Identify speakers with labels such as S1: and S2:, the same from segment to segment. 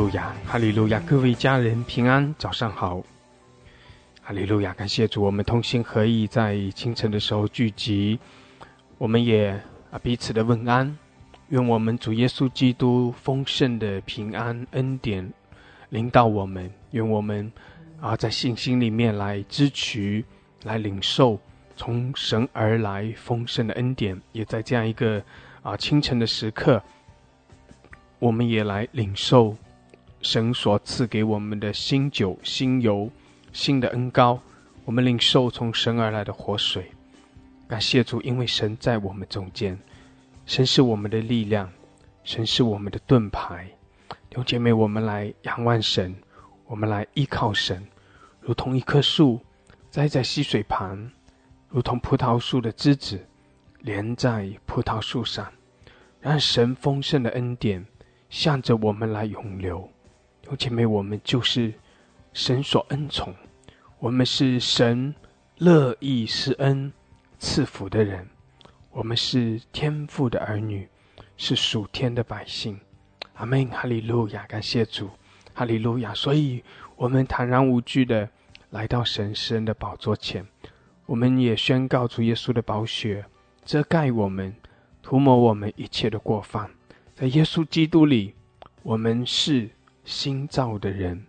S1: 利路亚，各位家人平安，早上好。哈利路亚，感谢主，我们同心合意在清晨的时候聚集，我们也啊彼此的问安。愿我们主耶稣基督丰盛的平安恩典临到我们，愿我们啊在信心里面来支取、来领受从神而来丰盛的恩典，也在这样一个啊清晨的时刻，我们也来领受神所赐给我们的新酒、新油、新的恩膏，我们领受从神而来的活水。感谢主，因为神在我们中间。神是我们的力量，神是我们的盾牌。弟兄姐妹，我们来仰望神，我们来依靠神，如同一棵树栽在溪水旁，如同葡萄树的枝子连在葡萄树上，让神丰盛的恩典向着我们来涌流。弟兄姐妹，我们就是神所恩宠，我们是神乐意施恩赐福的人。我们是天父的儿女，是属天的百姓。阿门，哈利路亚，感谢主，哈利路亚。所以，我们坦然无惧的来到神施恩的宝座前，我们也宣告主耶稣的宝血遮盖我们，涂抹我们一切的过犯。在耶稣基督里，我们是新造的人，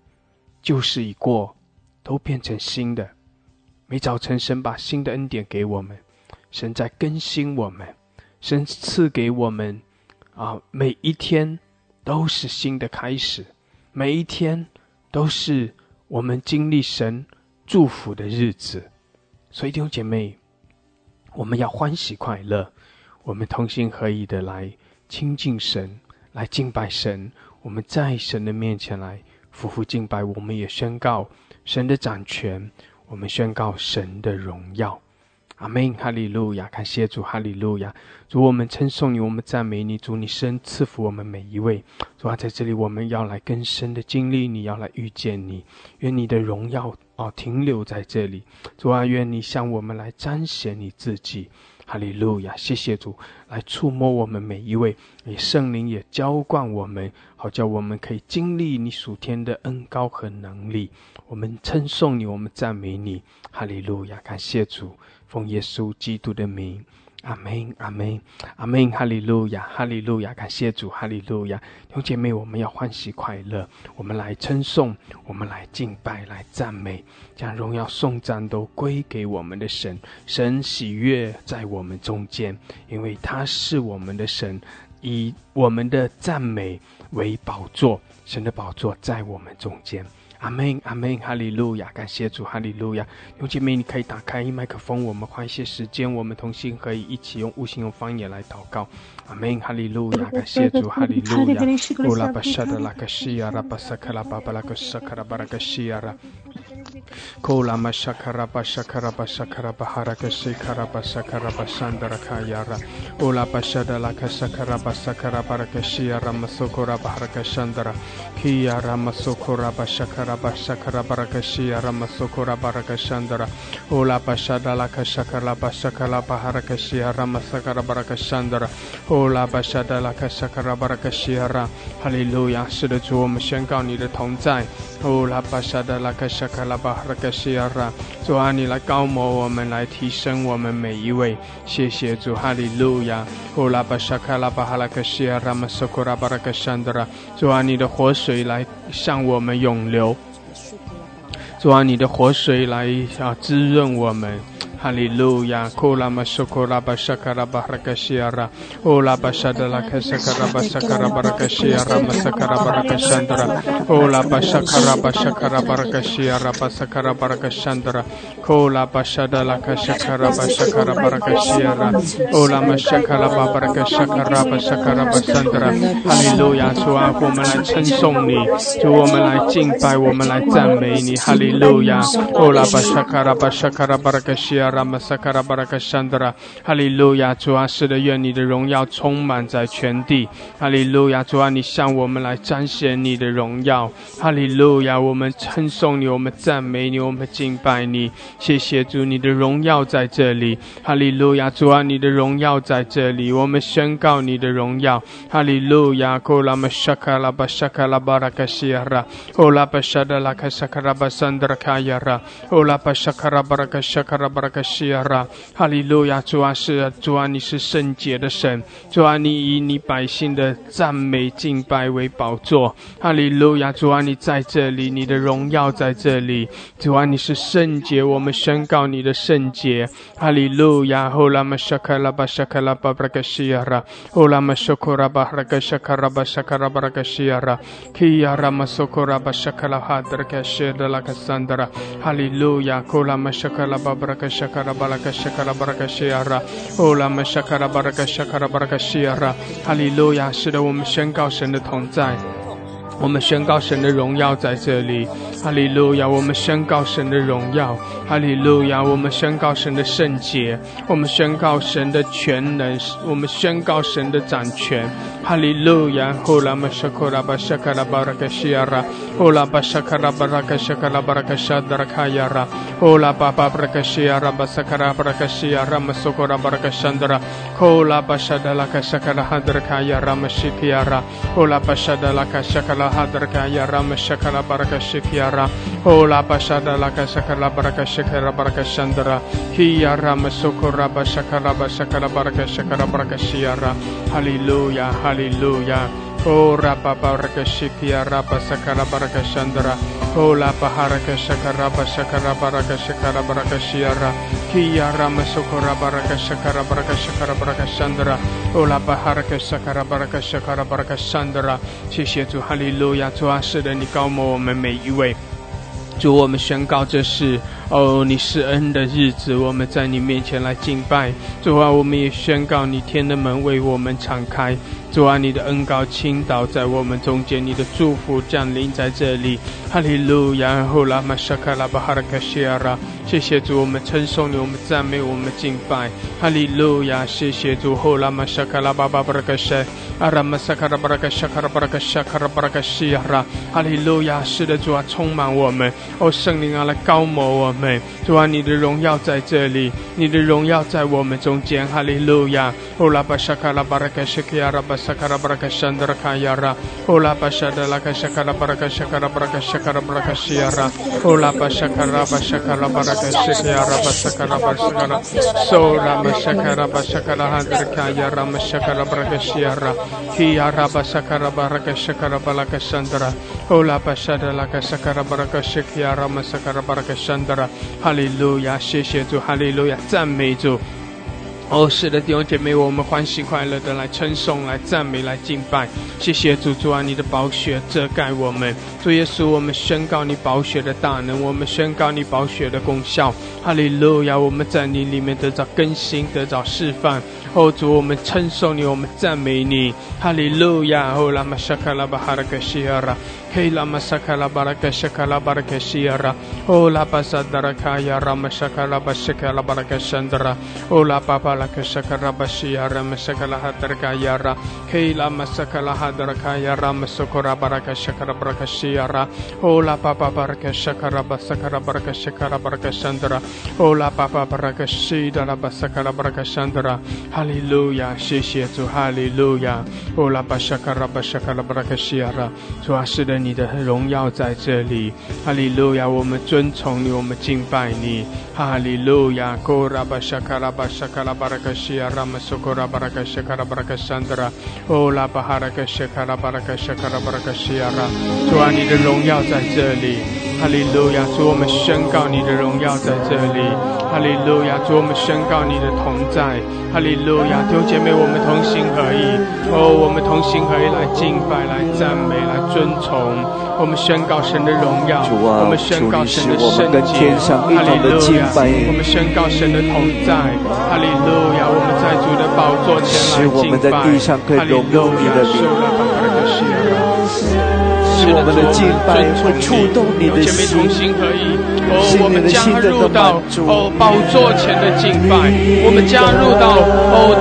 S1: 旧事已过，都变成新的。每早晨，神把新的恩典给我们。神在更新我们，神赐给我们啊，每一天都是新的开始，每一天都是我们经历神祝福的日子。所以弟兄姐妹，我们要欢喜快乐，我们同心合意的来亲近神，来敬拜神。我们在神的面前来匍匐敬拜，我们也宣告神的掌权，我们宣告神的荣耀。阿门，哈利路亚！感谢主，哈利路亚！主，我们称颂你，我们赞美你，主，你深赐福我们每一位。主啊，在这里我们要来更深的经历你，要来遇见你。愿你的荣耀啊、哦停留在这里。主啊，愿你向我们来彰显你自己。哈利路亚！谢谢主，来触摸我们每一位，你哎圣灵也浇灌我们，好叫我们可以经历你属天的恩高和能力。我们称颂你，我们赞美你。哈利路亚！感谢主。奉耶稣基督的名，阿门，阿门，阿门，哈利路亚，哈利路亚，感谢主，哈利路亚。弟兄姐妹，我们要欢喜快乐，我们来称颂，我们来敬拜，来赞美，将荣耀颂赞都归给我们的神。神喜悦在我们中间，因为他是我们的神，以我们的赞美为宝座，神的宝座在我们中间。阿门，阿门，哈利路亚！感谢主，哈利路亚！弟兄姐妹，你可以打开麦克风，我们花一些时间，我们同心合意，一起用悟性、用方言来祷告。阿门，哈利路亚！感谢主，哈利路亚！乌拉巴沙的拉克西亚拉巴萨克拉巴巴拉克萨克拉巴拉克西亚拉。Kolama shakaraba shakaraba shakaraba haraka shikaraba shakaraba shandara kayara. Ola bashada laka shakaraba shakaraba raka shiara masokora baharaka shandara. Kiyara masokora bashakaraba shakaraba raka shiara masokora baraka shandara. Ola bashada laka shakaraba shakaraba haraka shiara masakara baraka shandara. Ola bashada laka shakaraba raka shiara. Hallelujah，是的，主，我们宣告你的同在。哦，拉巴沙的拉克沙卡拉巴哈拉克西亚拉，主啊，你来高摩我们，来提升我们每一位。谢谢主，哈利路亚。哦，拉巴沙卡拉巴哈拉克西亚拉马苏库拉巴拉克山德拉，主啊，你的活水来向我们涌流。主啊，你的活水来啊滋润我们。哈利路亚，库拉玛苏库拉巴沙卡拉巴哈克西亚拉，乌拉巴沙德拉克沙卡拉巴沙卡拉巴拉克西亚拉玛沙卡拉巴拉克山德拉，乌拉巴沙卡拉巴沙卡拉巴拉克西亚拉巴沙卡拉巴拉克山德拉，库拉巴沙德拉克沙卡拉巴沙卡拉巴拉克西亚拉，乌拉玛沙卡拉巴巴拉克沙卡拉巴沙卡拉巴山德拉，哈利路亚，主啊，我们来称颂你，主我们来敬拜，我们来赞美你，哈利路亚，乌拉巴沙卡拉巴沙卡拉巴拉克西亚。拉玛萨卡拉巴拉卡山德拉，哈利路亚，主啊，是的，愿你的荣耀充满在全地，哈利路亚，主啊，你向我们来彰显你的荣耀，哈利路亚，我们称颂你，我们赞美你，我们敬拜你，谢谢主，你的荣耀在这里，哈利路亚，主啊，你的荣耀在这里，我们宣告你的荣耀，哈利路亚，库拉玛沙卡拉巴沙卡拉巴拉卡西亚拉，欧拉巴沙德拉卡沙卡拉巴山德拉卡亚拉，欧拉巴沙卡拉巴拉卡沙卡拉巴拉卡西亚拉，哈利路亚，主啊是啊主啊，你是圣洁的神，主啊你以你百姓的赞美敬拜为宝座，哈利路亚，主啊你在这里，你的荣耀在这里，主啊你是圣洁，我们宣告你的圣洁，哈利路亚，欧拉玛沙卡拉巴沙卡拉巴巴拉卡西亚拉，欧拉玛沙库拉巴哈拉卡沙卡拉巴沙卡拉巴拉卡西亚拉，基亚拉玛索库拉巴沙卡拉哈德拉卡谢德拉卡桑德拉，哈利路亚，库拉玛沙卡拉巴巴拉卡沙卡拉巴拉卡沙卡拉巴拉卡西亚拉，欧拉玛沙卡拉巴拉卡沙卡拉巴拉卡西亚拉，哈利路亚，是的，我们宣告神的同在。我们宣告神的荣耀在这里，哈利路亚！我们宣告神的荣耀，哈利路亚！我们宣告神的圣洁，我们宣告神的全能，我们宣告神的掌权，哈利路亚！呼啦嘛沙库啦巴沙卡拉巴拉卡西亚拉，呼啦巴沙卡拉巴拉卡沙卡拉巴拉卡沙德拉卡亚拉，呼啦巴巴巴拉卡西亚拉巴沙卡拉巴拉卡西亚拉嘛苏库拉巴拉卡沙德拉，呼啦巴沙德拉卡沙卡拉哈德拉卡亚拉嘛西皮亚拉，呼啦巴沙德拉卡沙卡拉。hadraka ya rama shakala baraka shikiara ola basada laka shakala baraka shikara baraka shandara hi ya rama sokora bashakala bashakala baraka shakala baraka shiara hallelujah hallelujah Oh Rabba Baraka Shikia Rabba Sakara Baraka Shandra Oh Labba Haraka Shakara Bashakara Baraka Shakara Baraka Shiara Kia Rama Sokora Baraka Shakara Baraka Shakara Baraka Shandra Oh Labba Haraka Shakara Baraka Shakara Baraka Shandra 谢谢主，哈利路亚！主啊，是的，你高摩我们每一位。主，我们宣告这是哦，你施恩的日子，我们在你面前来敬拜。主啊，我们也宣告你天的门为我们敞开。主啊，你的恩高倾倒在我们中间，你的祝福降临在这里。哈利路亚，呼啦玛沙卡拉巴哈拉卡西亚拉，谢谢主，我们称颂你，我们赞美，我们敬拜。哈利路亚，谢谢主，呼啦玛沙卡拉巴巴巴拉卡西，阿拉玛沙卡拉巴拉卡沙卡拉巴拉卡沙卡拉巴拉卡西亚拉。哈利路亚，是的，主啊，充满我们，哦，圣灵啊，来高摩我们。主啊，你的荣耀在这里，你的荣耀在我们中间。哈利路亚，呼啦玛沙卡拉巴拉卡西亚拉巴。sakara baraka shandra kayara ola pashada laka shakara baraka shakara baraka shakara baraka shiara ola pashakara bashakara baraka shiara basakara basakara sola mashakara bashakara handra kayara mashakara baraka shiara kiyara basakara baraka shakara baraka shandra ola pashada laka shakara baraka shiara masakara baraka shandra hallelujah 谢谢主 hallelujah 赞美主哦，是的，弟兄姐妹，我们欢喜快乐的来称颂、来赞美、来敬拜。谢谢主，主啊，你的宝血遮盖我们。主耶稣，我们宣告你宝血的大能，我们宣告你宝血的功效。哈利路亚！我们在你里面得着更新，得着释放。哦，主，我们称颂你，我们赞美你。哈利路亚！哦，拉玛沙卡拉巴哈拉克西亚拉。Kila masakala baraka shakala baraka shiara. O la pasadara kaya rama shakala bashakala baraka shandra. O la papa la kashakara bashiara masakala hadar kaya ra. Kila masakala hadar kaya rama sokora baraka shakara baraka shiara. O la papa baraka shakara basakara baraka shakara baraka shandra. O la papa baraka shida la basakala baraka shandra. Hallelujah. 谢谢主，哈利路亚。O la bashakara bashakala baraka shiara. 主啊，是的。你的荣耀在这里，哈利路亚！我们尊崇你，我们敬拜你，哈利路亚！库拉巴沙卡拉巴沙卡拉巴拉卡西亚拉玛苏库拉巴拉卡沙卡拉巴拉卡山德拉，哦拉巴哈拉卡沙卡拉巴拉卡沙卡拉巴拉卡西亚拉，主啊，你的荣耀在这里，哈利路亚！主，我们宣告你的荣耀在这里，哈利路亚！主，我们宣告你的同在，哈利路亚！弟兄姐妹，我们同心合意，哦，我们同心合意来敬拜，来赞美，来尊崇。我们宣告神的荣耀，
S2: 主啊，
S1: 我们宣告神的圣
S2: 跟天上一同的敬拜，
S1: 我们宣告神的同在，哈利路亚！我们在主的宝座前来
S2: 使我们在地上可以荣耀你的名。
S1: 是
S3: 我们的敬拜会触动你的
S1: 姐妹同
S3: 心。
S1: 心合意，哦
S3: 心，
S1: 我们
S3: 里的
S1: 加
S3: 心得
S1: 入到
S3: 到满足
S1: 哦宝座前的敬拜，我们加入到哦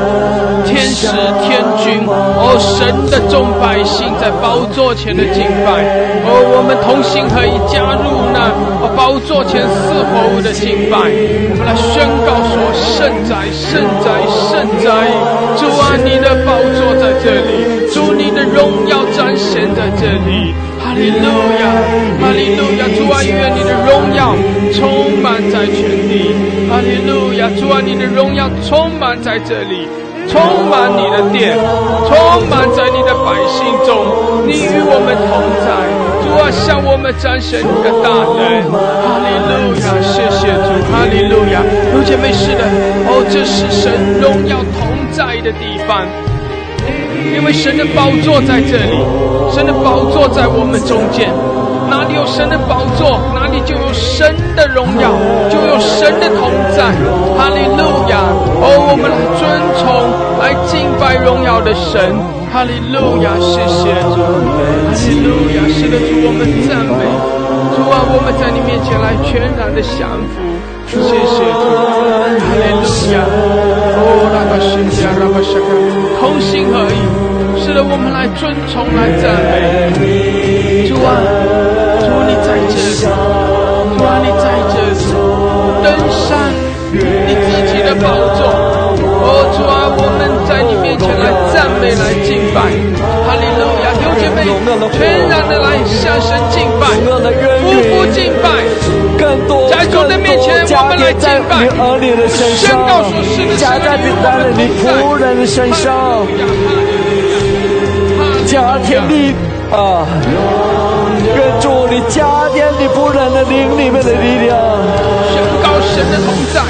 S1: 天使天君哦神的众百姓在宝座前的敬拜，哦我们同心合意加入那哦宝座前四活物的敬拜，我们来宣告说圣哉圣哉圣哉，主啊你的宝座在这里，主你的荣耀彰显在这里。哈利路亚，哈利路亚，主啊，愿你的荣耀充满在全地。哈利路亚，主啊，你的荣耀充满在这里，充满你的殿，充满在你的百姓中。你与我们同在，主啊，向我们彰显你的大能。哈利路亚，谢谢主，哈利路亚。有姐妹，是的，哦，这是神荣耀同在的地方。因为神的宝座在这里，神的宝座在我们中间。哪里有神的宝座，哪里就有神的荣耀，就有神的同在。哈利路亚！哦，我们来尊崇，来敬拜荣耀的神。哈利路亚！谢谢主，哈利路亚！是的，主，我们赞美主啊！我们在你面前来全然的降服。谢啊谢主，哈利路亚！哦，拉巴西亚，拉巴沙卡，同心合意。是的，我们来尊崇，来赞美主啊！主，你在这里，主啊，你在这里，登山，你自己的宝座。哦，主啊，我们在你面前来赞美，来敬拜，哈利路亚！弟兄姐妹，全然的来向神敬拜，夫妇敬拜。
S3: 更多
S1: 在主的面前
S3: 更多
S1: 我们来
S3: 加添
S1: 敬
S3: 在
S1: 拜
S3: 你儿女的身
S1: 宣
S3: 上
S1: 告说是的，
S3: 加在你当你仆人的身上，加添力啊！愿主你加添你仆人的灵里面的力量。
S1: 宣告神的同在，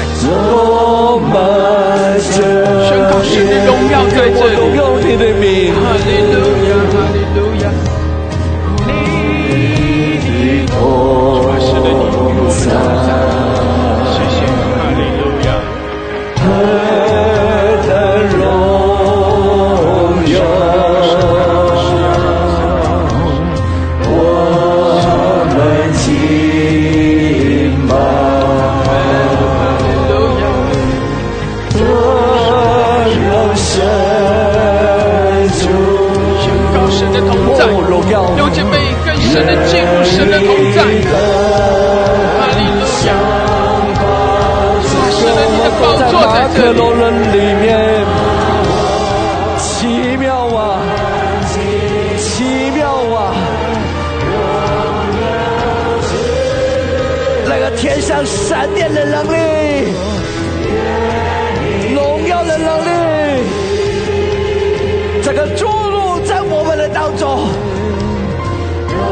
S3: 我们这
S1: 宣告神的荣耀在这
S3: 我都
S1: 里。
S3: 用你的名。
S1: 哈利路亚，哈利路亚。主啊，是的，你与我们同在。谢谢主，哈利路亚。哈利路亚，宣告神的同在。
S4: 哦
S1: 有姐妹更深的进入神的同在。哈利路亚。主啊，是的，你的宝座在这里。
S3: 奇妙啊，奇妙啊！那个天上闪电的能力，荣耀的能力，这个注入在我们的当中。哦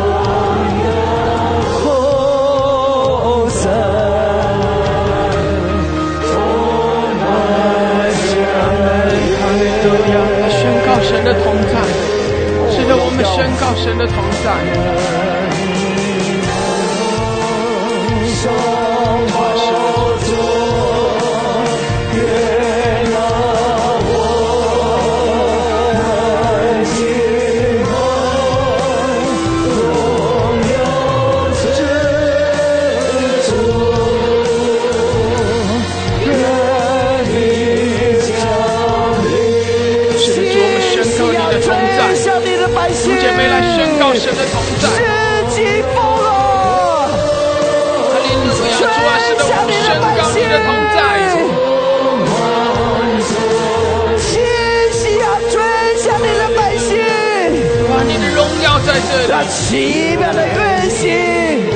S3: 神
S1: 哈利路亚！宣告神的同在，是的，我们宣告神的同在。是的，主，我们宣告你的同在。
S3: 向你的百姓，
S1: 姐妹来宣告神的同在。
S3: 自己疯了。
S1: 哈利路亚！主啊，是的，我们宣告你的同在。
S3: 信息啊，追向你的百姓，
S1: 哇，你的荣耀在这里。
S3: 那奇妙的运行，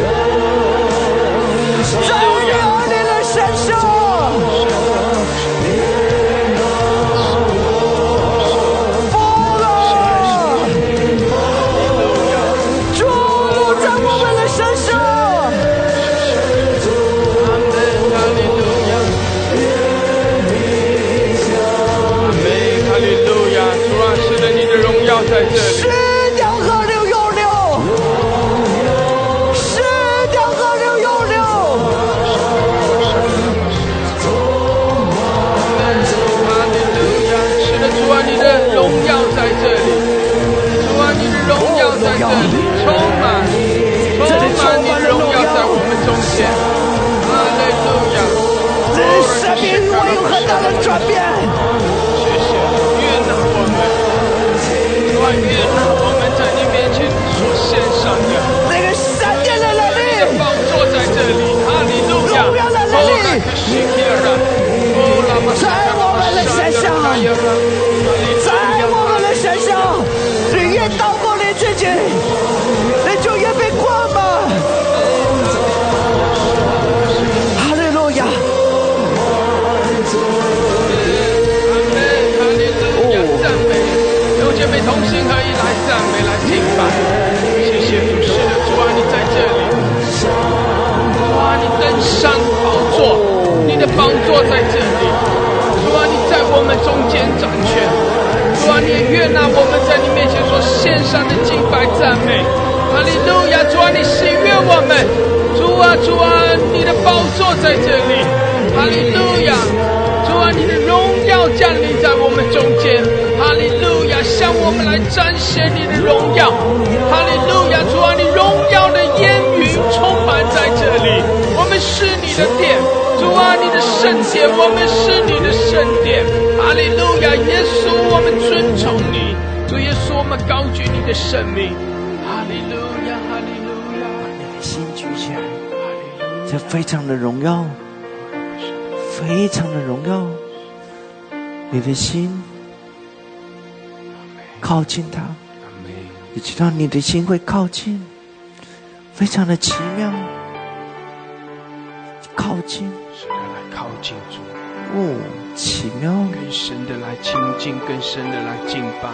S3: 在我们儿女的身上。风啊注入在我们的身上。
S1: 哈利路亚！阿门，哈利路亚！主啊，是的，你的荣耀在这里
S3: 是。江河流又流，是江河流又流，
S1: 哈利路亚！是的，主啊，你的荣耀在这里，主啊，你的荣耀在这里，充满
S3: 越南人转变，
S4: 谢谢悦纳我们，快悦纳我们在你面前所献上的，
S3: 那个闪电的能力，
S4: 放坐在这里，哈利路亚，
S3: 荣耀的能力在我们的身上在我们的身上，你越倒过你自己，你就越被光吧。哈利路亚！
S4: 同心合一来赞美，来敬拜。谢谢服侍的主啊，你在这里。主啊，你登上宝座，你的宝座在这里。主啊，你在我们中间掌权。主啊，你也悦纳我们在你面前所献上的敬拜赞美。哈利路亚！主啊，你喜悦我们。主啊，主啊，你的宝座在这里。哈利路亚！主啊，你的荣耀降临在我们中间。哈利路亚！向我们来彰显你的荣耀。哈利路亚！主啊，你荣耀的烟云充满在这里。我们是你的殿，主啊，你的圣殿，我们是你的圣殿。哈利路亚！耶稣，我们尊崇你。主耶稣，我们高举你的圣名。哈利路亚，哈利路亚，
S3: 你的心举起来，
S4: 哈利路亚。
S3: 这非常的荣耀，非常的荣耀。你的心靠近他，
S1: 阿门。
S3: 你知道你的心会靠近，非常的奇妙。靠近，
S1: 神的来靠近主，
S3: 哦，奇妙，
S1: 跟神的来亲近，跟神的来敬拜。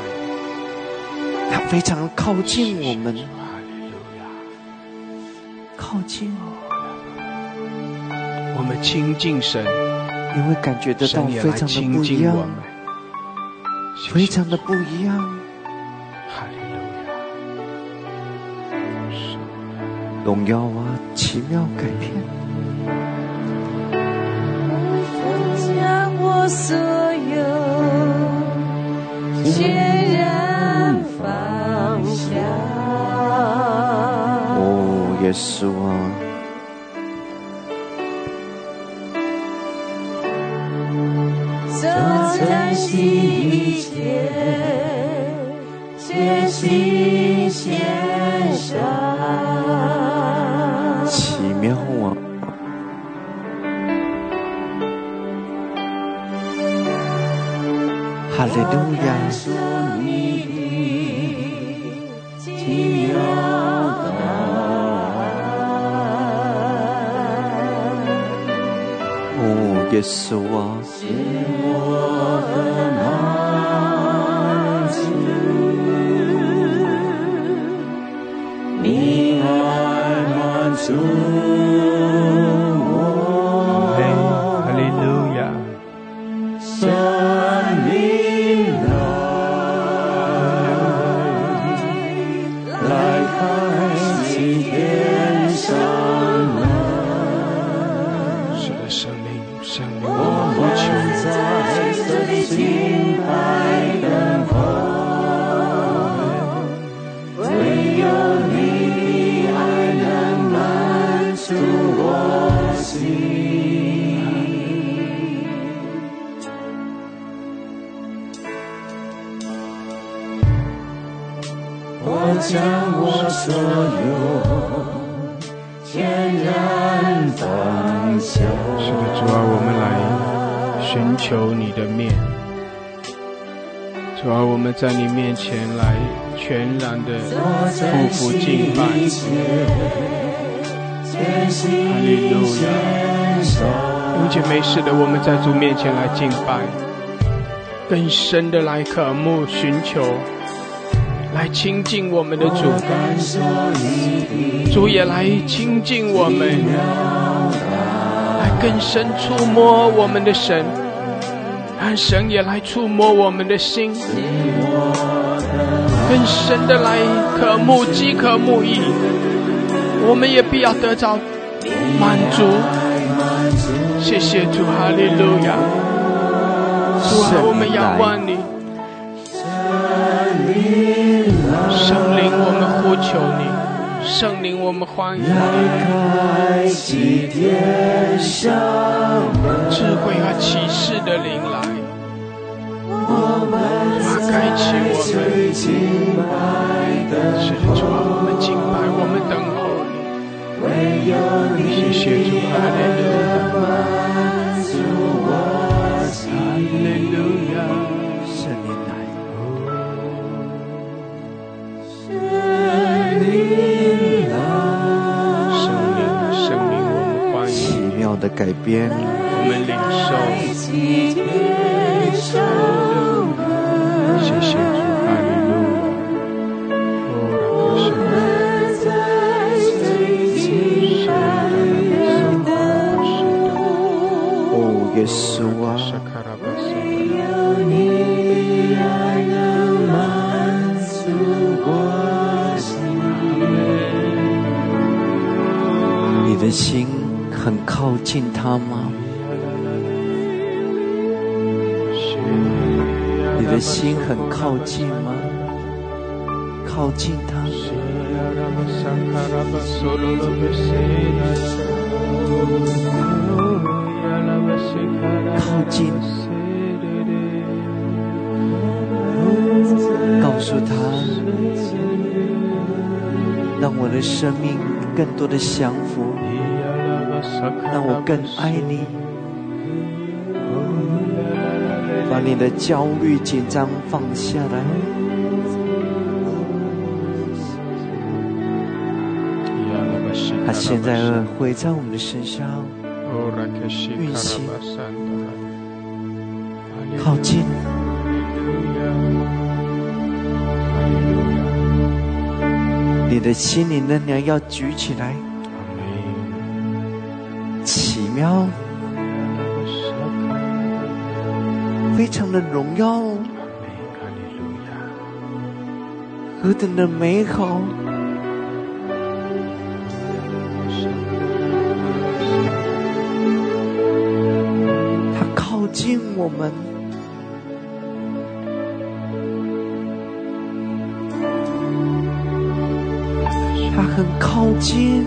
S3: 他非常靠近我们。
S1: 哈利路亚，
S3: 靠近哦我，
S1: 我们亲近神，
S3: 你会感觉得到
S1: 神也
S3: 非
S1: 来
S3: 常的
S1: 亲
S3: 不一
S1: 近我
S3: 样，
S1: 们。谢谢
S3: 非常的不一样。
S1: 哈利路
S3: 荣耀啊，奇妙改变，
S2: 分享我所有，全然放下。
S3: 哦，耶稣啊，
S2: 所珍惜一切，全心献上。
S3: 奇妙啊，哈利路亚，
S2: 受你的奇妙的爱。
S3: 哦，耶稣啊，
S1: 亚，哈利路亚，神的生命向你我们呼求，
S2: 在这里敬拜的光，唯有你的爱能满足我心。我将我所有全然放下。
S1: 是的，主啊，我们来寻求你的面。主啊，我们在你面前来全然的匍匐敬拜，哈利路亚！并且没事的，我们在主面前来敬拜，更深的来渴慕寻求，来亲近我们的主，主也来亲近我们。来更深触摸我们的神，让神也来触摸我们的心，更深的来渴慕饥渴慕义，我们也必要得着满足。谢谢主，哈利路亚！主啊，我们仰望你，圣灵，我们呼求你，圣灵，我们欢迎
S5: 开启天上门，
S1: 智慧和启示的灵来，
S5: 我们
S1: 打开启我们。
S5: 最敬拜的，
S1: 是主啊，我们敬拜，我们等候你。
S5: 唯有
S1: 谢
S5: 你
S1: 谢主，哈利路亚，
S5: 满足我
S1: 哈
S5: 心。
S1: 利路亚。
S2: 圣灵来，
S5: 神灵来，
S1: 圣灵，圣灵，我们欢
S2: 奇
S1: 迎，
S2: 妙的改变，
S1: 啊我们领
S5: 开
S1: 受。
S5: 启天上门，
S1: 谢谢主，哈利路亚。哦，感
S5: 我们
S1: 谢主
S5: 在最敬拜的路，
S2: 哦，耶稣啊，
S1: 沙卡拉巴斯
S5: 唯有你爱能满足我心。
S2: 你的心很靠近他吗？你的心很靠近吗？靠近他，靠近，告诉他，让我的生命更多的降服，让我更爱你。把你的焦虑、紧张放下来，他现在呢会在我们的身上运行靠近，你的心灵能量要举起来，奇妙，非常的荣耀，何等的美好！他靠近我们，他很靠近。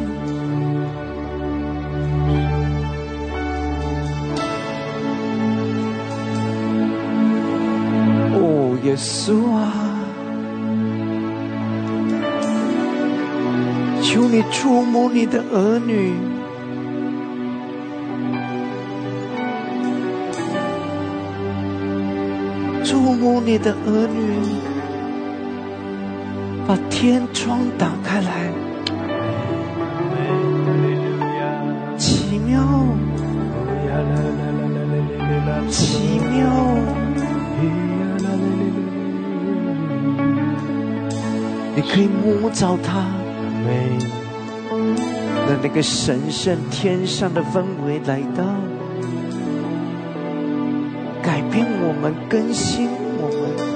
S2: 哦，耶稣啊，求你触摸你的儿女。触摸你的儿女，把天窗打开来。奇妙，奇妙，你可以摸着它的那个神圣天上的氛围来到，改变我们，更新我们。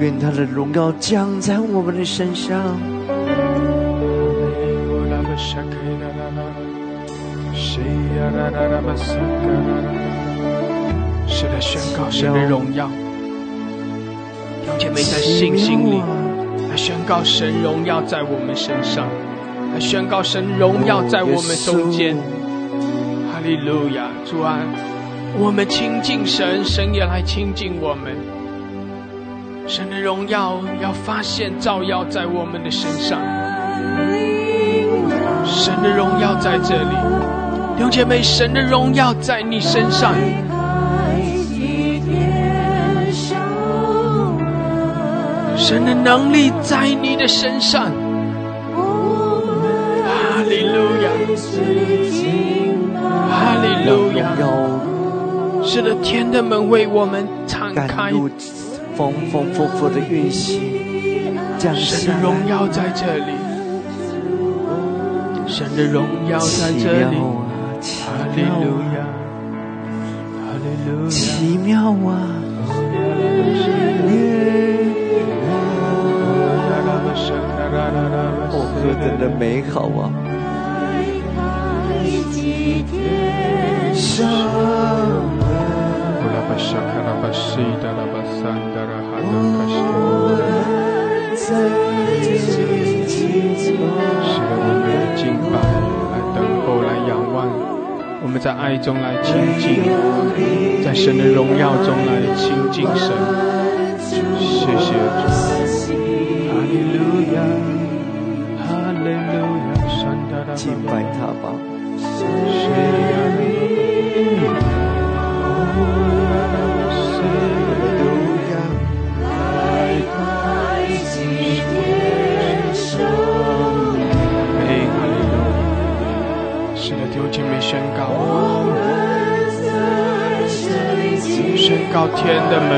S2: 愿他的荣耀降在我们的身上，
S1: 是的，宣告神的荣耀。弟兄姐妹在信心里来宣告神荣耀在我们身上，来宣告神荣耀在我们中间。哈利路亚，主啊，我们亲近神，神也来亲近我们。神的荣耀要发现照耀在我们的身上，神的荣耀在这里。弟兄姐妹，神的荣耀在你身上。
S5: 开启天上门，
S1: 神的能力在你的身上，
S5: 我们
S1: 哈利路亚，
S5: 最敬拜
S1: 哈利
S2: 让
S1: 路
S2: 荣
S1: 亚。
S2: 耀
S1: 是的，天的门为我们敞开
S2: 赶，入丰丰富富的运行，降
S1: 神
S2: 下
S1: 的荣
S2: 来，
S1: 耀在这里，神的荣耀在
S2: 奇
S1: 这
S2: 妙
S1: 里，
S2: 啊，奇
S1: 哈利
S2: 妙
S1: 路
S2: 啊
S1: 亚，，哈利路亚。
S2: 奇妙啊！哦，何等的美好啊！
S5: 开启天上
S2: 上
S5: 门，
S1: 哦拉沙卡拉巴西达拉巴桑达拉哈达卡西达拉使得我们来敬拜，来等候，来仰望。我们在爱中来亲近，在神的荣耀中来亲近神。谢谢主，哈利路亚，哈利路亚，山达拉
S3: 敬拜他吧，
S1: 西达拉巴西达拉路亚。哎，哈利路亚！是的，弟兄姐妹宣告，宣告天的门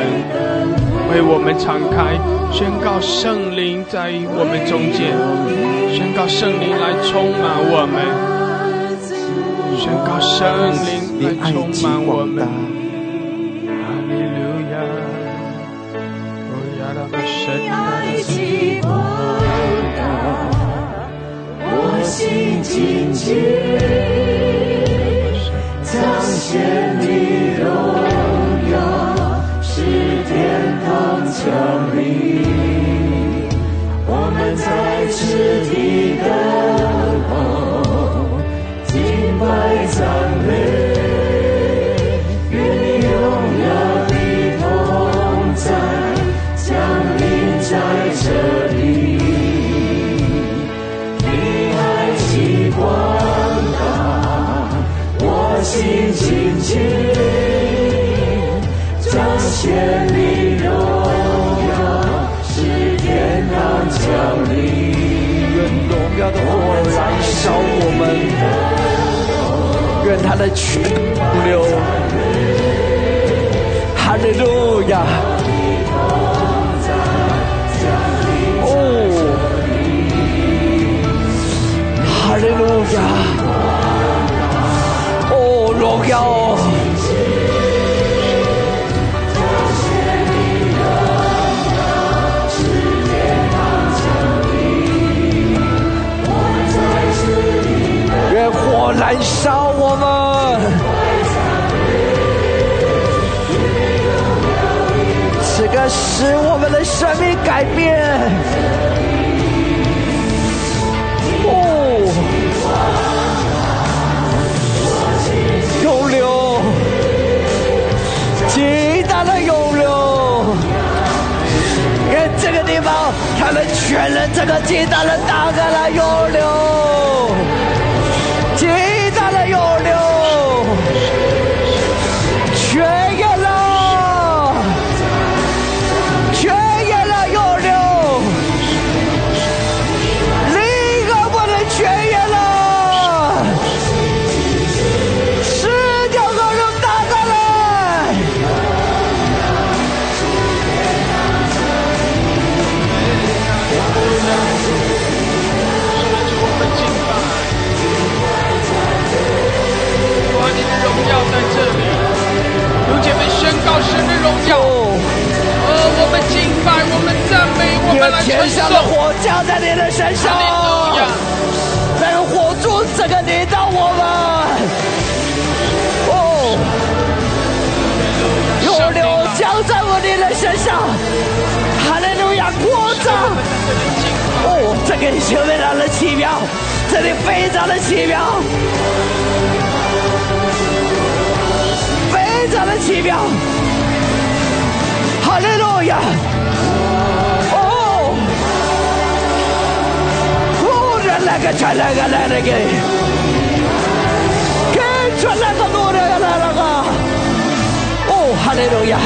S1: 为我们敞开，宣告圣灵在我们中间，宣告圣灵来充满我们，宣告圣灵
S3: 你
S1: 来
S3: 爱
S1: 充
S3: 极
S1: 满我
S3: 广
S1: 们
S3: 大。，
S1: 哈利路亚！哦亚拉巴神啊
S2: 我心静静彰显你荣耀，是天堂降临。我们在此地的梦，敬拜赞美，愿你荣耀的同在降临在这里。你爱极广大，我心静静彰显你荣耀，是天堂降临。
S3: 愿荣耀的火燃烧我们，愿他的泉流，哈利路亚！哦，哈利路亚！哦，荣耀！愿火燃烧我们。这个使我们的生命改变。哦，涌流，极大的涌流。看这个地方，他们全人这个极大的大开来涌流。极大的涌流，全淹了，全淹了涌流，另一个不能全淹了，十九个人打开来，
S4: 主，我们敬拜。主啊，你的荣耀在这里。有姐妹宣告神的荣耀，
S3: 哦，
S4: 呃，我们敬拜，我们赞美，我们来
S3: 天
S4: 称
S3: 上
S4: 颂。
S3: 的火降在你的身上
S4: 哈。利路亚！
S3: 让火柱整个淋到我们。哦，有流将在我你的身上，哈利路亚，扩张。哦，这个里非常的奇妙，这里非常的奇妙，非常的奇妙，哈利路亚。哦。Oh, ralaga chalaga lalaga. Ke chalaga dora lalaga. Oh, hallelujah.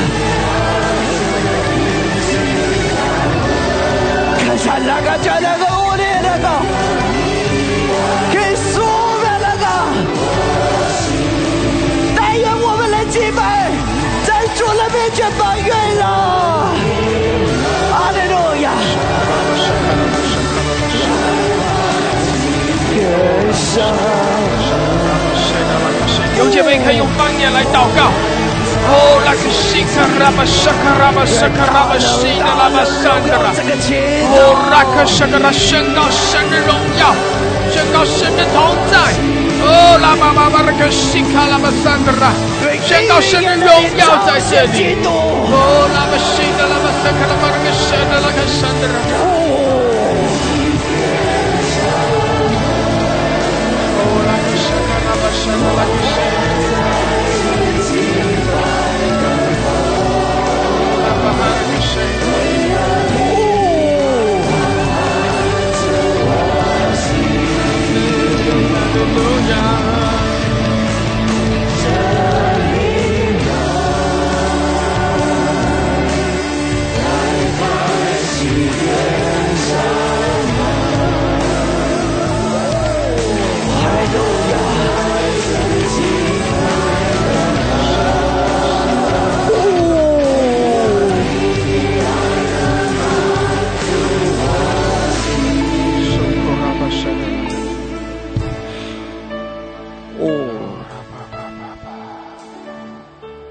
S3: Ke chalaga chalaga ore laga. Ke sove laga. 但愿我们能击败，在主的面前发愿了。哈利路亚。天上
S4: 有姐妹可以用方言来祷告。哦，那个西卡拉巴沙卡拉巴沙卡拉巴西的拉巴山的拉。
S3: 这个情
S4: 哦，拉克沙格拉宣告神的荣耀，宣告神的同在。哦，拉巴巴巴的克西卡拉巴桑德拉，宣告神的荣耀在这里
S2: 基。督，
S4: 哦，拉巴西德拉巴塞卡拉巴那个神的那个神的拉。哦，拉巴西德拉巴神的拉个神。拉巴巴那个神。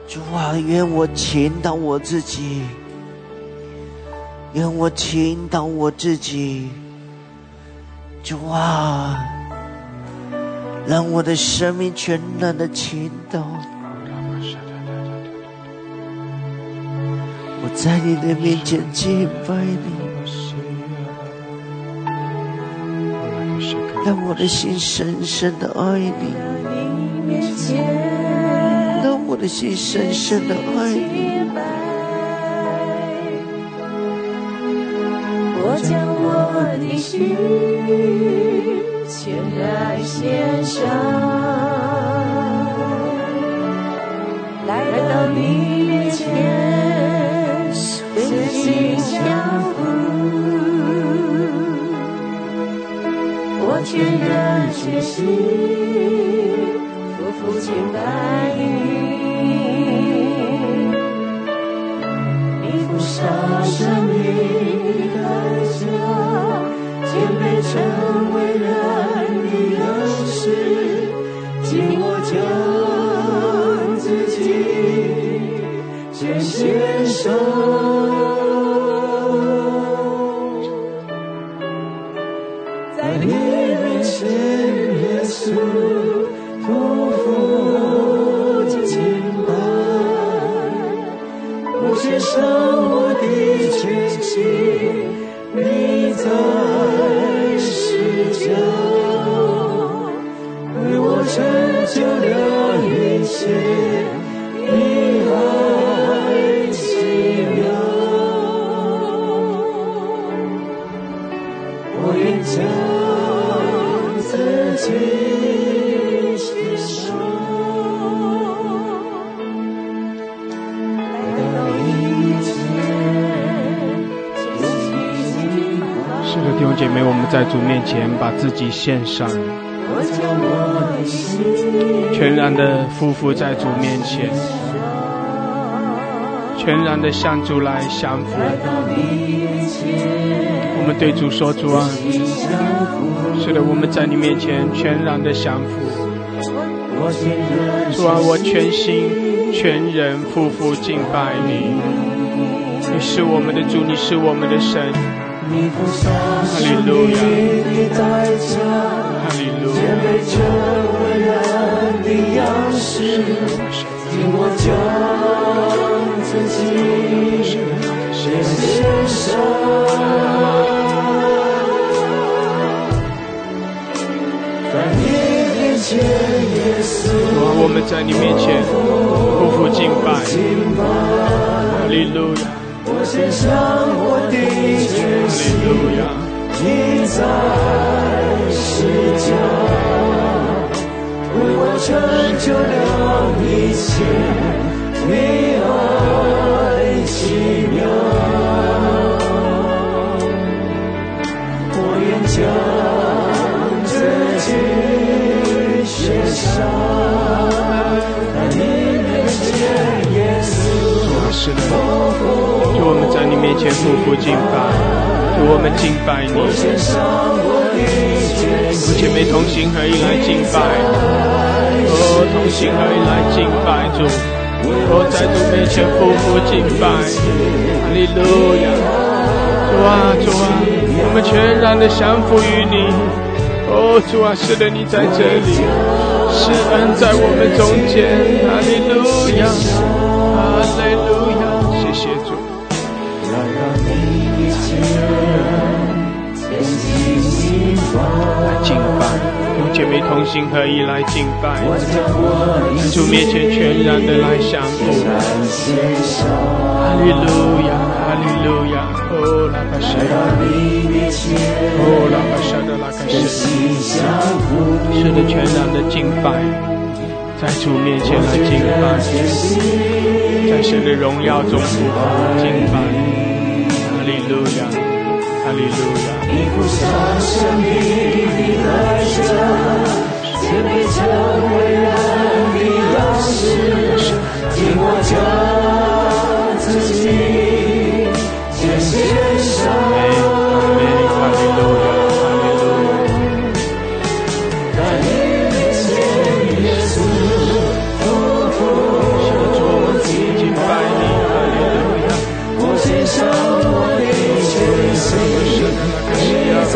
S2: 主啊，愿我倾倒我自己，愿我倾倒我自己。主啊，让我的生命全然的倾倒。我在你的面前敬拜你，让我的心深深的爱你，让我的心深深的爱你。
S5: 我将我的心全然献上，来到你面前，真心相互，我全然全心，夫妇敬拜你。你不杀生命代价，谦卑成为人的样式，紧握将自己全献上。在你面前，耶稣匍匐敬拜。我献上我的全心，你在施教，为我成就了一切，你爱奇妙。我愿将自己献上。
S1: 是的，弟兄姐妹，我们在主面前把自己献上，全然的匍匐在主面前，全然的向主来降服。我们对主说：“主啊，是的，我们在你面前全然的降服。主啊，我全心全人匍匐敬拜你，你是我们的主，你是我们的神。”哈利路亚，哈利路亚。主啊，我们在你面前匍匐敬拜，哈利路亚，哈利路亚，主啊，是的，主我们在你面前匍匐敬拜，主我们敬拜你，主姐妹同心合一来敬拜，哦，同心合一来敬拜主，哦，在主面前匍匐敬拜，哈利路亚，主啊，主啊，我们全然的降服于你。哦，
S3: 哦，主啊，是的，你在这里，施恩在我们中间，哈利路亚，哈利路亚，谢谢主。来敬拜，用姐妹同心合一来敬拜，在主面前全然的来降服。哈利路亚，哈利路亚，哦，拉巴沙拉，哦，拉巴沙的拉卡西，是的，全然的敬拜，在主面前来敬拜，在神的荣耀中敬拜，哈利路亚，哈利路亚。阿门，阿门，哈利路亚，哈利路亚。是的，主，我们敬拜你，哈利路亚。我献上我的全心，你在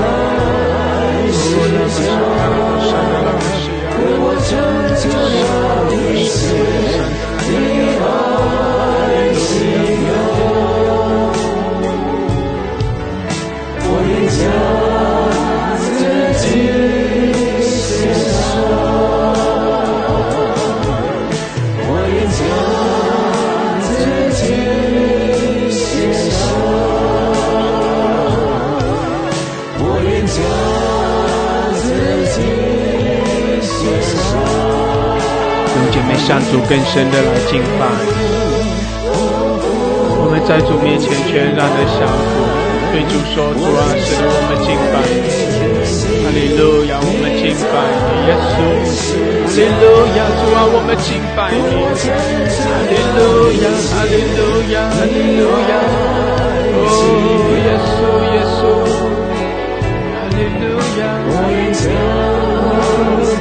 S3: 为我成就了一切，你爱是永我也将自己献上，我也将自己献上，我也将自己献上。
S1: 用姐妹向主更深的来敬拜。我们在主面前全然的降服，对主说：“主啊，使我们敬拜你。”哈利路亚，啊我们敬拜你，耶稣。哈利路亚，主啊，我们敬拜你。哈利路亚，哈利路亚，哈利路亚。哦，耶稣，耶稣。哈利路亚，我也将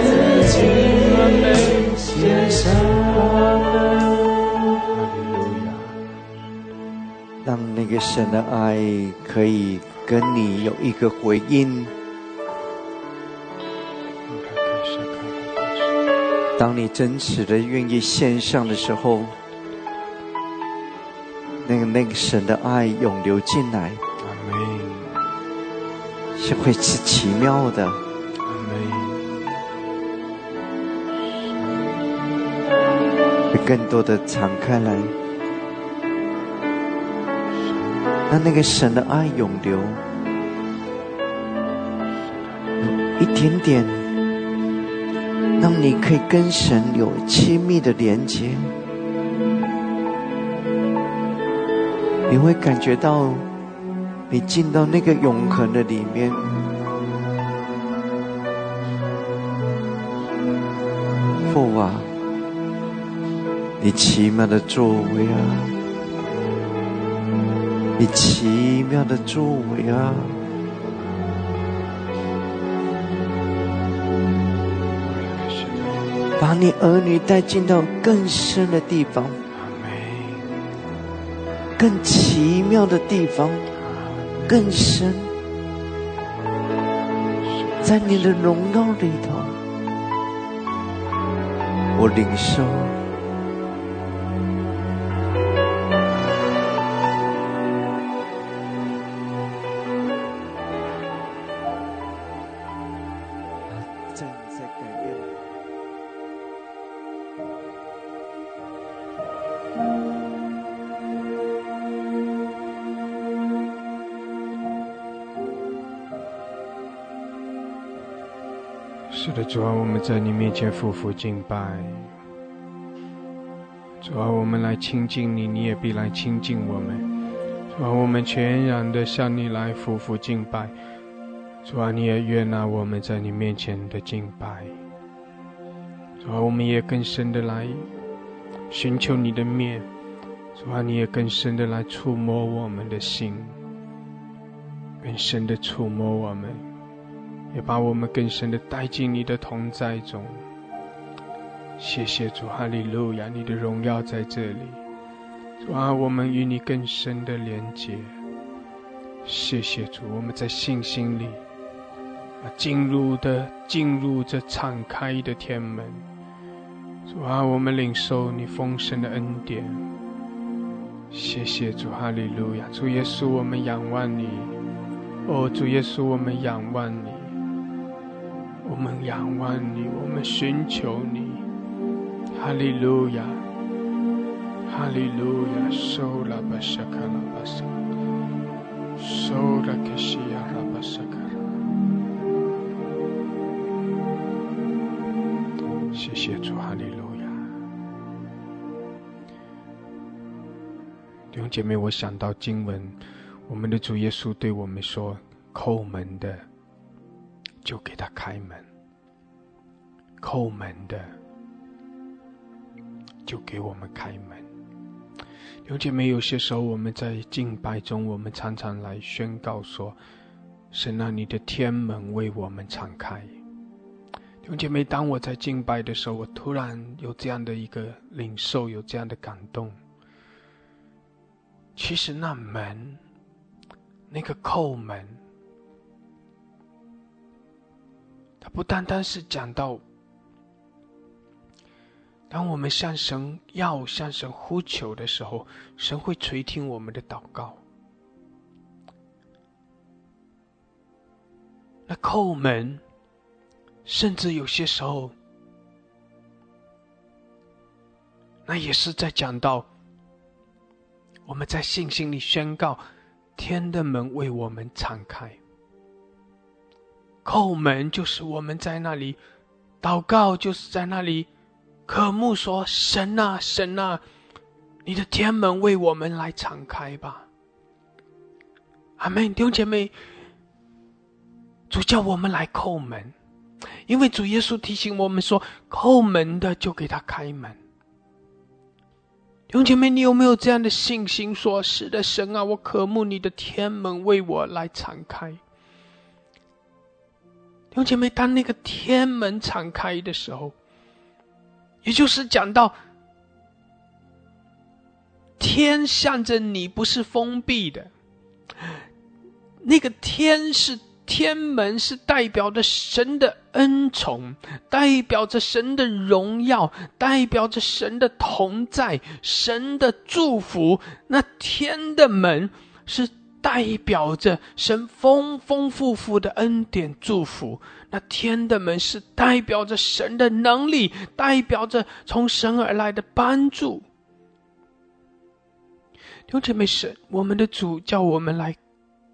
S1: 自己赞美。
S2: 让那个神的爱可以跟你有一个回应。当你真实的愿意献上的时候，那个那个神的爱涌流进来，是会是奇妙的。会更多的敞开来，让那个神的爱涌流，一点点，让你可以跟神有亲密的连接，你会感觉到你进到那个永恒的里面。父啊，你奇妙的作为啊，你奇妙的作为啊！把你儿女带进到更深的地方，更奇妙的地方，更深，在你的荣耀里头，我领受。正在改变。
S1: 是的，主啊，我们在你面前匍匐敬拜。主啊，我们来亲近你，你也必来亲近我们。主啊，我们全然的向你来匍匐敬拜。主啊，你也悦纳我们在你面前的敬拜。主啊，我们也更深的来寻求你的面。主啊，你也更深的来触摸我们的心，更深的触摸我们。也把我们更深的带进你的同在中。谢谢主，哈利路亚！你的荣耀在这里，主啊，我们与你更深的连接。谢谢主，我们在信心里，
S6: 啊，进入的进入这敞开的天门。主啊，我们领受你丰盛的恩典。谢谢主，哈利路亚！主耶稣，我们仰望你。哦，主耶稣，我们仰望你，我们仰望你，我们寻求你。哈利路亚，哈利路亚，受拉巴沙卡拉巴沙，受拉克西亚拉巴沙卡拉。谢谢主，哈利路亚。弟兄姐妹，我想到经文，我们的主耶稣对我们说：“叩门的，就给他开门；叩门的，就给我们开门。”弟兄姐妹，有些时候我们在敬拜中，我们常常来宣告说：“神啊，你的天门为我们敞开。”弟兄姐妹，当我在敬拜的时候，我突然有这样的一个领受，有这样的感动。其实那门，那个叩门，它不单单是讲到，当我们向神要、向神呼求的时候，神会垂听我们的祷告。那叩门，甚至有些时候，那也是在讲到。我们在信心里宣告，天的门为我们敞开。叩门就是我们在那里祷告，就是在那里渴慕说：“神啊，神啊，你的天门为我们来敞开吧。”阿门，弟兄姐妹，主叫我们来叩门，因为主耶稣提醒我们说：“叩门的就给他开门。”弟兄姐妹，你有没有这样的信心说？是的，神啊，我渴慕你的天门为我来敞开。弟兄姐妹，当那个天门敞开的时候，也就是讲到天向着你不是封闭的，那个天是天门，是代表着神的恩宠，代表着神的荣耀，代表着神的同在，神的祝福。那天的门是代表着神丰丰富富的恩典祝福。那天的门是代表着神的能力，代表着从神而来的帮助。弟兄姐妹，神，我们的主叫我们来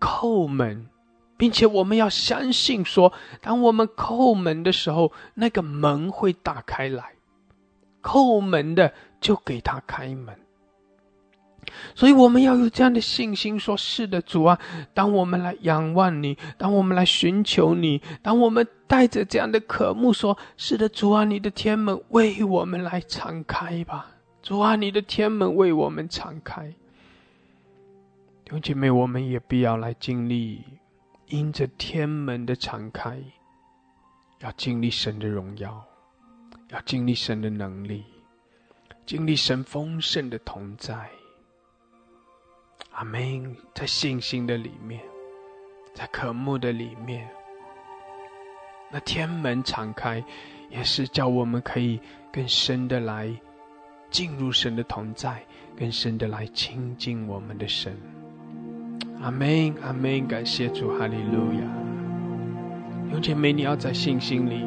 S6: 叩门。并且我们要相信说，当我们叩门的时候，那个门会打开来，叩门的就给他开门。所以我们要有这样的信心说，是的，主啊，当我们来仰望你，当我们来寻求你，当我们带着这样的渴慕说，是的，主啊，你的天门为我们来敞开吧，主啊，你的天门为我们敞开。弟兄姐妹，我们也必要来经历因着天门的敞开，要经历神的荣耀，要经历神的能力，经历神丰盛的同在。阿门，在信心的里面，在渴慕的里面，那天门敞开，也是叫我们可以更深的来进入神的同在，更深的来亲近我们的神。阿门，阿门，感谢主，哈利路亚。有姐妹，你要在信心里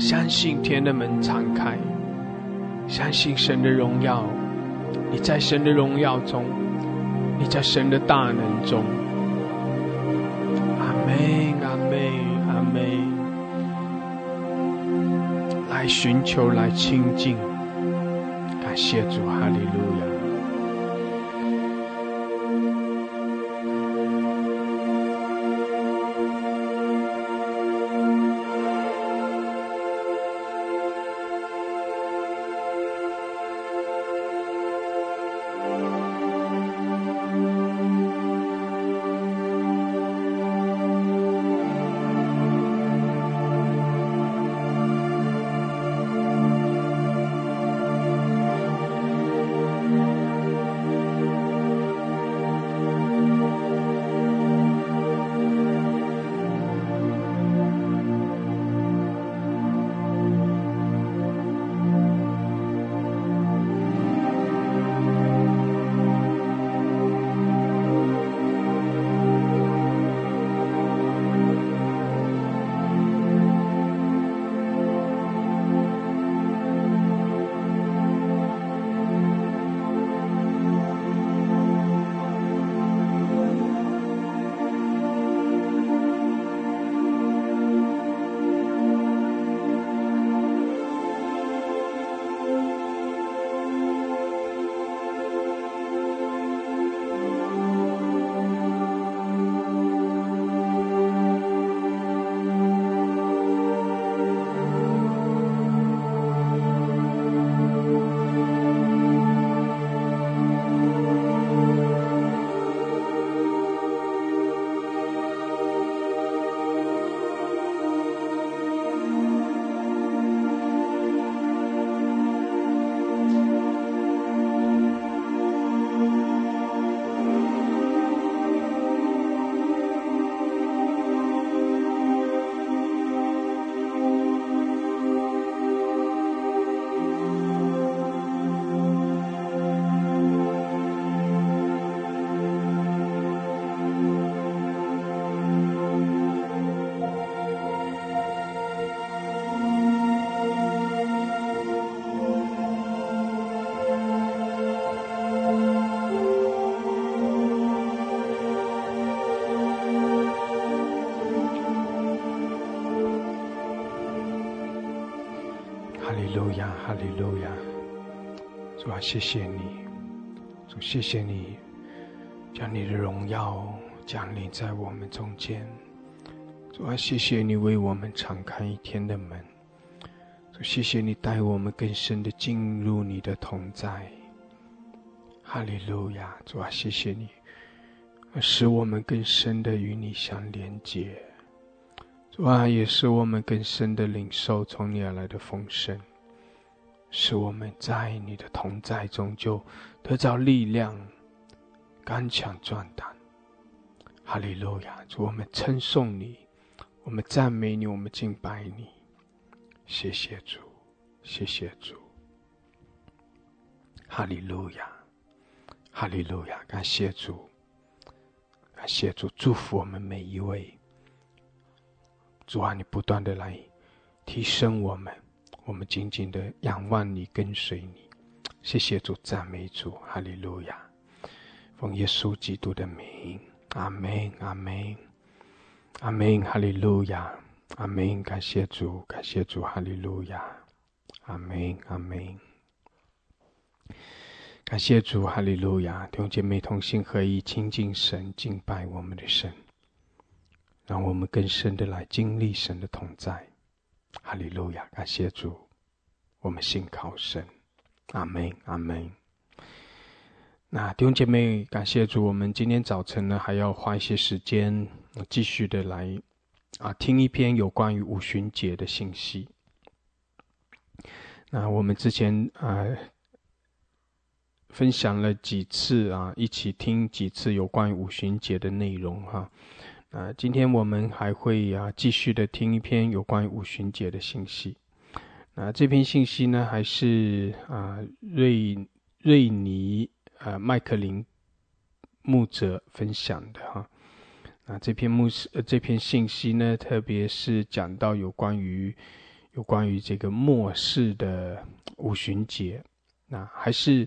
S6: 相信天的门敞开，相信神的荣耀。你在神的荣耀中，你在神的大能中。阿门，阿门，阿门。来寻求，来亲近。感谢主，哈利路亚。路亚，哈利路亚！主啊，谢谢你，主谢谢你，将你的荣耀降临在我们中间。主啊，谢谢你为我们敞开一天的门。主，谢谢你带我们更深的进入你的同在。哈利路亚！主啊，谢谢你，使我们更深的与你相连接。主啊，也使我们更深的领受从你而来的丰盛，使我们在你的同在中就得到力量，刚强壮胆。哈利路亚！主，我们称颂你，我们赞美你，我们敬拜你。谢谢主，谢谢主。哈利路亚，哈利路亚！感谢主，感谢主，祝福我们每一位。主啊，你不断的来提升我们，我们紧紧的仰望你，跟随你。谢谢主，赞美主，哈利路亚！奉耶稣基督的名，阿门，阿门，阿门，哈利路亚，阿门！感谢主，感谢主，哈利路亚，阿门，阿门。感谢主，哈利路亚！弟兄姐妹同心合一，亲近神，敬拜我们的神。让我们更深的来经历神的同在。哈利路亚，感谢主，我们信靠神。阿门，阿门。那弟兄姐妹，感谢主，我们今天早晨呢，还要花一些时间，呃继续的来啊听一篇有关于五旬节的信息。那我们之前啊、呃分享了几次啊，一起听几次有关于五旬节的内容哈、啊，今天我们还会啊继续的听一篇有关于五旬节的信息。那这篇信息呢，还是啊瑞瑞尼啊麦克林牧者分享的哈。那这篇牧师、呃、这篇信息呢，特别是讲到有关于有关于这个末世的五旬节，那还是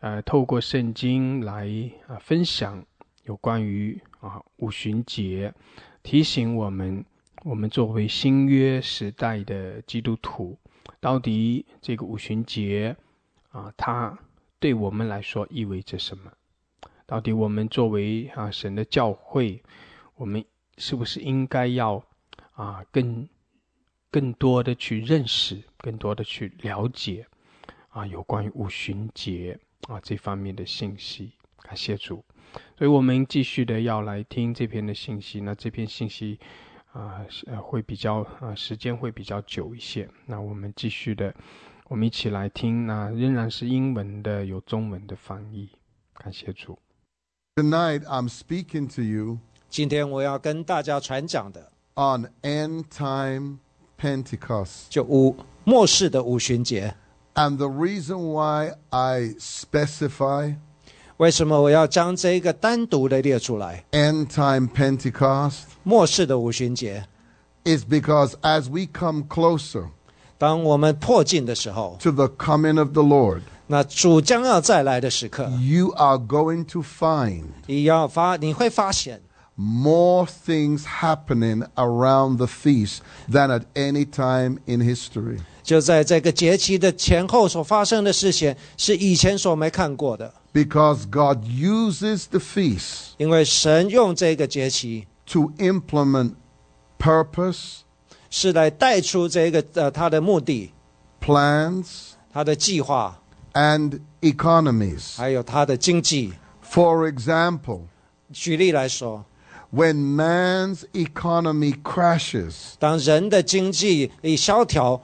S6: 呃透过圣经来啊、分享有关于啊五旬节，提醒我们，我们作为新约时代的基督徒，到底这个五旬节啊，它对我们来说意味着什么？到底我们作为啊神的教会，我们是不是应该要啊更更多的去认识，更多的去了解啊有关于五旬节啊这方面的信息？感谢主。所以我们继续的要来听这篇的信息。那这篇信息啊、是呃，会比较啊、时间会比较久一些。那我们继续的，我们一起来听。那仍然是英文的，有中文的翻译。感谢主。
S7: Tonight, I'm speaking to you
S3: 今天我要跟大家传讲的
S7: on end time Pentecost.
S3: 就五末世的五旬节。
S7: And the reason why I specify
S3: 为什么我要将这个单独的列出来？
S7: end time Pentecost
S3: 末世的五旬节，
S7: is because as we come closer
S3: 当我们迫近的时候，
S7: to the coming of the Lord,
S3: 那主将要再来的时刻，
S7: you are going to find
S3: 你要发你会发现
S7: more things happening around the feast than at any time in history.
S3: 就在这个节期的前后所发生的事情，是以前所没看过的。
S7: Because God uses the feast
S3: 因为神用这个节期
S7: to implement purpose,
S3: 是来带出这个呃他的目的、
S7: plans,
S3: 他的计划，
S7: and economies.
S3: 还有他的经济。
S7: For example,
S3: 举例来说，
S7: when man's economy crashes,
S3: 当人的经济一萧条，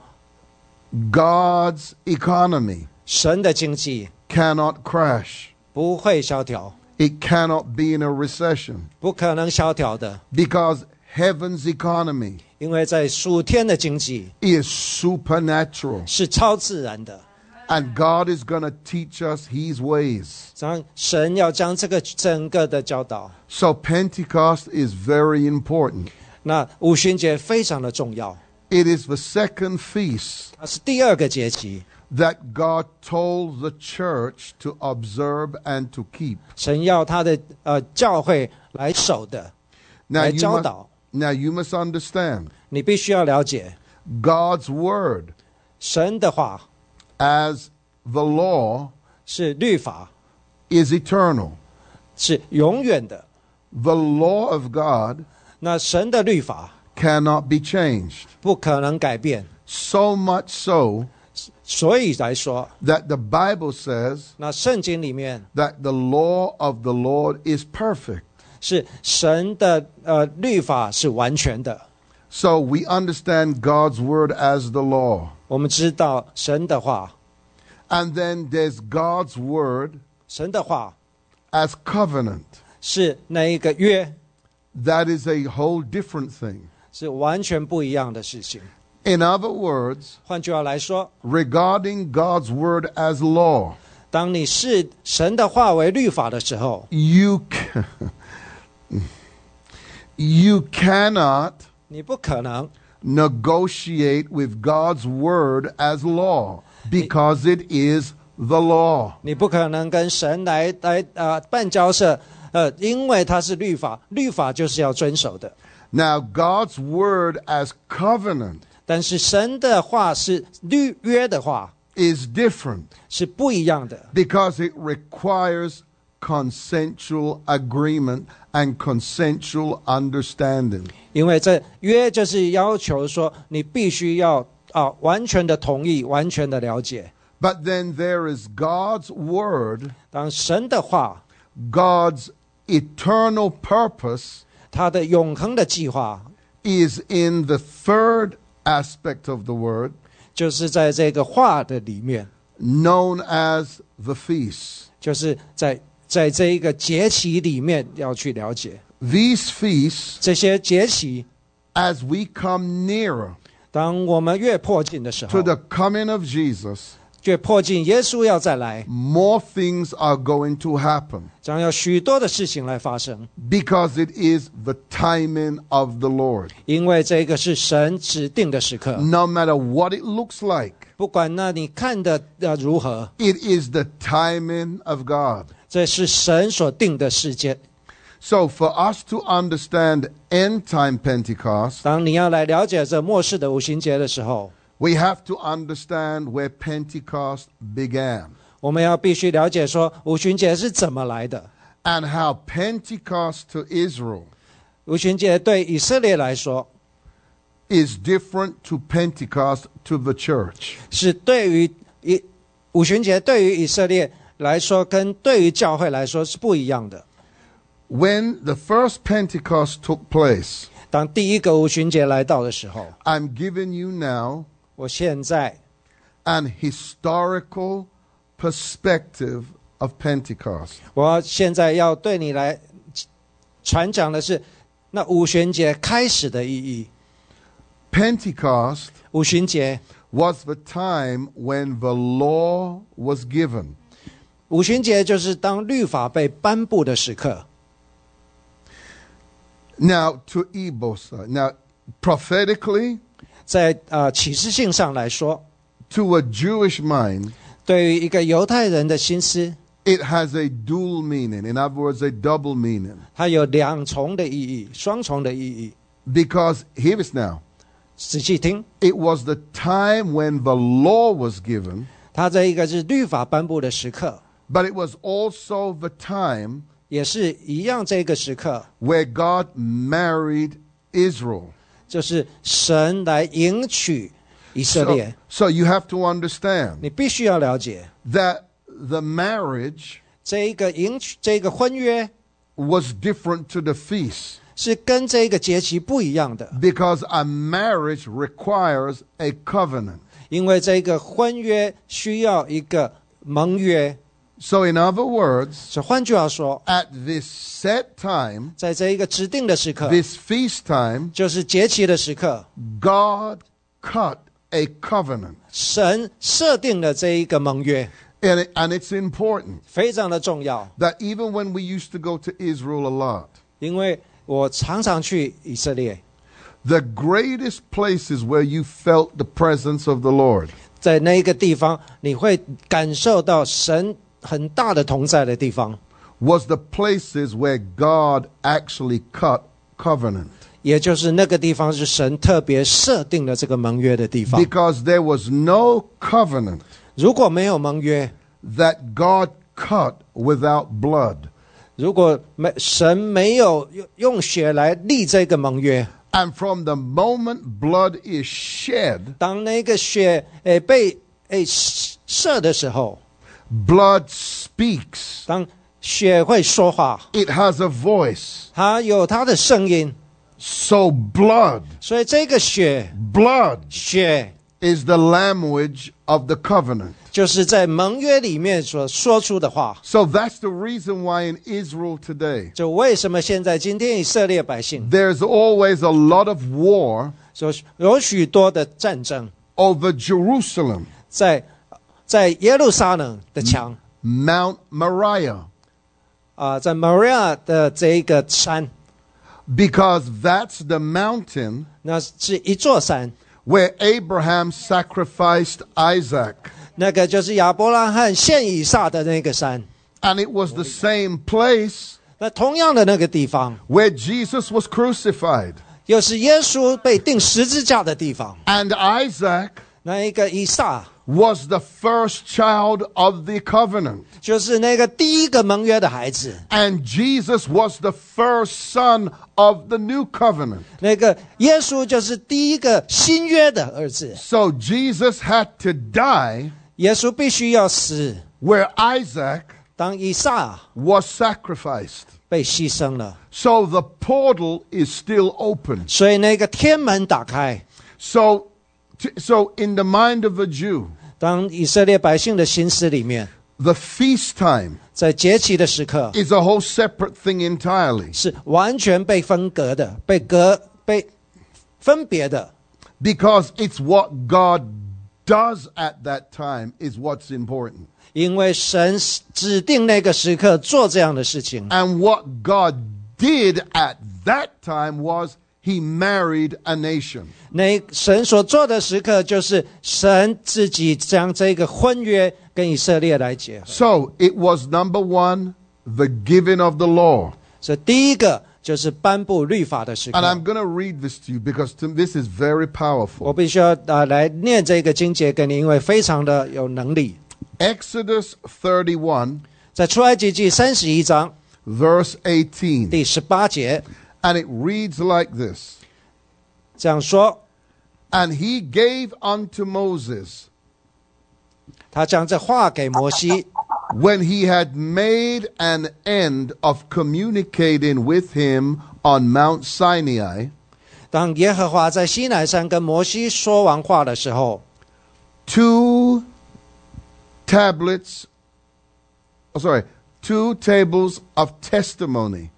S7: God's economy
S3: 神的经济
S7: cannot crash.
S3: 不会萧条，
S7: It cannot be in a recession
S3: 不可能萧条的，
S7: because heaven's economy
S3: 因为在属天的经济
S7: is supernatural
S3: 是超自然的。
S7: and God is going to teach us his ways.
S3: 将神要将这个整个的教导，
S7: So Pentecost is very important.
S3: 那五旬节非常的重要，
S7: It is the second feast
S3: 它是第二个节期，
S7: that God told the church to observe and to keep.
S3: 神要他的呃教会来守的。
S7: Now you, must,
S3: 来教导。
S7: now you must understand
S3: 你必须要了解，
S7: God's word
S3: 神的话
S7: as the law
S3: 是律法，
S7: is eternal.
S3: 是永远的。
S7: The law of God
S3: 那神的律法
S7: cannot be changed.
S3: 不可能改变，
S7: So much so
S3: 所以来说，
S7: that the Bible says
S3: 那圣经里面
S7: that the law of the Lord is perfect.
S3: 是神的呃律法是完全的。
S7: So we understand God's word as the law.
S3: 我们知道神的话，
S7: And then there's God's word
S3: 神的话
S7: as covenant.
S3: 是那一个约，
S7: That is a whole different thing.
S3: 是完全不一样的事情。
S7: In other words,
S3: 换句话来说，
S7: regarding God's word as law,
S3: 当你视神的话为律法的时候，
S7: you ca- you cannot
S3: 你不可能，
S7: negotiate with God's word as law because it is the law.
S3: 你不可能跟神来来啊、呃、办交涉，呃，因为它是律法，律法就是要遵守的。
S7: Now, God's word as covenant
S3: 但是神的话是律约的话，
S7: is different
S3: 是不一样的，
S7: because it requires consensual agreement and consensual understanding.
S3: 因为这约就是要求说你必须要啊完全的同意，完全的了解。
S7: But then there is God's word,
S3: 当神的话，
S7: God's eternal purpose
S3: 他的永恒的计划，
S7: is in the third aspect of the word
S3: 就是在这个话的里面，
S7: known as the feasts.
S3: 就是在在这一个节期里面要去了解
S7: These feasts,
S3: 这些节期。
S7: as we come nearer
S3: 当我们越迫近的时
S7: to
S3: 候，
S7: the coming of Jesus,
S3: 越迫近耶稣要再来，
S7: more things are going to happen
S3: 将有许多的事情来发生，
S7: because it is the timing of the Lord.
S3: 因为这个是神指定的时刻。
S7: No matter what it looks like,
S3: 不管那你看的呃如何，
S7: it is the timing of God.
S3: 这是神所定的时间。
S7: So, for us to understand end time Pentecost,
S3: 当你要来了解这末世的五行节的时候，
S7: we have to understand where Pentecost began
S3: 我们要必须了解说五旬节是怎么来的。
S7: and how Pentecost to Israel
S3: 五旬节对以色列来说，
S7: is different to Pentecost to the church.
S3: 是对于以五旬节对于以色列来说，跟对于教会来说是不一样的。
S7: When the first Pentecost took place,
S3: 当第一个五旬节来到的时候，
S7: I'm giving you now
S3: 我现在
S7: an historical perspective of Pentecost.
S3: 我现在要对你来传讲的是那五旬节开始的意义。
S7: Pentecost
S3: 五旬节
S7: was the time when the law was given.
S3: 五旬节就是当律法被颁布的时刻。
S7: Now, to Ebosa, now, prophetically,
S3: 在呃启示性上来说，
S7: to a Jewish mind,
S3: 对于一个犹太人的心思，
S7: it has a dual meaning. In other words, a double meaning.
S3: 它有两重的意义，双重的意义。
S7: Because, here is now,
S3: 仔细听，
S7: it was the time when the law was given,
S3: 它这一个是律法颁布的时刻，
S7: but it was also the time
S3: 也是一样这个时刻，
S7: where God married Israel.
S3: 就是神来迎娶以色
S7: So,
S3: 列。
S7: so you have to understand
S3: 你必须要了解，
S7: that the marriage
S3: 这一个迎娶这个婚约
S7: was different to the feast
S3: 是跟这个节期不一样的，
S7: because a marriage requires a covenant.
S3: 因为这个婚约需要一个盟约。
S7: So, in other words,
S3: 所以换句话说，
S7: at this set time,
S3: 在这一个指定的时刻，
S7: this feast time,
S3: 就是节期的时刻，
S7: God cut a covenant.
S3: 神设定的这一个盟约
S7: And, it, and it's important
S3: 非常的重要，
S7: that even when we used to go to Israel a lot,
S3: 因为我常常去以色列，
S7: the greatest places where you felt the presence of the Lord
S3: 在那一个地方，你会感受到神很大的同在的地方，
S7: was the places where God actually cut covenant.
S3: 也就是那个地方是神特别设定的这个盟约的地方。
S7: because there was no covenant
S3: 如果没有盟约，
S7: that God cut without blood.
S3: 如果没神没有用用血来立这个盟约，
S7: And from the moment blood is shed,
S3: 当那个血诶被诶射射的时候，
S7: blood speaks.
S3: 当血会说话，
S7: It has a voice.
S3: 它有它的声音，
S7: So blood,
S3: 所以这个血
S7: blood
S3: 血
S7: is the language of the covenant.
S3: 就是在盟约里面所说出的话。
S7: So that's the reason why in Israel today
S3: 就为什么现在今天以色列百姓
S7: there's always a lot of war
S3: 所有许多的战争，
S7: over Jerusalem,
S3: 在在耶路撒冷的墙
S7: Mount Moriah,
S3: 啊、在 Maria 的这一个山，
S7: because that's the mountain
S3: 那是一座山，
S7: where Abraham sacrificed Isaac.
S3: 那个就是亚伯拉罕献以撒的那个山。
S7: And it was the same place
S3: 那同样的那个地方，
S7: where Jesus was crucified.
S3: 又是耶稣被钉十字架的地方。
S7: And Isaac
S3: 那一个以撒，
S7: was the first child of the covenant.
S3: 就是那个第一个盟约的孩子。
S7: And Jesus was the first son of the new covenant.
S3: 那个耶稣就是第一个新约的儿子。
S7: So Jesus had to die
S3: 耶稣必须要死。
S7: where Isaac
S3: 当以撒
S7: was sacrificed.
S3: 被牺牲了，
S7: So the portal is still open.
S3: 所以那个天门打开。
S7: So, t- so in the mind of a Jew,
S3: 当以色列百姓的心思里面，
S7: the feast time
S3: 在节期的时刻
S7: is a whole separate thing entirely
S3: 是完全被分隔的，被隔被分别的，
S7: because it's what God does at that time is what's important.
S3: 因为神指定那个时刻做这样的事情。
S7: And what God did at that time was he married a nation.
S3: 那神所做的时刻，就是神自己将这个婚约跟以色列来结合。
S7: So it was number one, the giving of the law.
S3: 所以第一个就是颁布律法的时
S7: And
S3: 刻
S7: I'm。going to read this to you because to- this is very
S3: 我
S7: powerful.
S3: 必须要啊、呃来念这个经节给你，因为非常的有能力。
S7: Exodus 31,
S3: 在出埃及记三十一章
S7: verse 18.
S3: 第十八节
S7: And it reads like this
S3: 这样说：
S7: And he gave unto Moses,
S3: 他将这话给摩西，
S7: when he had made an end of communicating with him on Mount Sinai,
S3: 当耶和华在西乃山跟摩西说完话的时候，
S7: two tablets, oh, sorry, two tables of testimony,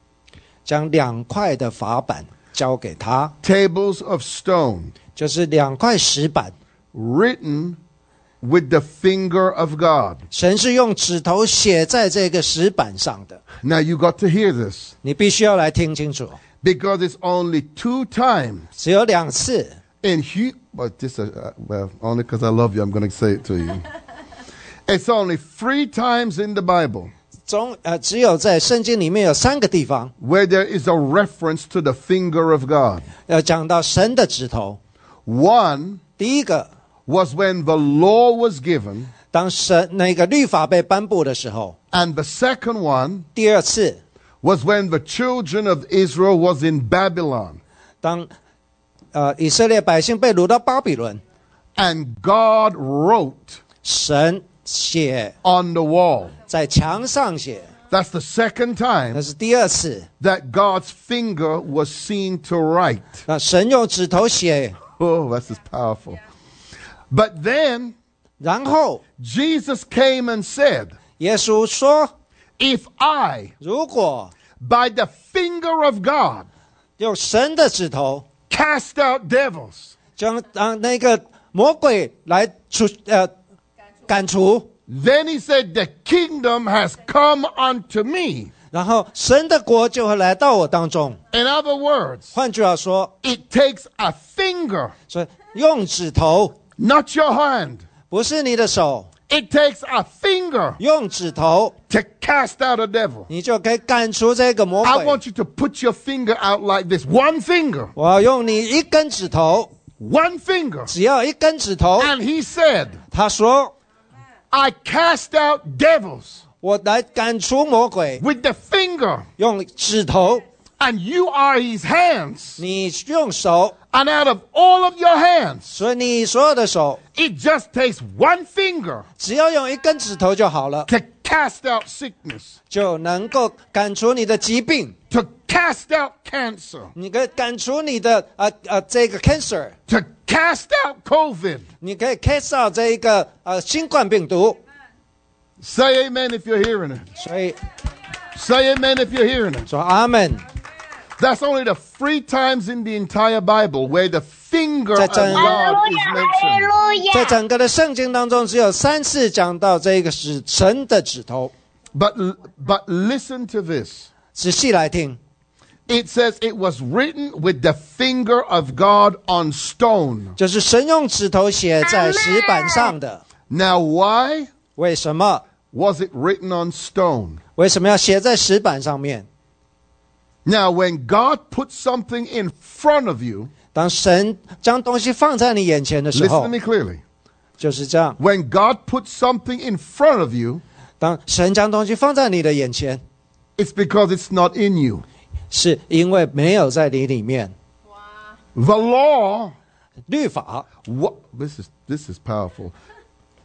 S3: 将两块的法板交给他，
S7: tables of stone,
S3: 就是两块石板。
S7: written with the finger of God.
S3: 神是用指头写在这个石板上的，
S7: Now you got to hear this
S3: 你必须要来听清楚。
S7: because it's only two times
S3: 只有两次，
S7: in hu but this uh, well only because I love you I'm going to say it to you. it's only three times in the Bible
S3: 总呃只有在圣经里面有三个地方
S7: where there is a reference to the finger of God.
S3: 要讲到神的指头。
S7: One
S3: 第一个，
S7: was when the law was given,
S3: 当神那个律法被颁布的时候；
S7: and the second one
S3: 第二次，
S7: was when the children of Israel was in Babylon,
S3: 当呃以色列百姓被掳到巴比伦，
S7: and God wrote
S3: 神写
S7: on the wall.
S3: 在墙上写，
S7: That's the second
S3: 那
S7: time
S3: 是第二次。
S7: that God's finger was seen to write.
S3: 那神用指头写，
S7: Oh, that's just powerful. But then
S3: 然后
S7: Jesus came and said,
S3: 耶稣说
S7: If I,：“
S3: 如果
S7: by the finger of God,
S3: 用神的指头
S7: cast out devils,
S3: 将啊那个魔鬼来除呃赶除，
S7: then he said, The kingdom has come unto me.
S3: 然后神的国就会来到我当中。
S7: In other words,
S3: 换句话说，
S7: it takes a finger,
S3: 所以用指头
S7: not your hand.
S3: 不是你的手，
S7: It takes a finger
S3: 用指头
S7: to cast out a devil.
S3: 你就可以赶出这个魔
S7: I
S3: 鬼。
S7: want you to put your finger out like this one finger,
S3: 我要用你一根指头，
S7: one finger.
S3: 只要一根指头。
S7: And he said,
S3: 他说
S7: I cast out devils：“
S3: 我来赶出魔鬼，
S7: with the finger,
S3: 用指头，
S7: and you are his hands.
S3: 你用手，
S7: And out of all of your hands,
S3: 所以你所有的手，
S7: it just takes one finger
S3: 只要用一根指头就好了，
S7: to cast out sickness,
S3: 就能够赶出你的疾病，
S7: to cast out cancer,
S3: 你可以赶出你的呃呃这个 cancer，
S7: to cast out COVID.
S3: 你可以 cast out 这一个呃新冠病毒。
S7: Say amen if you're hearing it.
S3: 所以
S7: Say amen if you're hearing it.
S3: 说阿门，
S7: That's only the three times in the entire Bible where the finger of
S3: Ta-ta.
S7: God is mentioned.
S5: 哦
S3: 在整个的圣经当中，只有三次讲到这个指神的指头。
S7: But but listen to this.
S3: 仔细来听，
S7: It says it was written with the finger of God on stone.
S3: 就是神用指头写在石板上的。
S7: Now why
S3: 为什么？
S7: was it written on stone?
S3: 为什么要写在石板上面？
S7: Now when God puts something in front of you,
S3: 当神将东西放在你眼前的时
S7: listen
S3: 候
S7: to me，clearly.
S3: 就是这样。
S7: When God puts something in front of you,
S3: 当神将东西放在你的眼前，
S7: it's because it's not in you.
S3: 是因为没有在你里面。
S7: The law
S3: 律法，
S7: What this is this is powerful.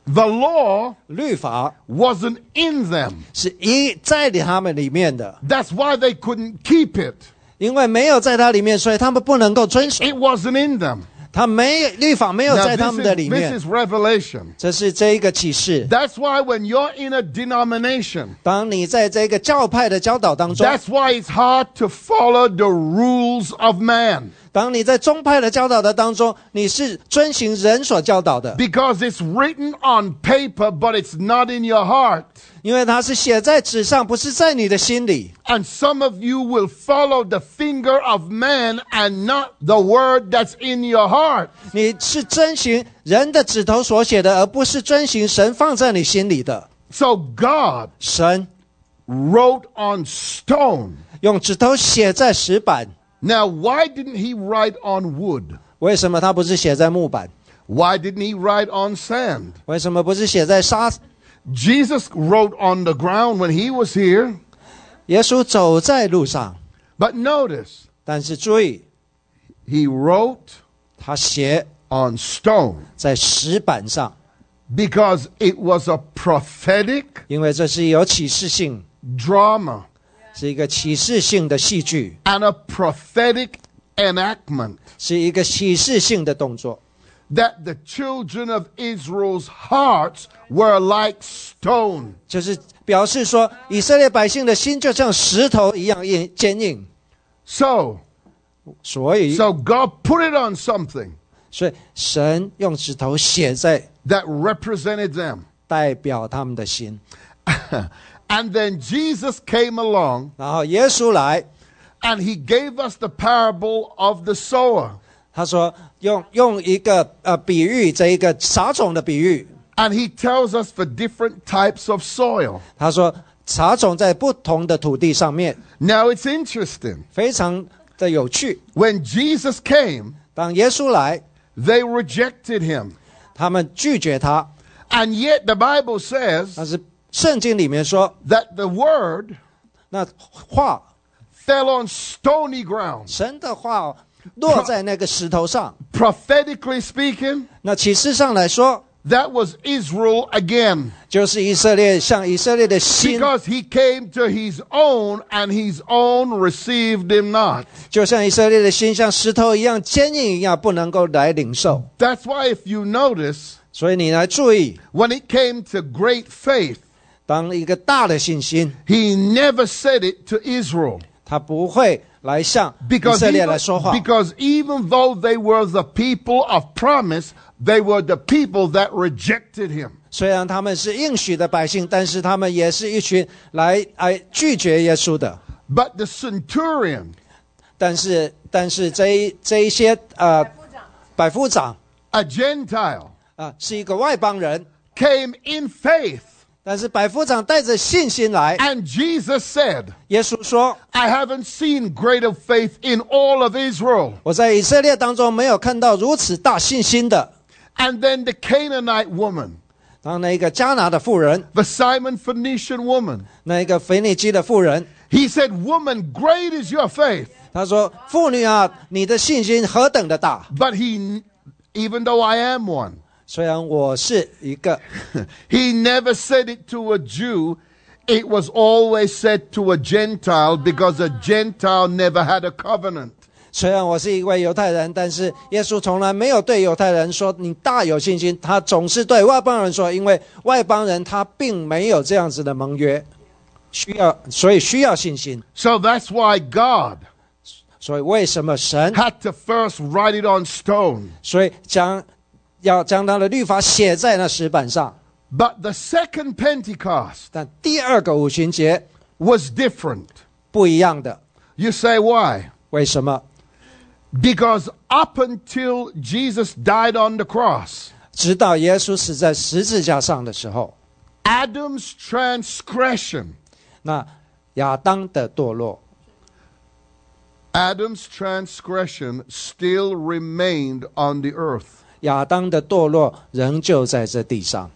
S7: The law
S3: 律法
S7: wasn't in them.
S3: 是一在他们里面的，
S7: That's why they couldn't keep it.
S3: 因为没有在它里面，所以他们不能够遵守。
S7: It wasn't in them.
S3: 他没有律法没有
S7: Now,
S3: 在他
S7: this,
S3: 们的
S7: is,
S3: 里
S7: this
S3: 面
S7: is，revelation.
S3: 这是这一个启示。
S7: That's why when you're in a denomination,
S3: 当你在这个教派的教导当中，
S7: that's why it's hard to follow the rules of man
S3: 当你在宗派的教导的当中，你是遵循人所教导的，
S7: because it's written on paper, but it's not in your heart.
S3: 因为它是写在纸上，不是在你的心里。
S7: And some of you will follow the finger of man and not the word that's in your heart.
S3: 你是遵循人的指头所写的，而不是遵循神放在你心里的。
S7: So God
S3: 神
S7: wrote on stone.
S3: 用指头写在石板，
S7: Now, why didn't he write on wood?
S3: 为什么他不是写在木板？
S7: Why didn't he write on sand?
S3: 为什么不是写在沙？
S7: Jesus wrote on the ground when he was here.
S3: 耶稣走在路上，
S7: But notice,
S3: 但是注意，
S7: he wrote
S3: 他写
S7: on stone
S3: 在石板上，
S7: because it was a prophetic
S3: 因为这是有启示性，
S7: drama
S3: 是一个启示性的戏剧，
S7: and a prophetic enactment
S3: 是一个启示性的动作。
S7: that the children of Israel's hearts were like stone.
S3: 就是表示说，以色列百姓的心就像石头一样硬坚硬，
S7: So,
S3: 所以，
S7: so God put it on something
S3: 所以神用石头写在
S7: that represented them.
S3: 代表他们的心。
S7: And then Jesus came along
S3: 然后耶稣来，
S7: and he gave us the parable of the sower.
S3: 他说用用一个呃比喻，这一个撒种的比喻，
S7: And he tells us for different types of soil.
S3: 他说撒种在不同的土地上面，
S7: Now it's interesting.
S3: 非常的有趣。
S7: When Jesus came,
S3: 当耶稣来，
S7: they rejected him.
S3: 他们拒绝他，
S7: And yet the Bible
S3: 但
S7: says
S3: 是圣经里面说，
S7: that the word
S3: 那话
S7: fell on stony ground.
S3: 神的话落在那个石头上。
S7: Prophetically speaking,
S3: 那启示上来说，
S7: that was Israel again
S3: 就是以色列向以色列的心，
S7: because he came to his own and his own received him not.
S3: 就像以色列的心像石头一样坚硬一样，不能够来领受。
S7: That's why if you notice,
S3: 所以你来注意，
S7: when it came to great faith,
S3: 当一个大的信心，
S7: he never said it to Israel.
S3: 他不会来向以
S7: Because
S3: 色列
S7: even,
S3: 来说话，
S7: because even though they were the people of promise, they were the people that rejected him.
S3: 虽然他们是应许的百姓，但是他们也是一群来来拒绝耶稣的。
S7: But the centurion
S3: 但是，但是这一这一些呃，百夫长
S7: a Gentile,
S3: 啊、是一个外邦人，
S7: came in faith
S3: 但是百夫长带着信心来，
S7: And Jesus said,
S3: 耶稣说
S7: I haven't seen greater faith in all of Israel.：“
S3: 我在以色列当中没有看到如此大信心的。
S7: And then the Canaanite woman, ”
S3: 然后那一个迦拿的妇人，
S7: the Simon Phoenician woman,
S3: 那一个腓尼基的妇人，
S7: he said, Woman, great is your faith.
S3: 她说：“妇女啊，你的信心何等的大！
S7: But he, even though I am one,
S3: 虽然我是一个，
S7: he never said it to a Jew. It was always said to a Gentile because a Gentile never had a covenant.
S3: 虽然我是一位犹太人，但是耶稣从来没有对犹太人说你大有信心，他总是对外邦人说，因为外邦人他并没有这样子的盟约，需要，所以需要信心。
S7: So that's why God
S3: 所以为什么神，
S7: had to first write it on stone.
S3: 所以将要将他的律法写在那石板上？
S7: But the second Pentecost
S3: 但第二个五旬节
S7: was different.
S3: 不一样的，
S7: You say why?
S3: 为什么？
S7: Because up until Jesus died on the cross,
S3: 直到耶稣死在十字架上的时候，
S7: Adam's transgression,
S3: 那亚当的堕落，
S7: Adam's transgression still remained on the earth.
S3: 亚当的堕落仍旧在这地上，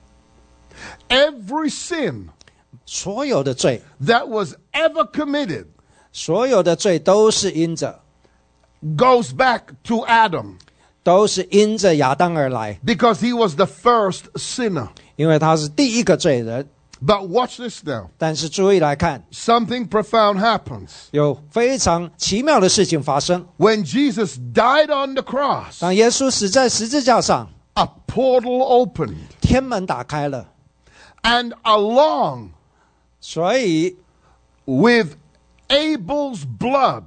S7: Every sin
S3: 所有的罪。
S7: that was ever committed
S3: 所有的罪都是因着，
S7: goes back to Adam
S3: 都是因着亚当而来，
S7: because he was the first sinner.
S3: 因为他是第一个罪人。
S7: But watch this now.
S3: 但是注意来看，
S7: Something profound happens.
S3: 有非常奇妙的事情发生。
S7: When Jesus died on the cross,
S3: 当耶稣死在十字架上，
S7: a portal opened,
S3: 天门打开了，
S7: and along
S3: 所以
S7: with Abel's blood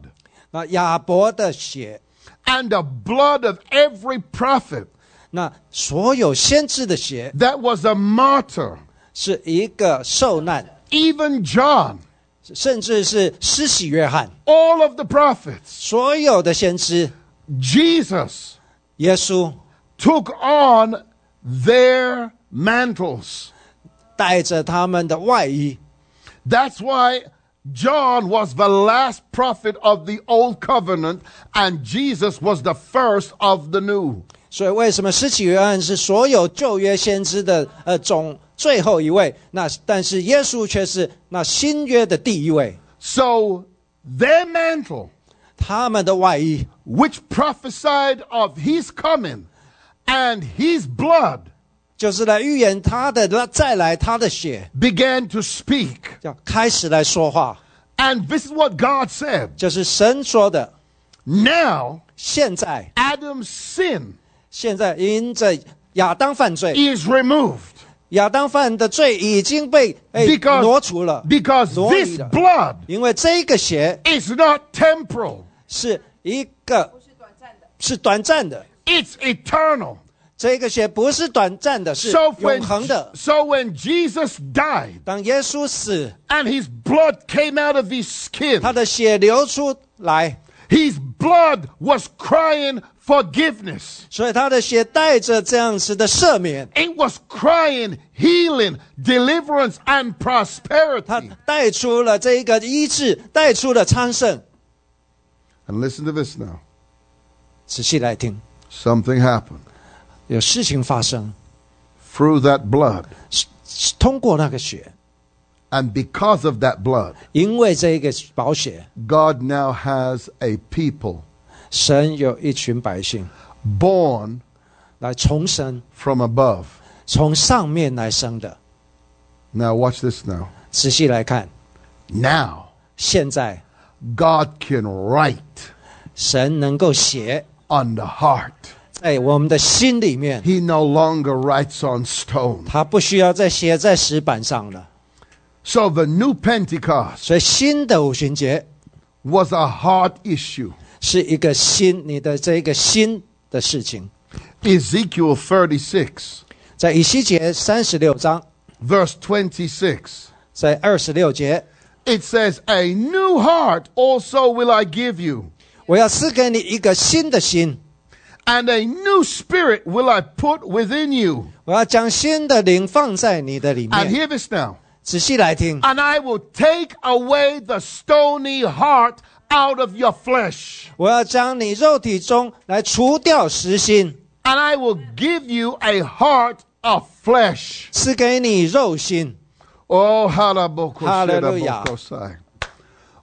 S3: 那亚伯的血，
S7: and the blood of every prophet
S3: 那所有先知的血，
S7: that was a martyr,
S3: 是一个受难，
S7: even John,
S3: 甚至是施洗约翰，
S7: all of the prophets,
S3: 所有的先知，
S7: Jesus
S3: 耶稣
S7: took on their mantles.
S3: 带着他们的外衣，
S7: That's why John was the last prophet of the old covenant and Jesus was the first of the new.
S3: 所以为什么施洗约翰是所有旧约先知的呃总最后一位？那但是耶稣却是那新约的第一位。
S7: So their mantle
S3: 他们的外衣，
S7: which prophesied of his coming and his blood
S3: 就是来预言他的再来，他的血
S7: began to speak.
S3: 要开始来说话，
S7: And this is what God said.
S3: 就是神说的。
S7: Now,
S3: 现在，
S7: Adam's sin
S3: 现在因着亚当犯罪，
S7: is removed
S3: 亚当犯的罪已经被哎
S7: Because-
S3: 挪除了，
S7: because
S3: 挪移
S7: this
S3: 了，
S7: blood
S3: 因为这个血
S7: is not temporal,
S3: 是一个是短暂的，
S7: it's eternal.
S3: 这个血不是短暂的，是
S7: So
S3: 永
S7: when,
S3: 恒的。
S7: so when Jesus died
S3: 当耶稣死，
S7: and his blood came out of his skin,
S3: 他的血流出来，
S7: his blood was crying forgiveness.
S3: 所以他的血带着这样子的赦免，
S7: It was crying healing, deliverance, and
S3: 他
S7: prosperity.
S3: 带出了这一个医治，带出了昌盛。
S7: And listen to this now.
S3: 仔细来听，
S7: Something happened.
S3: 有事情发生，
S7: Through that blood,
S3: 是是通过那个血，
S7: and because of that blood,
S3: 因为这一个宝血，
S7: God now has a people
S3: 神有一群百姓
S7: born
S3: 来重生，
S7: from above.
S3: 从上面来生的。
S7: Now, watch this now.
S3: 仔细来看，
S7: Now,
S3: 现在
S7: God can write
S3: 神能够写
S7: on the heart.
S3: 在我们的心里面。
S7: He no longer writes on stone.
S3: 他不需要再写在石板上了。
S7: So, the new Pentecost
S3: 所以新的五旬节
S7: was a heart issue.
S3: 是一个新你的这一个新的事情，
S7: Ezekiel 36,
S3: 在以西结三十六章，
S7: verse 26.
S3: 在二十六节，
S7: It says, A new heart also will I give you,
S3: 我要赐给你一个新的心，
S7: and a new spirit will I put within you.
S3: 我要将新的灵放在你的里
S7: And
S3: 面。
S7: hear this now.
S3: 仔细来听，
S7: And I will take away the stony heart out of your flesh.
S3: 我要将你肉体中来除掉实心，
S7: And I will give you a heart of flesh.
S3: 赐给你肉心。
S7: Oh, halaboko
S3: Hallelujah.
S7: shedabokosai.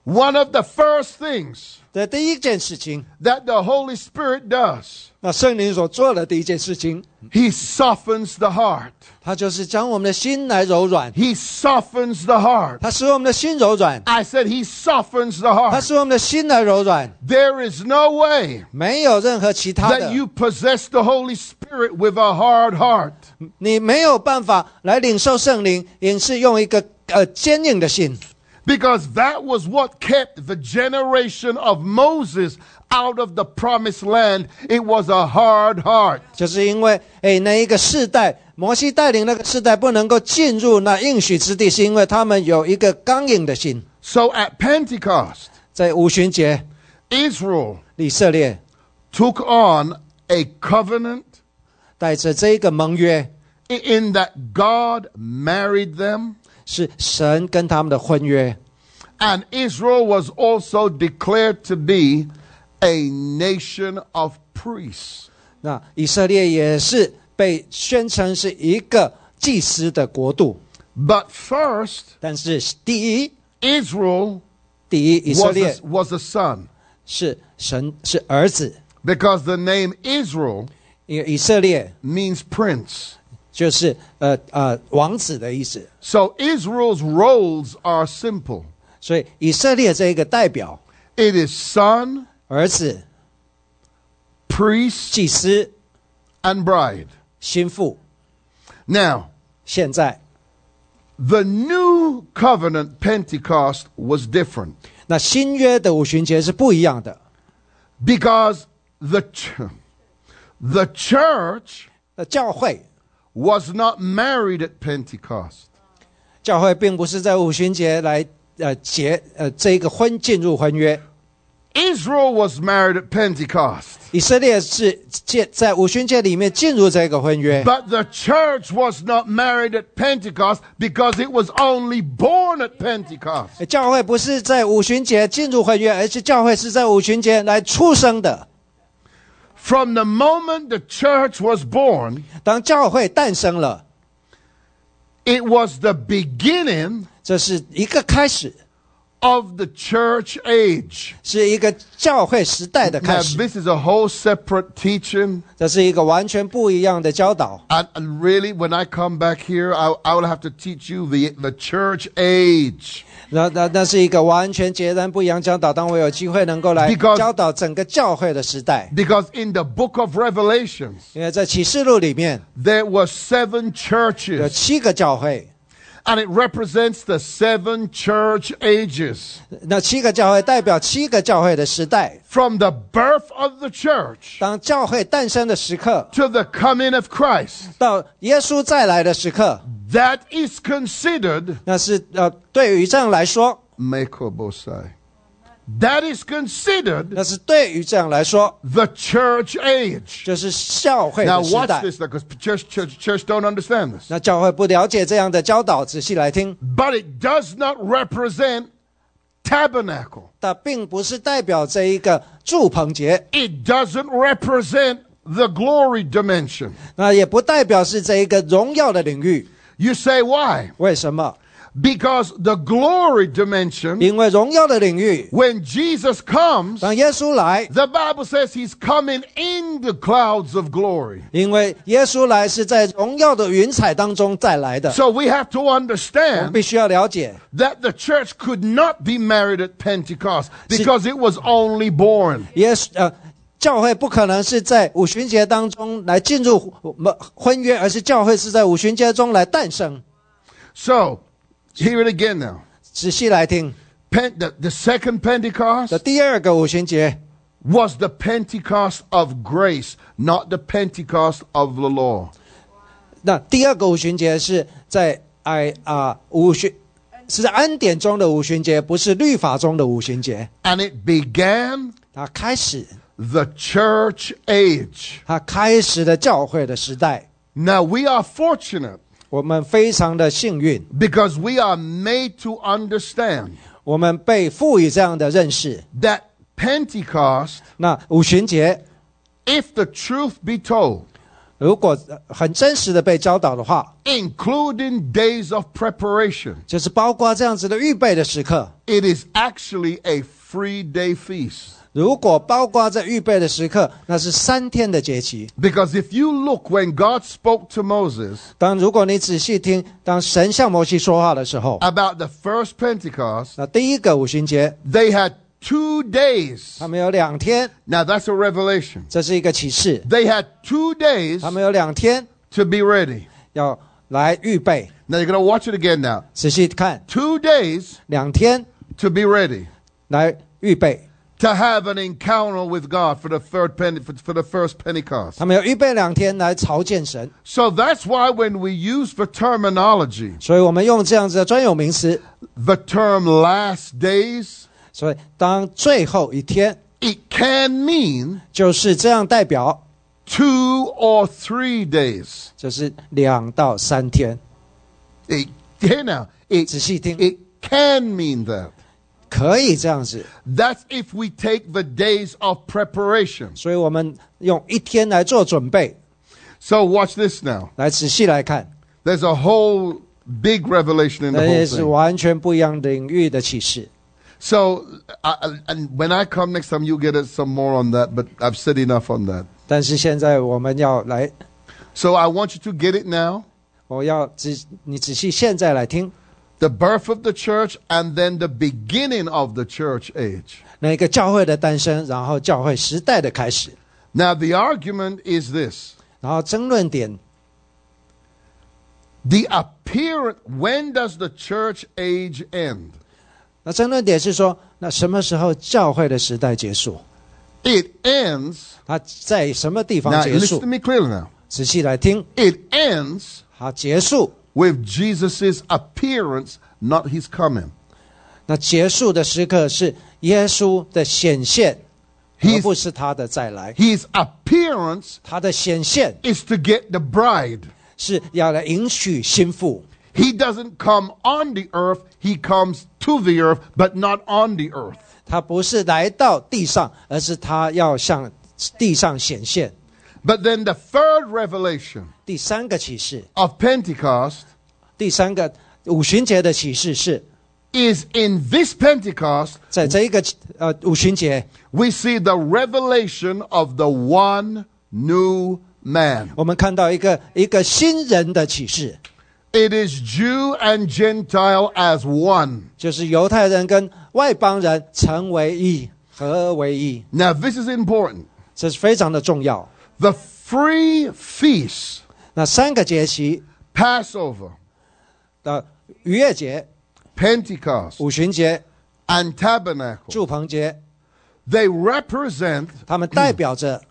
S7: One of the first things
S3: 的第一件事情，
S7: that the Holy Spirit does,
S3: 那圣灵所做的第一件事情，
S7: He softens the heart.
S3: 它就是将我们的心来柔软，
S7: He softens the heart.
S3: 它使我们的心柔软，
S7: I said, He softens the
S3: 它
S7: heart.
S3: 使我们的心来柔软，
S7: There is no way
S3: 没有任何其他的
S7: that，you possess the Holy Spirit with a hard heart.
S3: 你没有办法来领受圣灵，也是用一个呃坚硬的心，
S7: Because that was what kept the generation of Moses out of the promised land. It was a hard heart.
S3: 就是因为哎那一个世代，摩西带领那个世代不能够进入那应许之地，是因为他们有一个刚硬的心。
S7: So at Pentecost,
S3: 在五旬节，
S7: Israel
S3: 以色列
S7: took on a covenant
S3: 带着这一个盟约，
S7: in that God married them,
S3: 是神跟他们的婚约。
S7: and Israel was also declared to be a nation of priests.
S3: 那以色列也是被宣称是一个祭司的国度，
S7: But first,
S3: 但是第一，
S7: Israel
S3: 第一，以色
S7: was
S3: 列
S7: a, was a son
S3: 是神是儿子，
S7: because the name Israel
S3: 因为以色列
S7: means prince.
S3: 就是呃呃王子的意思，
S7: So Israel's roles are simple.
S3: 所以以色列这一个代表
S7: It is son,
S3: 儿子、
S7: priest,
S3: 祭司、
S7: and bride.
S3: 心腹。
S7: Now,
S3: 现在
S7: the new covenant Pentecost was different
S3: 那新约的五旬节是不一样的，
S7: because the ch- the church
S3: 那教会
S7: was not married at Pentecost.
S3: 教会并不是在五旬节来呃结呃这一个婚进入婚约，
S7: Israel was married at Pentecost,
S3: 以色列是借在五旬节里面进入这个婚约，
S7: but the church was not married at Pentecost because it was only born at Pentecost.
S3: 教会不是在五旬节进入婚约，而是教会是在五旬节来出生的。
S7: From the moment the church was born,
S3: 当教会诞生了，
S7: It was the beginning
S3: 这是一个开始，
S7: of the church age.
S3: 是一个教会时代的
S7: Now,
S3: 开始，
S7: this is a whole separate teaching.
S3: 这是一个完全不一样的教导。
S7: And and really, when I come back here, I, I will have to teach you the, the church age.
S3: 那那那是一个完全截然不一样教导。当我有机会能够来
S7: Because-
S3: 教导整个教会的时代，
S7: Because in the book of Revelations,
S3: 因为在启示录里面
S7: there were seven
S3: 有
S7: churches,
S3: 七个教会，
S7: and it represents the seven church ages.
S3: 那七个教会代表七个教会的时代。
S7: From the birth of the church
S3: 当教会诞生的时刻，
S7: to the coming of Christ,
S3: 到耶稣再来的时刻，
S7: that is considered
S3: 那是呃，对于这样来说，
S7: Mekobosai. That is considered
S3: 那是对于这样来说，
S7: the church age.
S3: 就是教会
S7: Now
S3: 的时
S7: watch
S3: 代。
S7: this, because church, church, church don't understand this.
S3: 那教会不了解这样的教导，仔细来听，
S7: But it does not represent tabernacle.
S3: 它并不是代表这一个祝棚节，
S7: It doesn't represent the glory dimension.
S3: 那也不代表是这一个荣耀的领域。
S7: You say why?
S3: 为什么？
S7: Because the glory dimension,
S3: 因为荣耀的领域，
S7: when Jesus comes,
S3: 当耶稣来，
S7: the Bible says he's coming in the clouds of glory.
S3: 因为耶稣来是在荣耀的云彩当中再来的，
S7: So we have to
S3: 我们
S7: understand
S3: 必须要了解。
S7: that the church could not be married at Pentecost because it was only born.
S3: 耶稣呃，教会不可能是在五旬节当中来进入我们婚约，而是教会是在五旬节中来诞生。
S7: So, hear it again now.
S3: 仔细来听，
S7: Pen- the, the second Pentecost
S3: 这第二个五旬节
S7: was the Pentecost of grace, not the Pentecost of the law.
S3: 那第二个五旬节是在哎啊、五旬，是在恩典中的五旬节，不是律法中的五旬节。
S7: And it began
S3: 啊，开始
S7: the church age.
S3: 他开始了教会的时代。
S7: Now we are fortunate
S3: 我们非常的幸运，
S7: because we are made to understand
S3: 我们被赋予这样的认识。
S7: that Pentecost,
S3: 那五旬节，
S7: if the truth be told,
S3: 如果呃很真实的被教导的话，
S7: including days of preparation,
S3: 就是包括这样子的预备的时刻。
S7: it is actually a free day feast.
S3: 如果包括这预备的时刻，那是三天的节期。
S7: Because if you look when God spoke to Moses
S3: 当如果你仔细听，当神向摩西说话的时候，
S7: about the first Pentecost,
S3: 那第一个五旬节，
S7: they had two days.
S3: 他们有两天，
S7: Now that's a revelation.
S3: 这是一个启示。
S7: They had two days
S3: 他们有两天
S7: to be ready.
S3: 要来预备，
S7: Now you're going to watch it again now.
S3: 仔细看，
S7: Two days
S3: 两天
S7: to be ready
S3: 来预备，
S7: to have an encounter with God for the third Pente- for- for the first Pentecost.
S3: 他们有预备两天来朝见神。
S7: So that's why when we use the terminology,
S3: 所以我们用这样子的专有名词。
S7: the term last days,
S3: 所以当最后一天
S7: it can mean
S3: 就是这样代表，
S7: two or three days.
S3: 就是两到三天。
S7: It, hear now, it
S3: 仔细听，
S7: It can mean that.
S3: 可以这样子。
S7: That's if we take the days of preparation.
S3: 所以我们用一天来做准备，
S7: So watch this now.
S3: 来仔细来看，
S7: There's a whole big revelation in
S3: 那
S7: the
S3: 也
S7: whole
S3: 是
S7: thing.
S3: 完全不一样领域的启示。
S7: So, I, I- and when I come next time, you'll get it some more on that. But I've said enough on that.
S3: 但是现在我们要来，
S7: So I want you to get it now.
S3: 我哦要仔你仔细现在来听
S7: The birth of the church and then the beginning of the church age.
S3: 那一个教会的诞生，然后教会时代的开始，
S7: Now the argument is this:
S3: 然后争论点
S7: the appearance. When does the church age end?
S3: 那争论点是说，那什么时候教会的时代结束？
S7: It ends.
S3: 它在什么地方
S7: Now
S3: 结
S7: listen
S3: 束
S7: to？me clearly now.
S3: 仔细来听，
S7: It ends
S3: 它结束。
S7: with Jesus' appearance, not his coming.
S3: 那结束的时刻是耶稣的显现，而
S7: His,
S3: 不是他的再来。
S7: his appearance
S3: 他的显现
S7: is to get the bride.
S3: 是要来迎娶心腹，
S7: He doesn't come on the earth, he comes to the earth, but not on the earth.
S3: 他不是来到地上，而是他要向地上显现。
S7: But then the third revelation
S3: 第三个启示，
S7: of Pentecost
S3: 第三个五旬节的启示是，
S7: is in this Pentecost,
S3: 在这一个呃五旬节，
S7: we see the revelation of the one new man.
S3: 我们看到一个一个新人的启示，
S7: It is Jew and Gentile as one.
S3: 就是犹太人跟外邦人成为一，合而为一，
S7: Now, this is important.
S3: 这是非常的重要。
S7: The free feast,
S3: 那三个节期
S7: Passover,
S3: 的逾越节、
S7: Pentecost,
S3: 五旬节、
S7: and Tabernacle,
S3: 祝棚节，
S7: they represent
S3: 他们代表着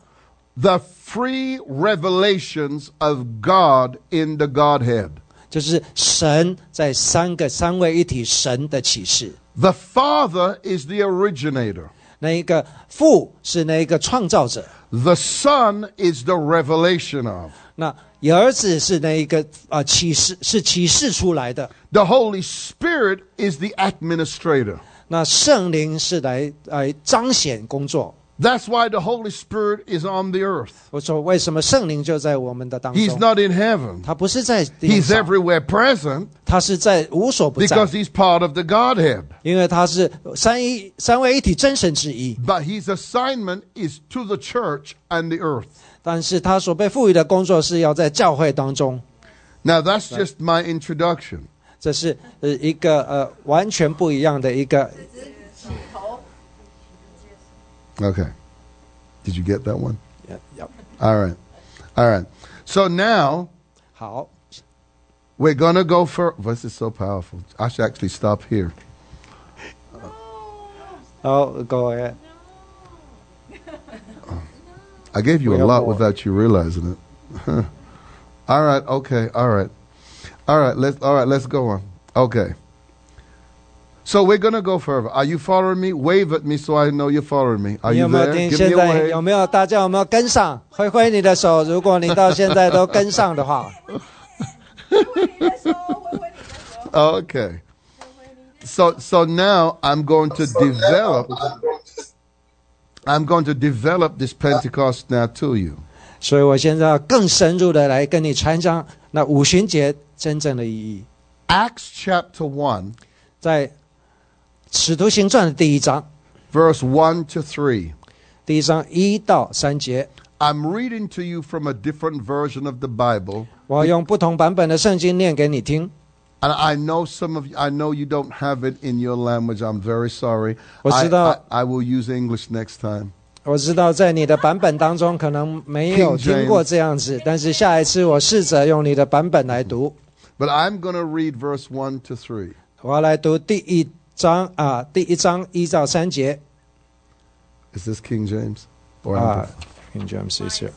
S7: the free revelations of God in the Godhead.
S3: 就是神在三个三位一体神的启示。
S7: The Father is the originator,
S3: 那一个父是那一个创造者，
S7: the Son is the revelation of,
S3: 那儿子是那一个啊、呃启示是启示出来的，
S7: the Holy Spirit is the administrator.
S3: 那圣灵是来来彰显工作。
S7: That's why the Holy Spirit is on the earth.
S3: 我说为什么圣灵就在我们的当
S7: He's
S3: 中？
S7: not in heaven.
S3: 他不是在地
S7: He's
S3: 上，
S7: everywhere present
S3: 他是在无所不在
S7: because，he's part of the Godhead.
S3: 因为他是三一三位一体真神之一。
S7: But his assignment is to the church and the earth.
S3: 但是他所被赋予的工作是要在教会当中，
S7: Now, that's just my introduction.
S3: 这是呃一个呃完全不一样的一个
S7: Okay. Did you get that one?
S3: 呃
S7: All right. All right. So now
S3: 好。
S7: we're going to go for. This is so powerful. I should actually stop here.
S3: 好，各位，
S7: I gave you
S3: We
S7: a
S3: have
S7: lot
S3: more.
S7: without you realizing it. all right. Okay. All right. All right. Let's. All right. Let's go on. Okay. So we're going to go further. Are you following me? Wave at me so I know you're following me. Are
S3: 你
S7: you
S3: 有没有
S7: there?
S3: 听？
S7: Give
S3: 现
S7: me
S3: 在
S7: a
S3: 有
S7: wave.
S3: 没有大家有没有跟上？挥挥你的手，如果你到现在都跟上的话，
S7: Okay. So so now I'm going to develop I'm going to develop this Pentecost now to you.
S3: 所以我现在要更深入的来跟你传讲那五旬节真正的意义，
S7: Acts chapter 1,
S3: 在《使徒行传》的第一章，
S7: verse 1 to 3.
S3: 第一章一到三节，
S7: I'm reading to you from a different version of the Bible.
S3: 我用不同版本的圣经念给你听。
S7: And I know some of you, I know you don't have it in your language. I'm very sorry.
S3: What's
S7: I,
S3: it, uh,
S7: I, I will use English next time.
S3: 我知道在你的版本当中可能没有
S7: King James
S3: 听过这样子，但是下一次我试着用你的版本来读。
S7: But I'm going to read verse 1 to 3.
S3: 我要来读第一章啊，第一章一到三节
S7: Is this King James? Or
S3: 啊。King James is here.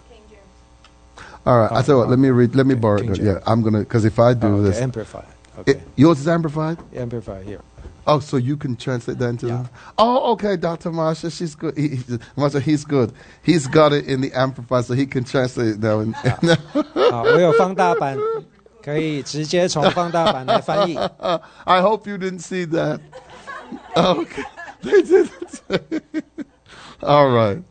S7: All right. I tell you what, let me read. Let me borrow
S3: King
S7: it.
S3: James.
S7: Yeah, I'm going to, because if I do
S3: Oh,
S7: this,
S3: okay, amplify.
S7: it,
S3: Okay,
S7: yours is amplified?
S3: amplify here.
S7: Oh, so you can translate that into
S3: Yeah.
S7: Oh, okay, Dr. Marsha, she's good. He, he, Marsha, he's good. He's got it in the amplifier, so he can translate it now. And,
S3: 好，我有放大版，可以直接从放大版来翻译。
S7: I hope you didn't see that. okay. They didn't. All right.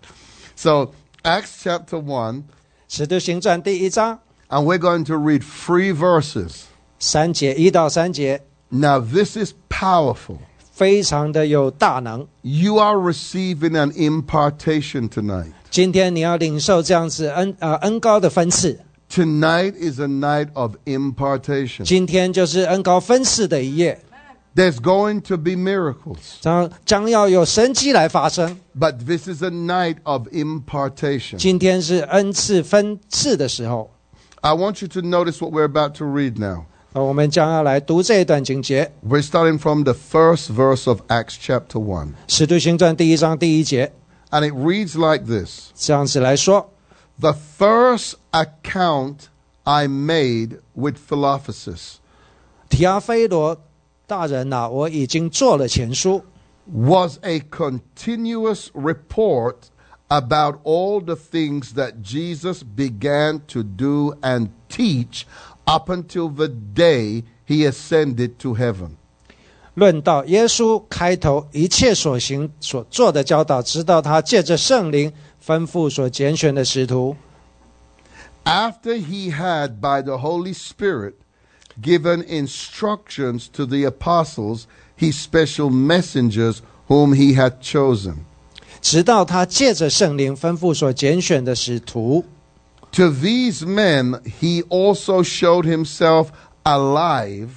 S7: So, Acts chapter 1,
S3: 使徒行传第一章
S7: and we're going to read three verses.
S3: 三节一到三节，
S7: Now, this is powerful.
S3: 非常的有大能。
S7: You are receiving an impartation tonight.
S3: 今天你要领受这样子恩啊、恩高的分次，
S7: 嗯 Tonight is a night of impartation.
S3: 今天就是恩高分次的一夜，
S7: There's going to be miracles,
S3: 将将要有神迹来发生。
S7: but this is a night of impartation.
S3: 今天是恩赐分次的时候，
S7: I want you to notice what we're about to read now.
S3: 呃，我们将要来读这一段情节，
S7: We're starting from the first verse of Acts chapter 1.
S3: 《使徒行传》第一章第一节，
S7: And it reads like this
S3: 这样子来说：
S7: The first account I made with Philophysis
S3: 提阿非罗大人呐、我已经做了前书，
S7: was a continuous report about all the things that Jesus began to do and teach up until the day he ascended to heaven.
S3: 论到耶稣开头一切所行所做的教导，直到他借着圣灵吩咐所拣选的使徒，
S7: after he had by the Holy Spirit given instructions to the apostles, his special messengers whom he had chosen.
S3: 直到他借着圣灵吩咐所拣选的使徒，
S7: To these men he also showed himself alive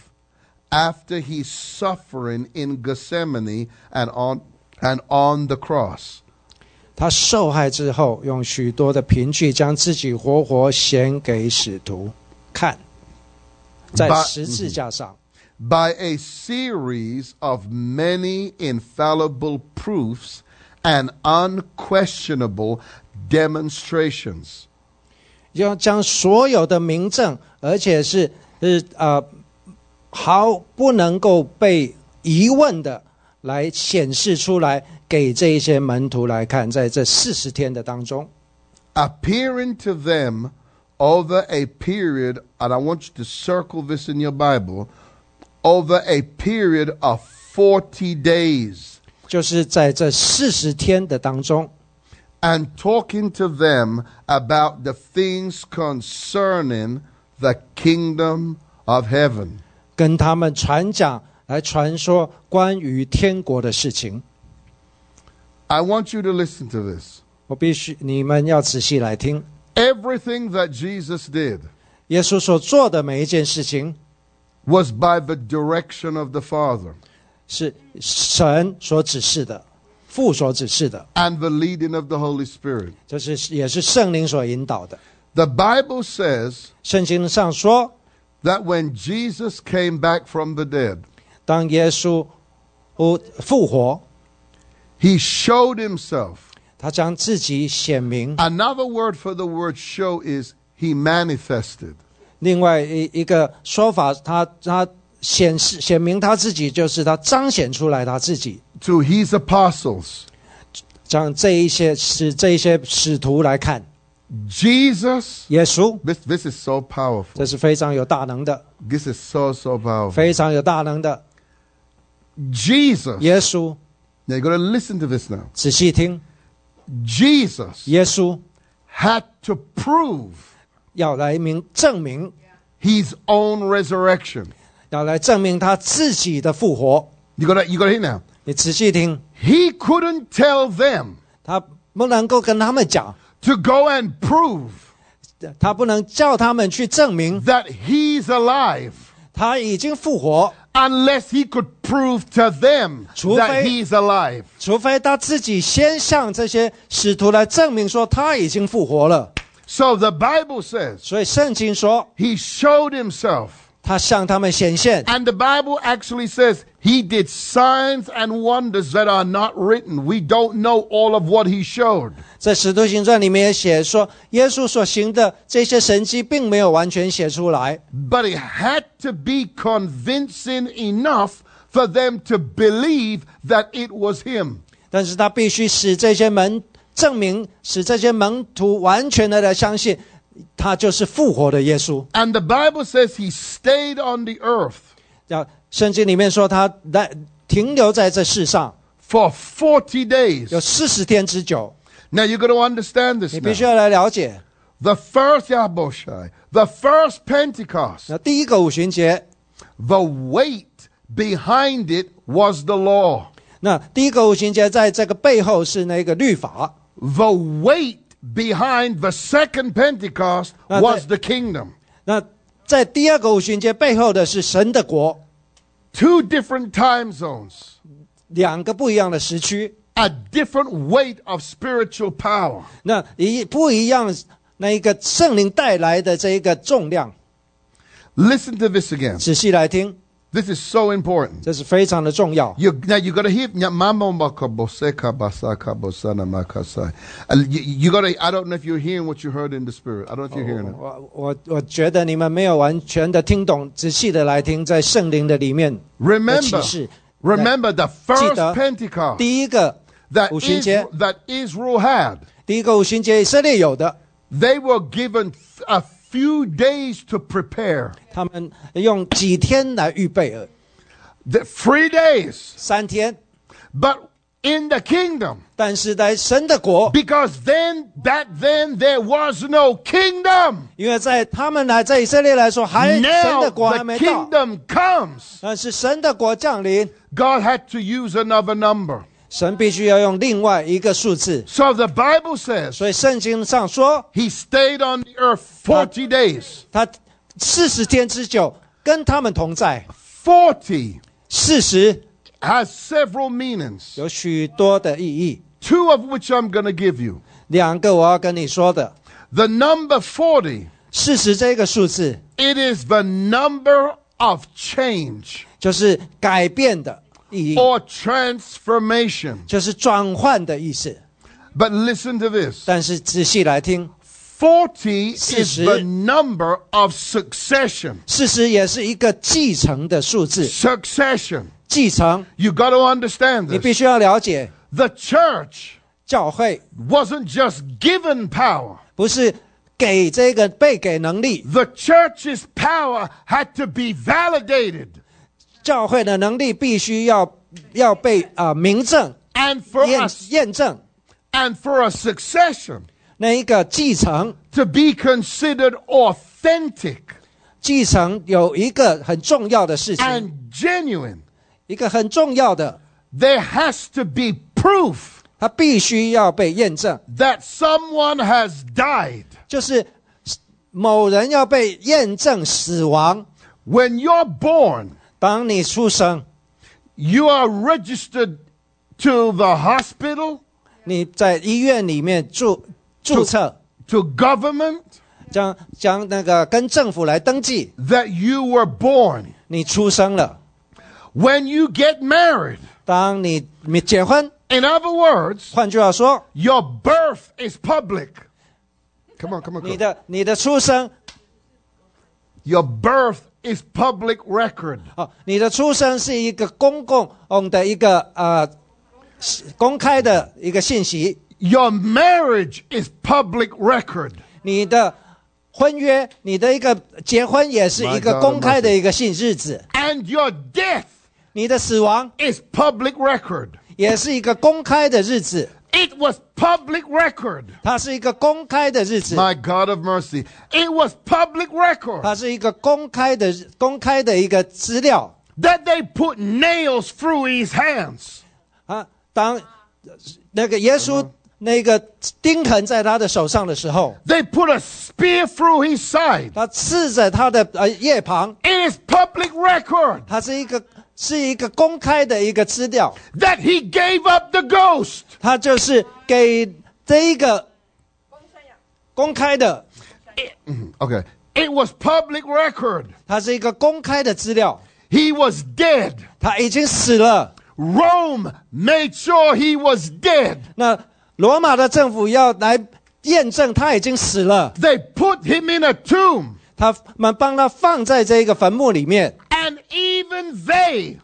S7: after his suffering in Gethsemane and on and on the cross.
S3: 他受害之后，用许多的凭据将自己活活显给使徒看，在
S7: 把
S3: 十字架上。
S7: by a series of many infallible proofs and unquestionable demonstrations.
S3: 要将所有的明证，而且是是呃，毫不能够被疑问的来显示出来，给这一些门徒来看，在这四十天的当中，
S7: appearing to them over a period, and I want you to circle this in your Bible, over a period of 40 days,
S3: 就是在这四十天的当中，
S7: and talking to them about the things concerning the kingdom of heaven.
S3: 跟他们传讲来传说关于天国的事情。
S7: I want you to listen to this.
S3: 我必须你们要仔细来听，
S7: Everything that Jesus did
S3: 耶稣所做的每一件事情，
S7: was by the direction of the Father
S3: 是神所指示的，父所指示的。
S7: and the leading of the Holy Spirit.
S3: 这是也是圣灵所引导的。
S7: The Bible says
S3: 圣经上说，
S7: that when Jesus came back from the dead,
S3: 当耶稣哦复活，
S7: he showed himself.
S3: 他将自己显明。
S7: Another word for the word show is he manifested.
S3: 另外一一个说法，他他显示显明他自己，就是他彰显出来他自己，
S7: to his apostles.
S3: 让这一些使这一些使徒来看
S7: Jesus,
S3: 耶稣，
S7: this, this is so powerful.
S3: 这是非常有大能的，
S7: This is so, so powerful.
S3: 非常有大能的
S7: Jesus,
S3: 耶稣。
S7: now you're going to listen to this now.
S3: 仔细听，
S7: Jesus
S3: 耶稣
S7: had to prove
S3: 要来明证明，
S7: his own resurrection.
S3: 要来证明他自己的复活。
S7: You got to, you got to hear now.
S3: 你仔细听，
S7: He couldn't tell them
S3: 他不能够跟他们讲，
S7: to go and prove
S3: 他不能叫他们去证明
S7: that he's alive
S3: 他已经复活，
S7: unless he could prove to them that
S3: 除非-
S7: he's alive.
S3: 除非他自己先向这些使徒来证明说他已经复活了。
S7: So the Bible says
S3: 所以圣经说，
S7: he showed himself.
S3: 他向他们显现。
S7: And the Bible actually says he did signs and wonders that are not written. We don't know all of what he showed.
S3: 在《使徒行传》里面也写说，耶稣所行的这些神迹并没有完全写出来，
S7: But it had to be convincing enough for them to believe that it was him.
S3: 但是他必须使这些门证明，使这些门徒完全的来相信，他就是复活的耶稣。
S7: And the Bible says he stayed on the earth
S3: 要圣经里面说他来停留在这世上
S7: for 40
S3: 有
S7: days.
S3: 四十天之久，
S7: Now you're going to understand this
S3: 你必须
S7: now.
S3: 要来了解。
S7: The first Yaboshai, the first Pentecost,
S3: 那第一个五旬节，
S7: the weight behind it was the law.
S3: 那第一个五旬节在这个背后是那个律法，
S7: the weight behind the second Pentecost
S3: Now
S7: was
S3: that-
S7: the kingdom.
S3: 那在第二个五旬节背后的是神的国，
S7: Two different time zones,
S3: 两个不一样的时区。
S7: a different weight of spiritual power.
S3: 那一不一样，那一个圣灵带来的这一个重量，
S7: Listen to this again.
S3: 仔细来听，
S7: This is so important.
S3: 这是非常的重要。
S7: You, now you got to hear. Now, mama makabose kabasa kabosana makasai. And You, you got to. I don't know if you're hearing what you heard in the spirit. I don't know if you're
S3: Oh,
S7: hearing it.
S3: 我我我觉得你们没有完全的听懂，仔细的来听，在圣灵的里面的启
S7: Remember,
S3: 示。
S7: remember the
S3: 记
S7: first
S3: 得
S7: Pentecost
S3: 第一个
S7: that
S3: 五旬
S7: Israel,
S3: 节，
S7: that Israel had.
S3: 第一个五旬节以色列有的，
S7: They were given a few days to prepare.
S3: 他们用几天来预备而已
S7: The three days.
S3: 三天。
S7: But in the kingdom.
S3: 但是在神的国，
S7: Because then back then there was no kingdom.
S3: 因为在他们来在以色列来说，还神
S7: Now
S3: 的国还
S7: the
S3: 没到，
S7: kingdom comes.
S3: 但是神的国降临，
S7: God had to use another number.
S3: 神必须要用另外一个数字。
S7: So the Bible says
S3: 所以圣经上说，
S7: he stayed on the earth 40 days.
S3: 他四十天之久跟他们同在。
S7: 40
S3: 四十
S7: has several meanings,
S3: 有许多的意义，
S7: two of which I'm going to give you.
S3: 两个我要跟你说的。
S7: The number 40,
S3: 四十这个数字
S7: it is the number of change
S3: 就是改变的意义，
S7: or transformation.
S3: 就是转换的意思。
S7: But listen to this.
S3: 但是仔细来听，
S7: 40 is
S3: 40.
S7: the number of succession.
S3: 四十也是一个继承的数字，
S7: Succession.
S3: 继承
S7: You got to understand
S3: 你必
S7: this.
S3: 须要了解，
S7: The church
S3: 教会
S7: wasn't just given power.
S3: 不是给这个被给能力，
S7: The church's power had to be validated.
S3: 教会的能力必须要要被啊、呃明证
S7: And for
S3: 验
S7: us
S3: 验证，
S7: and for a succession
S3: 那一个继承
S7: to be considered authentic
S3: 继承有一个很重要的事情，
S7: and genuine,
S3: 一个很重要的，
S7: there has to be proof
S3: 它必须要被验证，
S7: that someone has died.
S3: 就是某人要被验证死亡。
S7: When you're born,
S3: 当你出生，
S7: you are registered to the hospital,
S3: 你在医院里面注注册，
S7: to government
S3: 将将那个跟政府来登记，
S7: that you were born.
S3: 你出生了。
S7: When you get married,
S3: 当你你结婚，
S7: in other words,
S3: 换句话说，
S7: your birth is public. Come on, come on,
S3: 你
S7: come on.
S3: 的你的出生
S7: Your birth is public record.
S3: 哦，你的出生是一个公共嗯的一个呃是公开的一个信息，
S7: Your marriage is public record.
S3: 你的婚约，你的一个结婚也是一
S7: My
S3: 个
S7: God
S3: 公开的一个信日子，
S7: And your death
S3: 你的死亡
S7: is public record.
S3: 也是一个公开的日子，
S7: It was public record.
S3: 它是一个公开的日子，
S7: My God of mercy. It was public record
S3: 它是一个公开的日公开的一个资料
S7: that they put nails through his hands.
S3: 啊。当呃那个耶稣那个钉痕在他的手上的时候，
S7: They put a spear through his side.
S3: 他刺着他的呃腋旁，
S7: It is public record
S3: 它是一个是一个公开的一个资料，
S7: that he gave up the ghost.
S3: 它就是给这一个公开的，
S7: Mm-hmm. Okay. It was public record.
S3: 它是一个公开的资料，
S7: He was dead.
S3: 他已经死了。
S7: Rome made sure he was dead.
S3: 那罗马的政府要来验证他已经死了，
S7: They put him in a tomb.
S3: 他们帮他放在这个坟墓里面，
S7: And even they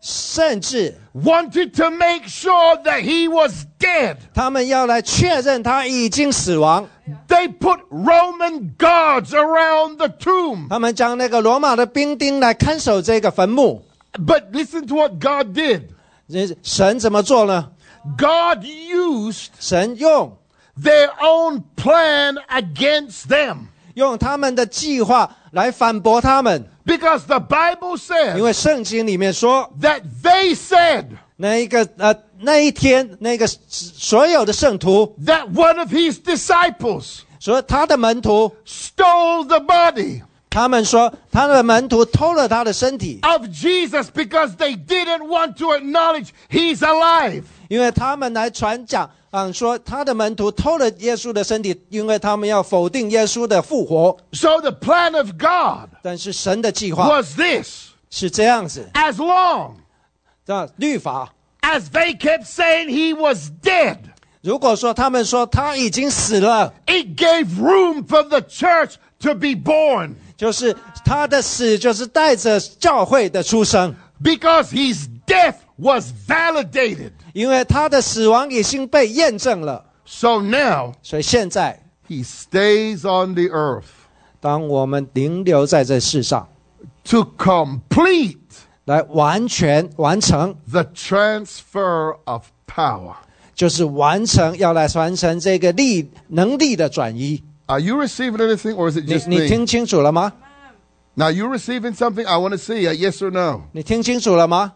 S3: 甚至
S7: wanted to make sure that he was dead.
S3: 他们要来确认他已经死亡。
S7: They put Roman guards around the tomb.
S3: 他们将那个罗马的兵丁来看守这个坟墓。
S7: But listen to what God did.
S3: 人神怎么做呢？
S7: God used
S3: 神用
S7: their own plan against them.
S3: 用他们的计划来反驳他们，
S7: Because the Bible
S3: 因为
S7: says
S3: 圣经里面说，
S7: that they said
S3: 那一个呃那一天那个所有的圣徒，
S7: that one of his disciples
S3: 所有他的门徒，
S7: stole the body
S3: 他们说他的门徒偷了他的身体，
S7: of Jesus because they didn't want to acknowledge he's alive.
S3: 因为他们来传讲，嗯，说他的门徒偷了耶稣的身体，因为他们要否定耶稣的复活。
S7: So the plan of God
S3: 但是神的计划
S7: was this
S3: 是这样子，
S7: as long
S3: 那律法。
S7: as they kept saying he was dead,
S3: 如果说他们说他已经死了，
S7: it gave room for the church to be born
S3: 就是他的死就是带着教会的出生，
S7: because his death was validated.
S3: 因为他的死亡已经被验证了。
S7: So now
S3: 所以现在，
S7: he stays on the earth
S3: 当我们停留在这世上，
S7: to complete
S3: 来完全完成，
S7: the transfer of power.
S3: 就是完成要来完成这个力能力的转移。
S7: Are you receiving anything or is it
S3: 你
S7: just
S3: 你
S7: me?
S3: 听清楚了吗？
S7: Now you receiving something? I want to see a yes or no.
S3: 你听清楚了吗？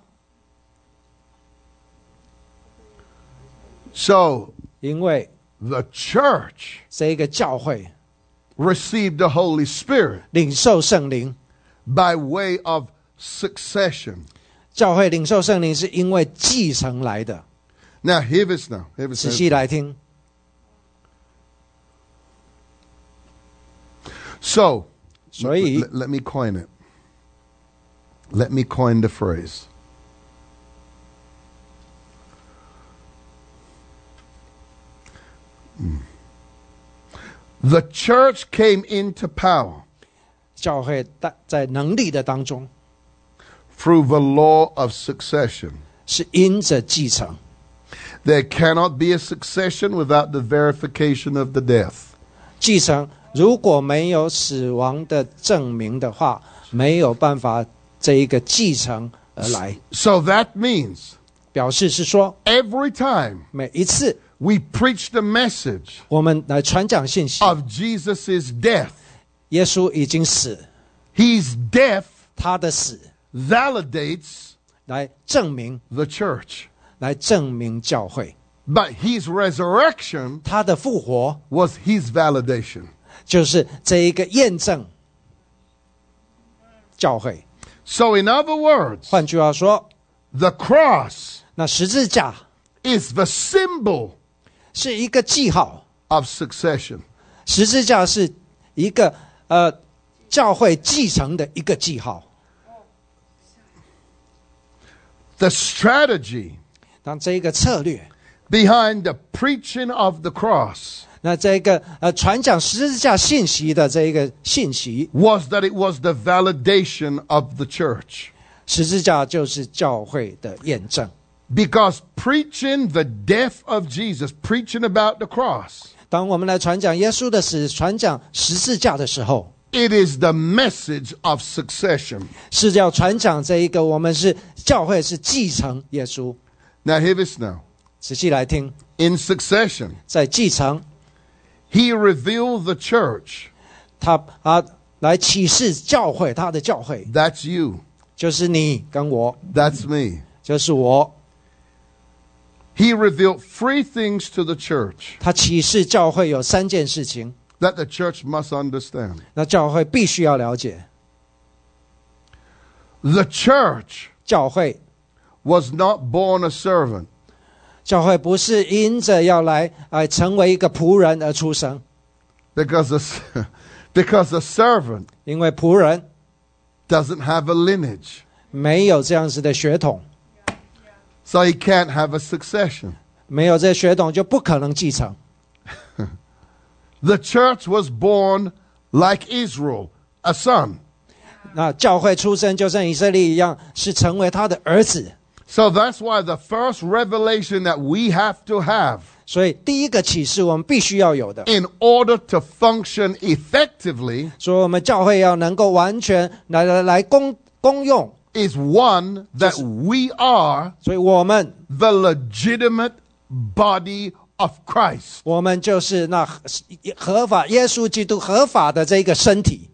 S7: So
S3: 因为
S7: the church
S3: 这个教会
S7: received the Holy Spirit
S3: 领受圣灵，
S7: by way of succession.
S3: 教会领受圣灵是因为继承来的。
S7: Now, hear this now. Hear this
S3: 仔
S7: now.
S3: 细来听，
S7: So,
S3: 所以
S7: let, let me coin it. Let me coin the phrase. Mm. The church came into power
S3: 教会在在能力的当中
S7: through the law of succession.
S3: 是因着继承，
S7: There cannot be a succession without the verification of the death.
S3: 继承如果没有死亡的证明的话，没有办法这一个继承而来。
S7: So that means
S3: 表示是说，
S7: every time
S3: 每一次
S7: we preach the message
S3: 我们来传讲信息，
S7: of Jesus' death,
S3: 耶稣已经死，
S7: his death
S3: 他的死
S7: validates
S3: 来证明，
S7: the church.
S3: 来证明教会，
S7: But his resurrection
S3: 他的复活
S7: was his validation.
S3: 就是这一个验证教会。
S7: So, in other words,
S3: 换句话说，
S7: the cross
S3: 那十字架
S7: is the symbol
S3: 是一个记号。
S7: of succession.
S3: 十字架是一个呃教会继承的一个记号。
S7: The strategy
S3: 当这一个策略
S7: behind the preaching of the cross
S3: 那这个呃传讲十字架信息的这一个信息，
S7: was that it was the validation of the church.
S3: 十字架就是教会的验证。
S7: Because preaching the death of Jesus, preaching about the cross,
S3: 当我们来传讲耶稣的死，传讲十字架的时候，
S7: it is the message of succession.
S3: 是要传讲这一个我们是教会是继承耶稣。
S7: Now, hear this now.
S3: 仔细来听，
S7: In succession,
S3: 在继承
S7: he revealed the church.
S3: 他啊来启示教会，他的教会
S7: That's you.
S3: 就是你跟我，
S7: That's me.
S3: 就是我。
S7: He revealed three things to the church
S3: 他启示教会有三件事情，
S7: that the church must understand.
S3: 那教会必须要了解。
S7: The church
S3: 教会
S7: was not born a servant,
S3: 教会不是因着要来啊、呃成为一个仆人而出生，
S7: because a, s- because a servant
S3: 因为仆人
S7: doesn't have a lineage,
S3: 没有这样子的血统，
S7: so he can't have a succession.
S3: 没有这血统就不可能继承。
S7: The church was born like Israel, a son.
S3: 那教会出生就像以色列一样，是成为他的儿子。
S7: So that's why the first revelation that we have to have
S3: 所以第一个启示我们必须要有的，
S7: in order to function effectively
S3: 所以我们教会要能够完全来来来公公用。
S7: is one that
S3: Just-
S7: we are
S3: 所以我们
S7: the legitimate body of Christ.
S3: 我们就是那合合法耶稣基督合法的这一个身体，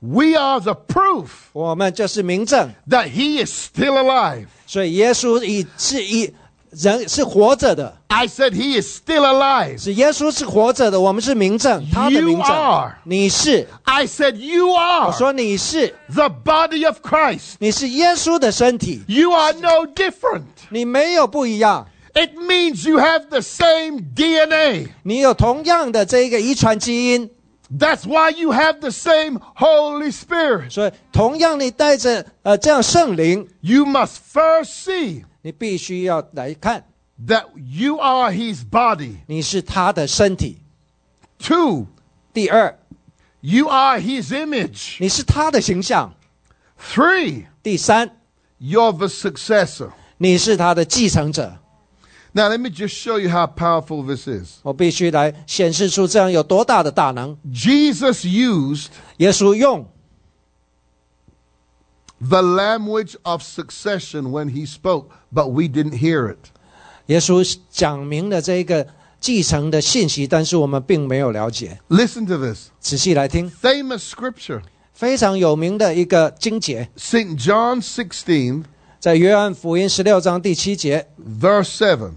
S7: We are the proof
S3: 我们就是明证。
S7: that he is still alive.
S3: 所以耶稣以是以人是活着的，
S7: I said he is still alive.
S3: 是耶稣是活着的，我们是明证，他的
S7: You
S3: 明证
S7: are。
S3: 你是，
S7: I said you
S3: 我
S7: are
S3: 说你是，
S7: the body of Christ.
S3: 你是耶稣的身体，
S7: You are no different.
S3: 你没有不一样，
S7: It means you have the same DNA.
S3: 你有同样的这一个遗传基因，
S7: That's why you have the same Holy Spirit.
S3: 所以同样你带着呃这样圣灵，
S7: You must first see
S3: 你必须要来看，
S7: that you are his body.
S3: 你是他的身体。
S7: Two,
S3: 第二，
S7: you are his image.
S3: 你是他的形象；
S7: Three,
S3: 第三，
S7: you're the successor.
S3: 你是他的继承者。
S7: Now, let me just show you how powerful this is.
S3: 我必须来显示出这样有多大的大能。
S7: Jesus used
S3: 耶稣用
S7: the language of succession when he spoke, but we didn't hear it.
S3: 耶稣讲明了这一个继承的信息，但是我们并没有了解。
S7: Listen to this
S3: 仔细来听，
S7: famous scripture
S3: 非常有名的一个经节，
S7: St. John 16,
S3: 在约翰福音十六章第七节，
S7: verse 7.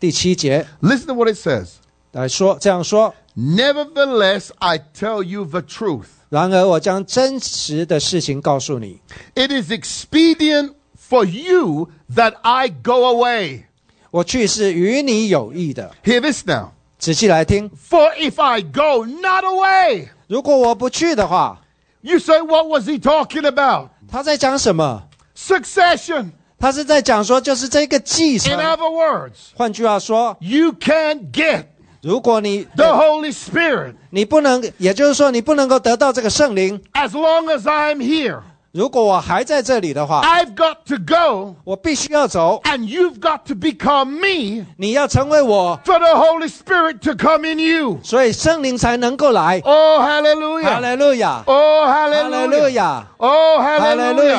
S3: 第七节
S7: Listen to what it says.
S3: 来说这样说：
S7: Nevertheless, I tell you the truth.
S3: 然而我将真实的事情告诉你，
S7: It is expedient for you that I go away.
S3: 我去是与你有益的。
S7: Hear this now.
S3: 仔细来听，
S7: For if I go not away,
S3: 如果我不去的话，
S7: you say, what was he talking about?
S3: 他在讲什么？
S7: Succession.
S3: 他是在讲说，就是这个继
S7: In
S3: 承。
S7: other words,
S3: 换句话说，
S7: you can't get
S3: 如果你
S7: the Holy Spirit
S3: 你不能，也就是说，你不能够得到这个圣灵。
S7: as long as I'm here.
S3: 如果我还在这里的话，
S7: I've got to go,
S3: 我必须要走。
S7: and you've got to become me
S3: 你要成为我，
S7: for the Holy Spirit to come in you.
S3: 所以圣灵才能够来。
S7: Oh, hallelujah.
S3: 哈利路亚，哦
S7: Oh, hallelujah.
S3: 哈利路亚，
S7: Oh, hallelujah.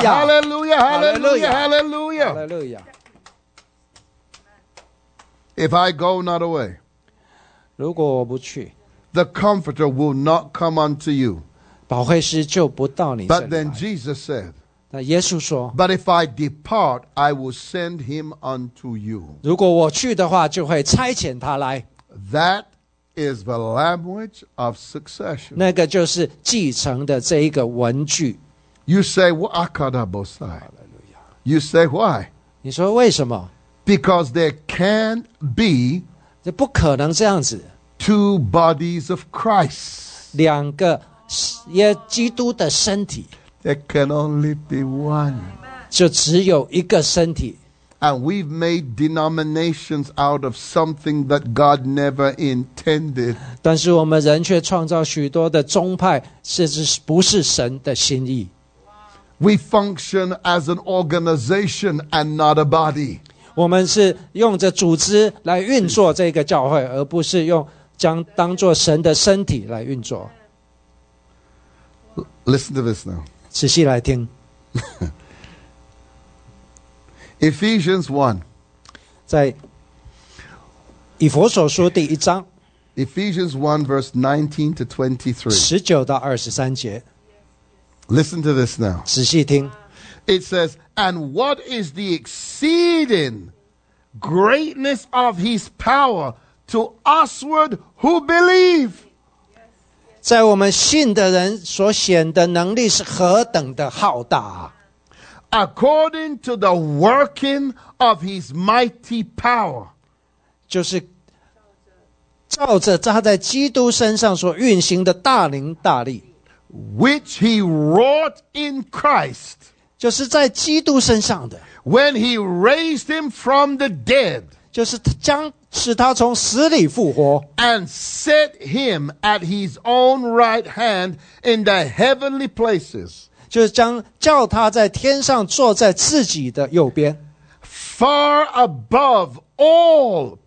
S3: Hallelujah.
S7: Hallelujah. Hallelujah.
S3: Hallelujah.
S7: Hallelujah.
S3: 哈利路亚。
S7: If I go not away,
S3: 如果我不去，
S7: the Comforter will not come unto you.
S3: 保惠师就不到你这
S7: But
S3: 里
S7: then
S3: 来。
S7: Jesus said,
S3: 那耶稣说，
S7: But if I depart, I will send him unto you.
S3: 如果我去的话，就会差遣他来。
S7: That is the language of succession.
S3: 那个就是继承的这一个文具。
S7: You say, "Wha- Akadabosai. You say, Why?
S3: 你说为什么？
S7: Because there can't be
S3: 这不可能这样子。
S7: two bodies of Christ.
S3: 两个耶基督的身体
S7: There can only be one.
S3: 就只有一个身体，
S7: And we've made denominations out of something that God never intended.
S3: 但是我们人却创造许多的宗派，甚至不是神的心意。
S7: We function as an organization and not a body.
S3: 我们是用着组织来运作这个教会，而不是用将当做神的身体来运作。
S7: Listen to this now
S3: 仔细来听，
S7: Ephesians 1.
S3: 在以佛所书第一章
S7: Ephesians 1, verse 19 to 23.
S3: 十九到二十三节，
S7: Listen to this now.
S3: 仔细听。
S7: It says, And what is the exceeding greatness of his power to usward who believe?
S3: 在我们信的人所显的能力是何等的浩大、啊！
S7: According to the working of his mighty power.
S3: 就是照着他在基督身上所运行的大灵大力，
S7: which he wrought in Christ
S3: 就是在基督身上的，
S7: when he raised him from the dead
S3: 就是将使他从死里复活，
S7: and set him at his own right hand in the heavenly places,
S3: 就是将叫他在天上坐在自己的右边，
S7: far above all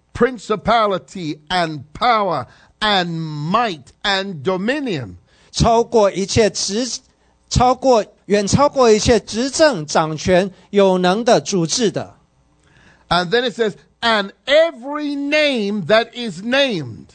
S7: principality and power and might and dominion,
S3: 超过一切执，超过远超过一切执政掌权有能的主治的。
S7: and then it says, and every name that is named,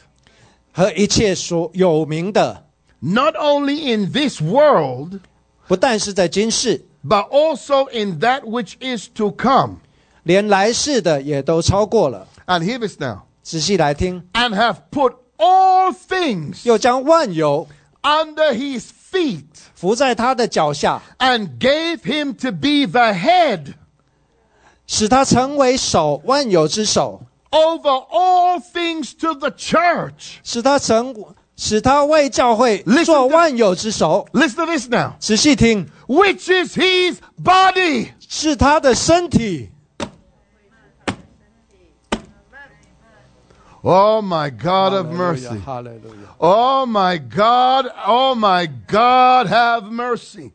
S3: 和一切所有名的，
S7: not only in this world,
S3: 不但是在今世，
S7: but also in that which is to come.
S3: 连来世的也都超过了。
S7: And hear this now.
S3: 仔细来听，
S7: And have put all things
S3: 又将万有
S7: under his feet,
S3: 伏在他的脚下，
S7: and gave him to be the head
S3: 使他成为首万有之首，
S7: over all things to the church.
S3: 使他成使他为教会
S7: Listen
S3: 做
S7: to-
S3: 万有之首。
S7: Listen to this now.
S3: 仔细听，
S7: Which is his body.
S3: 是他的身体。
S7: Oh my God of mercy.
S3: 哈利路亚！
S7: Oh my God, oh my God, have mercy.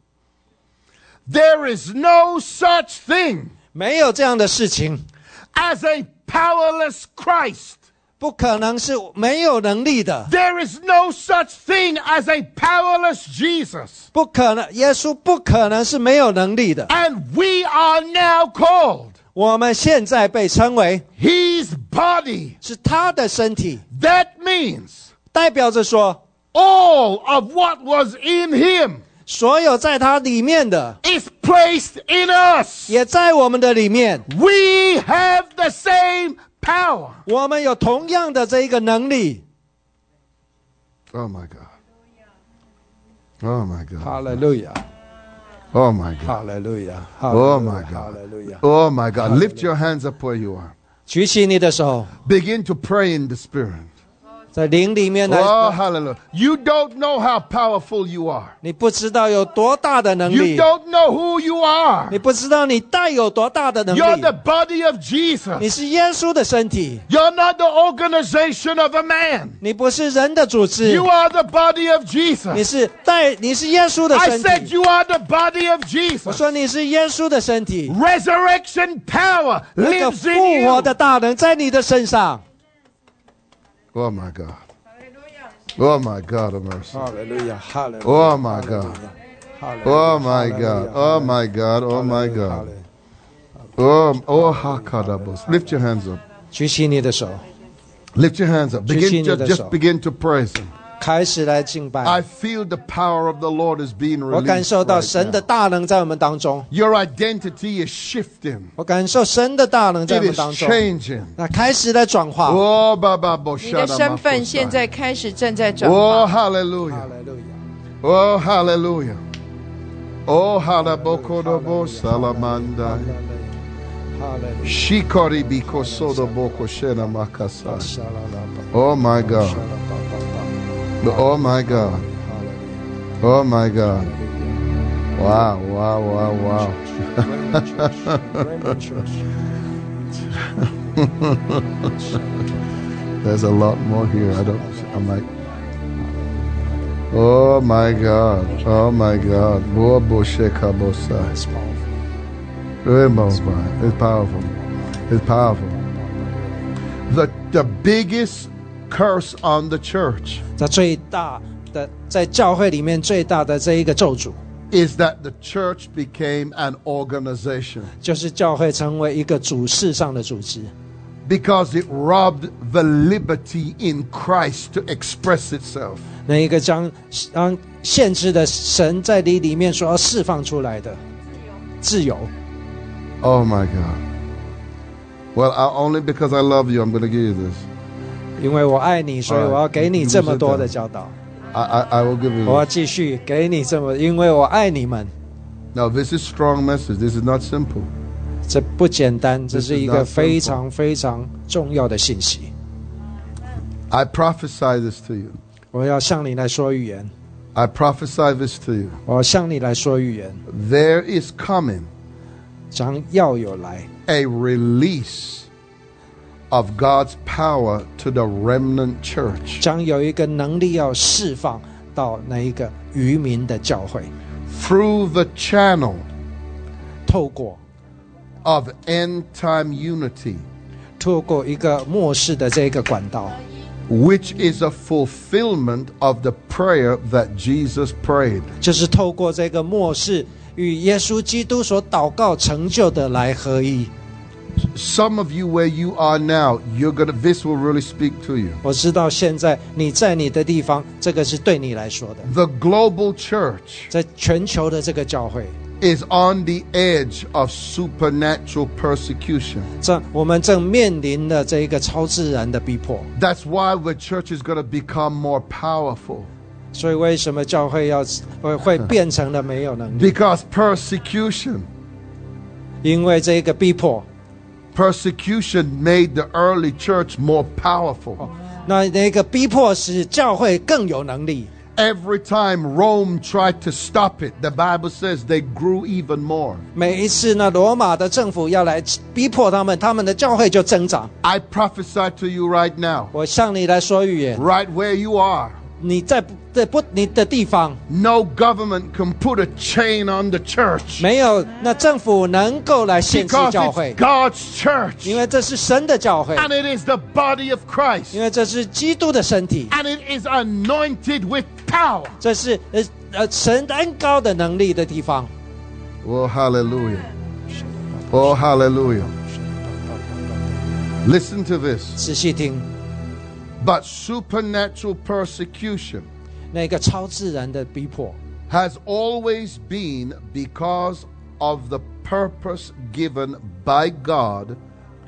S7: There is no such thing
S3: 没有这样的事情，
S7: as a powerless Christ.
S3: 不可能是没有能力的，
S7: There is no such thing as a powerless Jesus.
S3: 不可能，耶稣不可能是没有能力的。
S7: And we are now called
S3: 我们现在被称为
S7: his body.
S3: 是他的身体，
S7: That means
S3: 代表着说，
S7: all of what was in him
S3: 所有在他里面的，
S7: is placed in us.
S3: 也在我们的里面。
S7: We have the same power.
S3: 我们有同样的这一个能力。
S7: Oh my God. Oh my God.
S3: 利路亚，
S7: Oh my God.
S3: 哈利路亚，
S7: Oh my
S3: 哈利
S7: God.
S3: 路亚。
S7: Oh my God. Lift your hands up where you are.
S3: 举起你的手，
S7: Begin to pray in the Spirit.
S3: 在灵里面来。
S7: Oh, hallelujah. You don't know how powerful you are.
S3: 你不知道有多大的能
S7: You
S3: 力，
S7: don't know who you are.
S3: 你不知道你带有多大的能
S7: You're
S3: 力
S7: the。body of
S3: 你
S7: Jesus.
S3: 是耶稣的身体，
S7: You're not the organization of a man.
S3: 你不是人的组织
S7: You，are the body of
S3: 你
S7: Jesus.
S3: 是带，你是耶稣的
S7: I
S3: 身
S7: said
S3: 体。
S7: you are the body of
S3: 我
S7: Jesus.
S3: 说你是耶稣的身体，
S7: Resurrection power
S3: 那个
S7: lives
S3: 复
S7: in you.
S3: 活的大能在你的身上。
S7: Oh my God. Oh my God of mercy.
S3: 哈利路亚，哈利
S7: Oh my God.
S3: 哈利
S7: Oh my God. Oh my God. Oh my God. Oh, oh, hakadabos. Lift your hands up.
S3: 举起你的手，
S7: Lift your hands up. Begin
S3: Continue
S7: just,
S3: the
S7: just
S3: song.
S7: begin to praise Him.
S3: 开始来敬拜。
S7: I feel the power of the Lord is being
S3: 我感
S7: released.
S3: 受到神
S7: Right
S3: 的
S7: now.
S3: 大能在我们当中，
S7: Your identity is shifting.
S3: 我感受神的大能在我
S7: It
S3: 们
S7: is
S3: 当中。
S7: changing.
S3: 那开始来转化。
S7: Oh, Baba
S8: 你的身份现在
S7: Boshada
S8: 开始正在转化
S7: Oh,。hallelujah.
S3: 哈利路亚
S7: Oh, hallelujah. Oh, halabokodobo salamandai.
S3: 哈利路
S7: Shikori bikosodoboko shenamakasai.
S3: 亚啦啦吧
S7: Oh, my God.
S3: 啦吧吧吧
S7: Oh my God. Oh my God. Wow, wow, wow, wow. There's a lot more here. I don't. I'm like. Oh my God. Oh my God. Boa boshe kabosa. Rainbow vine. It's powerful. It's powerful. The the biggest curse on the church
S3: 这最大的在教会里面最大的这一个咒诅，
S7: is that the church became an organization
S3: 就是教会成为一个主事上的组织，
S7: because it robbed the liberty in Christ to express itself.
S3: 那一个将让限制的神在你里面所要释放出来的自由。
S7: Oh my God. Well, I, only because I love you, I'm going to give you this.
S3: 因为我爱你，所以我要给啊你这么多的教导，
S7: I, I, I will give you
S3: 我要
S7: this.
S3: 继续给你这么，因为我爱你们。
S7: Now, this is strong message. This is not simple.
S3: 这不简单，这是一
S7: This
S3: 个
S7: is not simple.
S3: 非常非常重要的信息。
S7: I prophesy this to you.
S3: 我要向你来说预言，
S7: I prophesy this to you.
S3: 我要向你来说预言，
S7: There is coming
S3: 将要有来
S7: a release of God's power to the remnant church
S3: 将有一个能力要释放到那一个渔民的教会，
S7: through the channel
S3: 透过
S7: of end time unity,
S3: 透过一个末世的这个管道，
S7: which is a fulfillment of the prayer that Jesus prayed.
S3: 就是透过这个末世与耶稣基督所祷告成就的来合一。
S7: Some of you where you are now, you're gonna this will really speak to you.
S3: 我知道现在你在你的地方，这个是对你来说的，
S7: The global church
S3: 在全球的这个教会，
S7: is on the edge of supernatural persecution.
S3: 正我们正面临的这一个超自然的逼迫，
S7: That's why the church is gonna become more powerful.
S3: 所以为什么教会要会会变成了没有能力？
S7: Because persecution
S3: 因为这一个逼迫，
S7: persecution made the early church more powerful.
S3: 那那个逼迫使教会更有能力。
S7: Every time Rome tried to stop it, the Bible says they grew even more.
S3: 每一次呢，罗马的政府要来逼迫他们，他们的教会就增长。
S7: I prophesy to you right now,
S3: 我向你来说预言，
S7: right where you are.
S3: 你在不在不你的地方
S7: No government can put a chain on the church
S3: 没有，那政府能够来限制
S7: because
S3: 教会
S7: it's，God's church
S3: 因为这是神的教会，
S7: and it is the body of Christ
S3: 因为这是基督的身体，
S7: and it is anointed with power.
S3: 这是呃呃神恩高的能力的地方。
S7: Oh, hallelujah! Oh, hallelujah! Listen to this.
S3: 仔细听，
S7: But supernatural persecution
S3: 那个超自然的逼迫，
S7: has always been because of the purpose given by God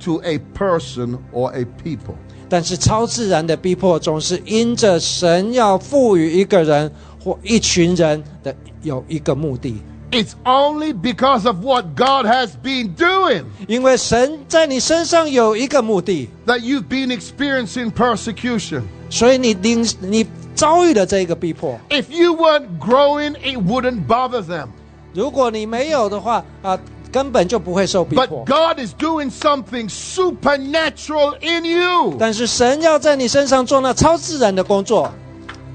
S7: to a person or a people.
S3: 但是超自然的逼迫总是因着神要赋予一个人或一群人的有一个目的，
S7: It's only because of what God has been doing
S3: 因为神在你身上有一个目的，
S7: that you've been experiencing persecution.
S3: 所以你领你遭遇了这个逼迫。
S7: If you weren't growing, it wouldn't bother them.
S3: 如果你没有的话啊，根本就不会受逼
S7: But
S3: 迫。
S7: God is doing something supernatural in you.
S3: 但是神要在你身上做那超自然的工作，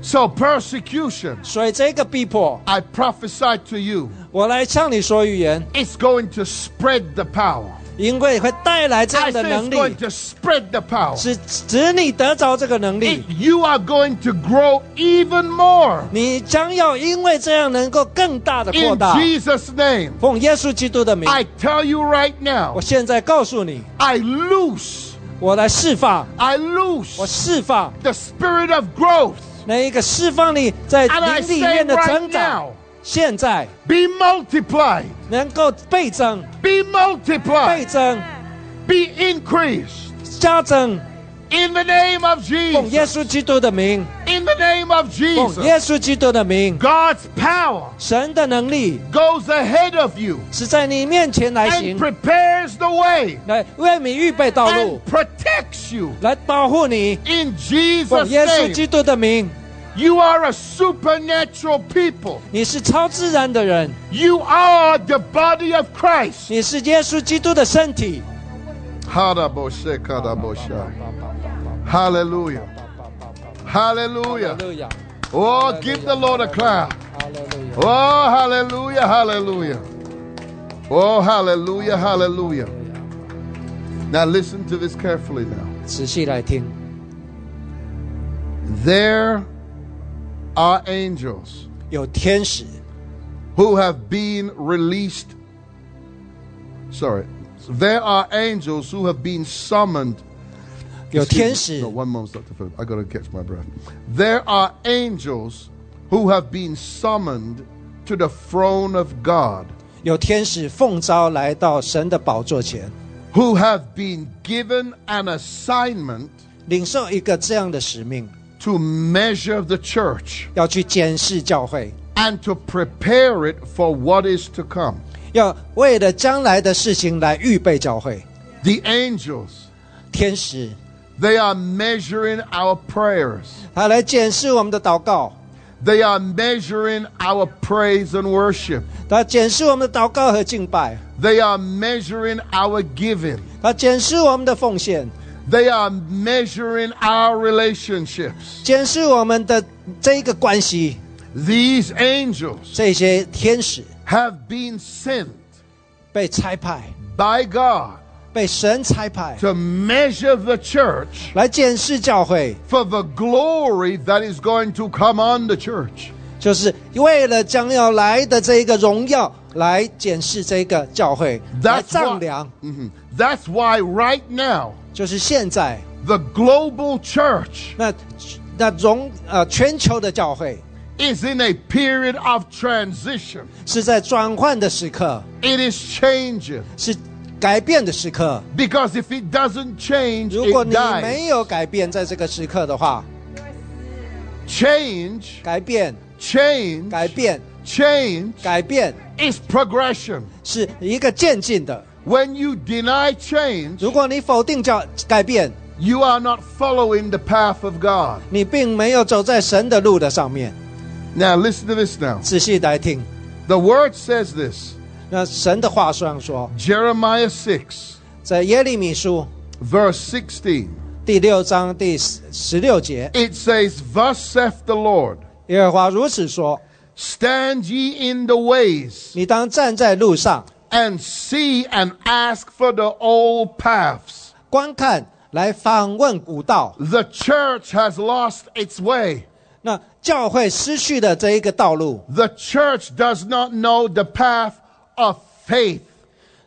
S7: So, persecution,
S3: 所以这个逼迫，
S7: I prophesy to you,
S3: 我来向你说预言，
S7: it's going to spread the power.
S3: 因为会带来这
S7: I
S3: 样的
S7: say it's
S3: 能力
S7: going，to spread the power.
S3: 使使你得着这个能力
S7: It-。you are going to grow even more
S3: 你将要因为这样能够更大的扩
S7: in
S3: 大。
S7: Jesus' name.
S3: 奉耶稣基督的名，
S7: I tell you right now,
S3: 我现在告诉你，
S7: I loose,
S3: 我来释放，
S7: I
S3: 我
S7: loose
S3: 释放
S7: the spirit of growth.
S3: 那一个释放你在
S7: And I
S3: 灵里
S7: say
S3: 面的成
S7: right
S3: 长
S7: now,，
S3: 现在
S7: be multiplied,
S3: 能够倍增、倍
S7: be multiplied,
S3: 增、
S7: be increased.
S3: 加增。
S7: In the name of
S3: 奉耶
S7: Jesus.
S3: 稣基督的名，
S7: In the name of
S3: 奉耶
S7: Jesus.
S3: 稣基督的名，
S7: God's power
S3: 神的能力
S7: goes ahead of you
S3: 是在你面前来
S7: and
S3: 行，
S7: prepares the way
S3: 来为你预备道路
S7: and，protects you.
S3: 来保护你。
S7: In
S3: 奉
S7: Jesus'
S3: 耶稣基
S7: name,
S3: 督的名，
S7: you are a supernatural people.
S3: 你是超自然的人，
S7: You are the body of Christ.
S3: 你是耶稣基督的身体。
S7: Hadaboshe kadabosha. Hallelujah. Hallelujah.
S3: Hallelujah.
S7: Oh, give the Lord a clap.
S3: Hallelujah.
S7: Oh, hallelujah, hallelujah. Oh, hallelujah, hallelujah. Now listen to this carefully now.
S3: 仔细来听，
S7: There are angels
S3: 有天使
S7: who have been released. Sorry. There are angels who have been summoned.
S3: 有
S7: Excuse
S3: 天
S7: me.
S3: 使
S7: No, one moment, Dr. Philip. I gotta catch my breath. There are angels who have been summoned to the throne of God,
S3: 有天使奉召来到神的宝座前，
S7: who have been given an assignment
S3: 领受一个这样的使命，
S7: to measure the church
S3: 要去监视教会，
S7: and to prepare it for what is to come.
S3: 要为了将来的事情来预备教会。
S7: The angels,
S3: 天使
S7: they are measuring our prayers.
S3: 他来检视我们的祷告，
S7: They are measuring our praise and worship.
S3: 他检视我们的祷告和敬拜，
S7: They are measuring our giving.
S3: 他检视我们的奉献，
S7: They are measuring our relationships.
S3: 检视我们的这一个关系。
S7: These angels
S3: 这些天使
S7: have been sent
S3: 被差派，
S7: by God
S3: 被神差派
S7: to measure the church
S3: 来检视教会，
S7: for the glory that is going to come on the church.
S3: 就是为了将要来的这一个荣耀来检视这一个教会，来
S7: That's
S3: 丈
S7: why,
S3: 量。
S7: Mhm. That's why right now
S3: 就是现在
S7: the global church
S3: 那那荣呃全球的教会
S7: is in a period of transition.
S3: 是在转换的时刻，
S7: It is changing
S3: 是改变的时刻。
S7: because if it doesn't change,
S3: 如果
S7: it
S3: 你
S7: dies.
S3: 没有改变，在这个时刻的话，
S7: Change,
S3: 改变、
S7: change,
S3: 改变、
S7: change
S3: 改变
S7: is progression.
S3: 是一个渐进的。
S7: When you deny change,
S3: 如果你否定教改变，
S7: you are not following the path of God.
S3: 你并没有走在神的路的上面。
S7: Now listen to this now.
S3: 仔细来听，
S7: The word says this.
S3: 那神的话上说，
S7: Jeremiah 6,
S3: 在耶利米书
S7: verse 16.
S3: 第六章第十十六节，
S7: It says, Thus saith the Lord,
S3: 耶和华如此说：
S7: Stand ye in the ways,
S3: 你当站在路上，
S7: and see and ask for the old paths.
S3: 观看来访问古道。
S7: The church has lost its way.
S3: 那教会失去的这一个道路，
S7: The church does not know the path of faith.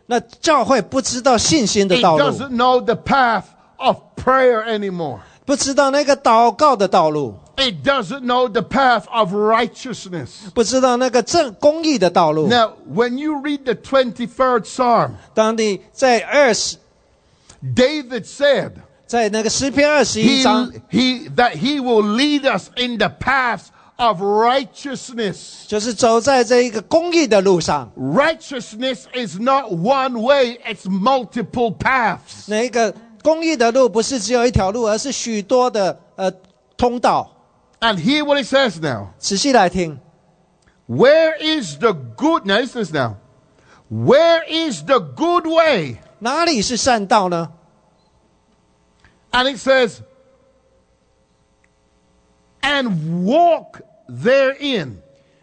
S3: 那教会不知道信心的
S7: It
S3: 道路，
S7: doesn't know the path of prayer anymore.
S3: 不知道那个祷告的道路，
S7: It doesn't know the path of righteousness.
S3: 不知道那个正公义的道路。
S7: Now, when you read the 23rd Psalm,
S3: 当你在二十，
S7: David said
S3: 在那个诗篇二十一
S7: he,
S3: 章，
S7: he, that he will lead us in the paths of righteousness.
S3: 就是走在这一个公义的路上。
S7: Righteousness is not one way, it's multiple paths.
S3: 那一个公益的路不是只有一条路，而是许多的呃通道。
S7: And hear what it says now.
S3: 仔细来听，
S7: Where is the good? Now, listen to this now. Where is the good way?
S3: 哪里是善道呢？
S7: And it says, and walk therein,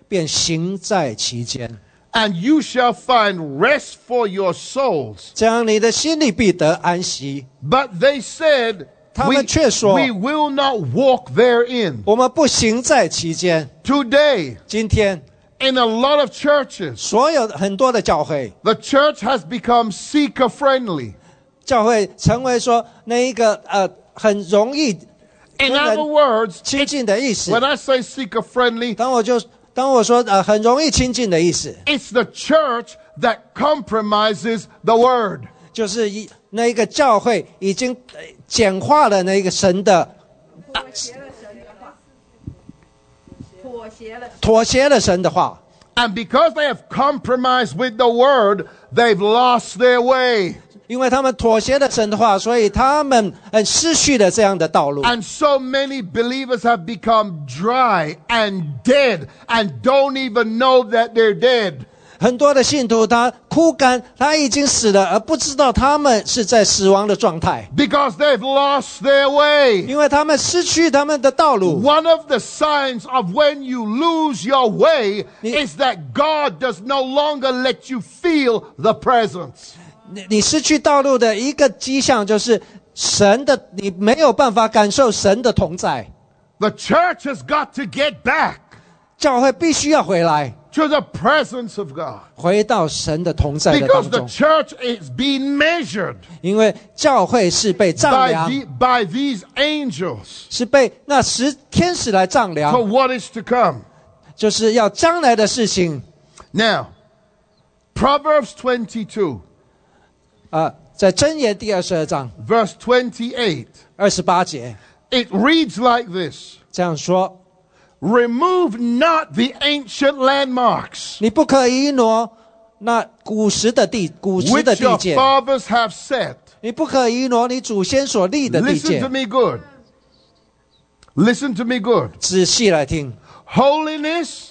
S3: 便行在其间，
S7: and you shall find rest for your souls.
S3: 这样你的心里必得安息。
S7: But they said,
S3: 他们
S7: we,
S3: 却说-
S7: we will not walk therein.
S3: 我们不行在其间。
S7: Today,
S3: 今天
S7: in a lot of churches,
S3: 所有很多的教会，
S7: the church has become seeker friendly.
S3: 教会成为说那一个呃很容易跟
S7: In
S3: 人
S7: other words,
S3: 亲近的意思。
S7: when I say seeker friendly,
S3: 当我就当我说呃很容易亲近的意思，
S7: it's the church that compromises the word.
S3: 就是一那一个教会已经呃简化了那一个神的
S5: 妥协了。
S3: 妥协了神的话，
S7: And because they have compromised with the word, they've lost their way.
S3: 因为他们妥协了神的话，所以他们很失去了这样的道路。
S7: And so many believers have become dry and dead and don't even know that they're dead.
S3: 很多的信徒他枯干，他已经死了，而不知道他们是在死亡的状态，
S7: because they've lost their way.
S3: 因为他们失去他们的道路。
S7: One of the signs of when you lose your way is that God does no longer let you feel the presence.
S3: 你你失去道路的一个迹象就是神的，你没有办法感受神的同在。
S7: The church has got to get back
S3: 教会必须要回来，
S7: to the presence of God
S3: 回到神的同在的
S7: because
S3: 当
S7: the
S3: 中，
S7: church is being measured
S3: 因为教会是被丈
S7: by,
S3: 量，
S7: the, by these angels
S3: 是被那十天使来丈
S7: for
S3: 量，
S7: what is to come.
S3: 就是要将来的事情
S7: Now, Proverbs 22,
S3: 啊、在箴言第二十二章
S7: verse 28,
S3: 二十八节
S7: it reads like this.
S3: 这样说：
S7: Remove not the ancient landmarks
S3: 你不可以挪那古时的地，古时
S7: which
S3: 的
S7: your
S3: 地界，
S7: fathers have set.
S3: 你不可以挪你祖先所立的地
S7: Listen
S3: 界。
S7: to me good. Listen to me good.
S3: 仔细来听，
S7: Holiness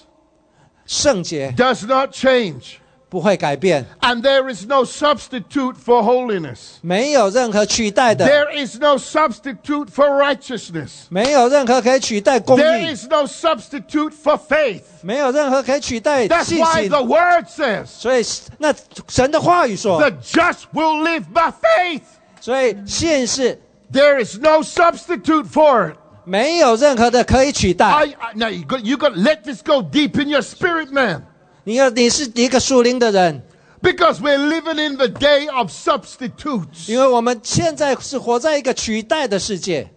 S3: 圣洁
S7: does not change,
S3: 不会改变，
S7: and there is no substitute for holiness.
S3: 没有任何取代的。
S7: There is no substitute for righteousness.
S3: 没有任何可以取代公
S7: There
S3: 义，
S7: is no substitute for faith.
S3: 没有任何可以取代
S7: That's
S3: 信
S7: why
S3: 心。
S7: the word says
S3: 所以那神的话语说
S7: the，just will live by faith.
S3: 所以信是
S7: There is no substitute for it.
S3: 没有任何的可以取代。
S7: I, I now you got you got let this go deep in your spirit, man,
S3: 你要你是一个属灵的人，
S7: because we're living in the day of substitutes.
S3: 因为我们现在是活在一个取代的世界。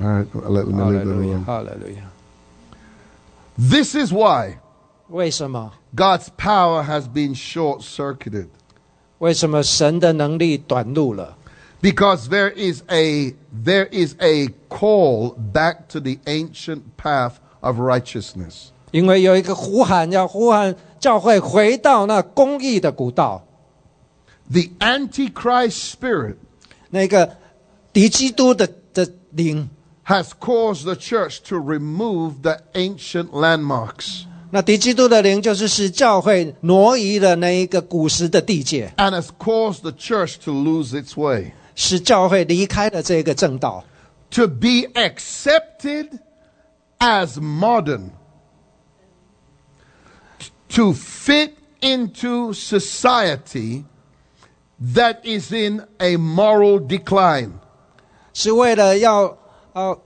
S7: All right, let, let me leave that alone.
S3: 哈利路亚。
S7: This is why
S3: 为什么？
S7: God's power has been short-circuited,
S3: 为什么神的能力短路了？
S7: because there is a there is a call back to the ancient path of righteousness.
S3: 因为有一个呼喊，要呼喊教会回到那公义的古道，
S7: The antichrist spirit
S3: 那个敌基督的的灵。
S7: has caused the church to remove the ancient landmarks
S3: 那敌基督的灵就是使教会挪移了那一个古时的地界，
S7: and has caused the church to lose its way.
S3: 使教会离开了这个正道，
S7: to be accepted as modern, to fit into society that is in a moral decline.
S3: 是为了要呃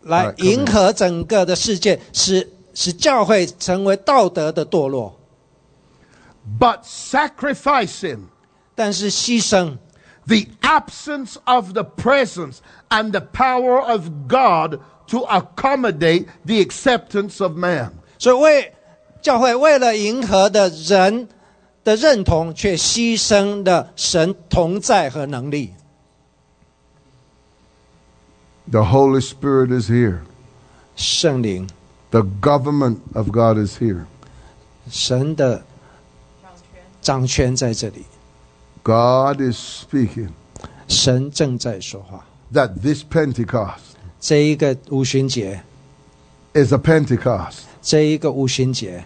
S3: 来
S7: Alright, come
S3: 迎合整个的世界，使使教会成为道德的堕落。
S7: But sacrificing
S3: 但是牺牲
S7: the absence of the presence and the power of God to accommodate the acceptance of man.
S3: 所以为教会为了迎合的人的认同，却牺牲了神同在和能力。
S7: The Holy Spirit is here,
S3: 圣灵，
S7: the government of God is here.
S3: 神的掌权在这里，
S7: God is speaking.
S3: 神正在说话。
S7: that this Pentecost
S3: 这一个五旬节，
S7: is a Pentecost
S3: 这一个五旬节，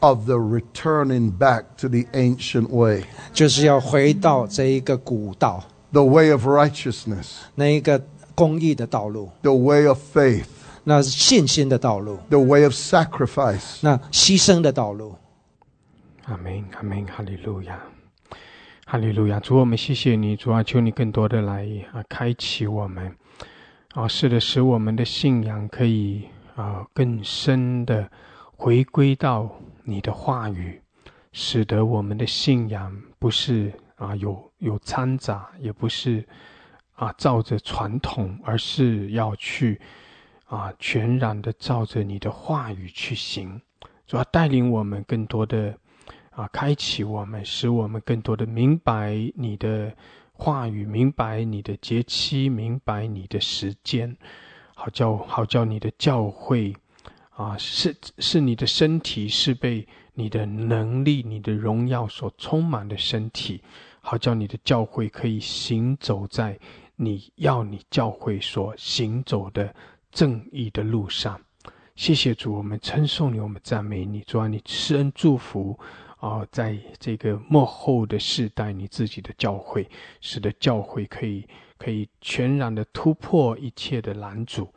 S7: of the returning back to the ancient way,
S3: 就是要回到这一个古道，
S7: the way of righteousness,
S3: 那一个公义的道路，
S7: the way of faith,
S3: 那信心的道路，
S7: the way of sacrifice.
S3: 那牺牲的道路。
S1: 阿门，阿门，哈利路亚，哈利路亚！主，我们谢谢你，主啊，求你更多的来啊，开启我们，啊，是的，使我们的信仰可以啊更深的回归到你的话语，使得我们的信仰不是啊有有掺杂，也不是啊照着传统，而是要去啊全然的照着你的话语去行。主要啊带领我们更多的啊，开启我们，使我们更多的明白你的话语，明白你的节期，明白你的时间，好叫好叫你的教会啊，是是你的身体是被你的能力、你的荣耀所充满的身体，好叫你的教会可以行走在你要你教会所行走的正义的路上。谢谢主，我们称颂你，我们赞美你，主啊，你施恩祝福。哦，在这个幕后的世代，你自己的教会，使得教会可以可以全然的突破一切的拦阻，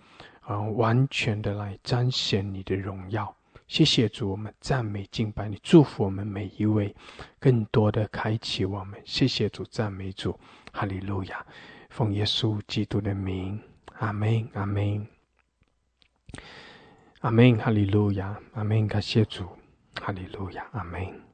S1: 啊、完全的来彰显你的荣耀。谢谢主，我们赞美敬拜你，祝福我们每一位，更多的开启我们。谢谢主，赞美主，哈利路亚，奉耶稣基督的名，阿门，阿门，阿门，哈利路亚，阿门，感谢主，哈利路亚，阿门。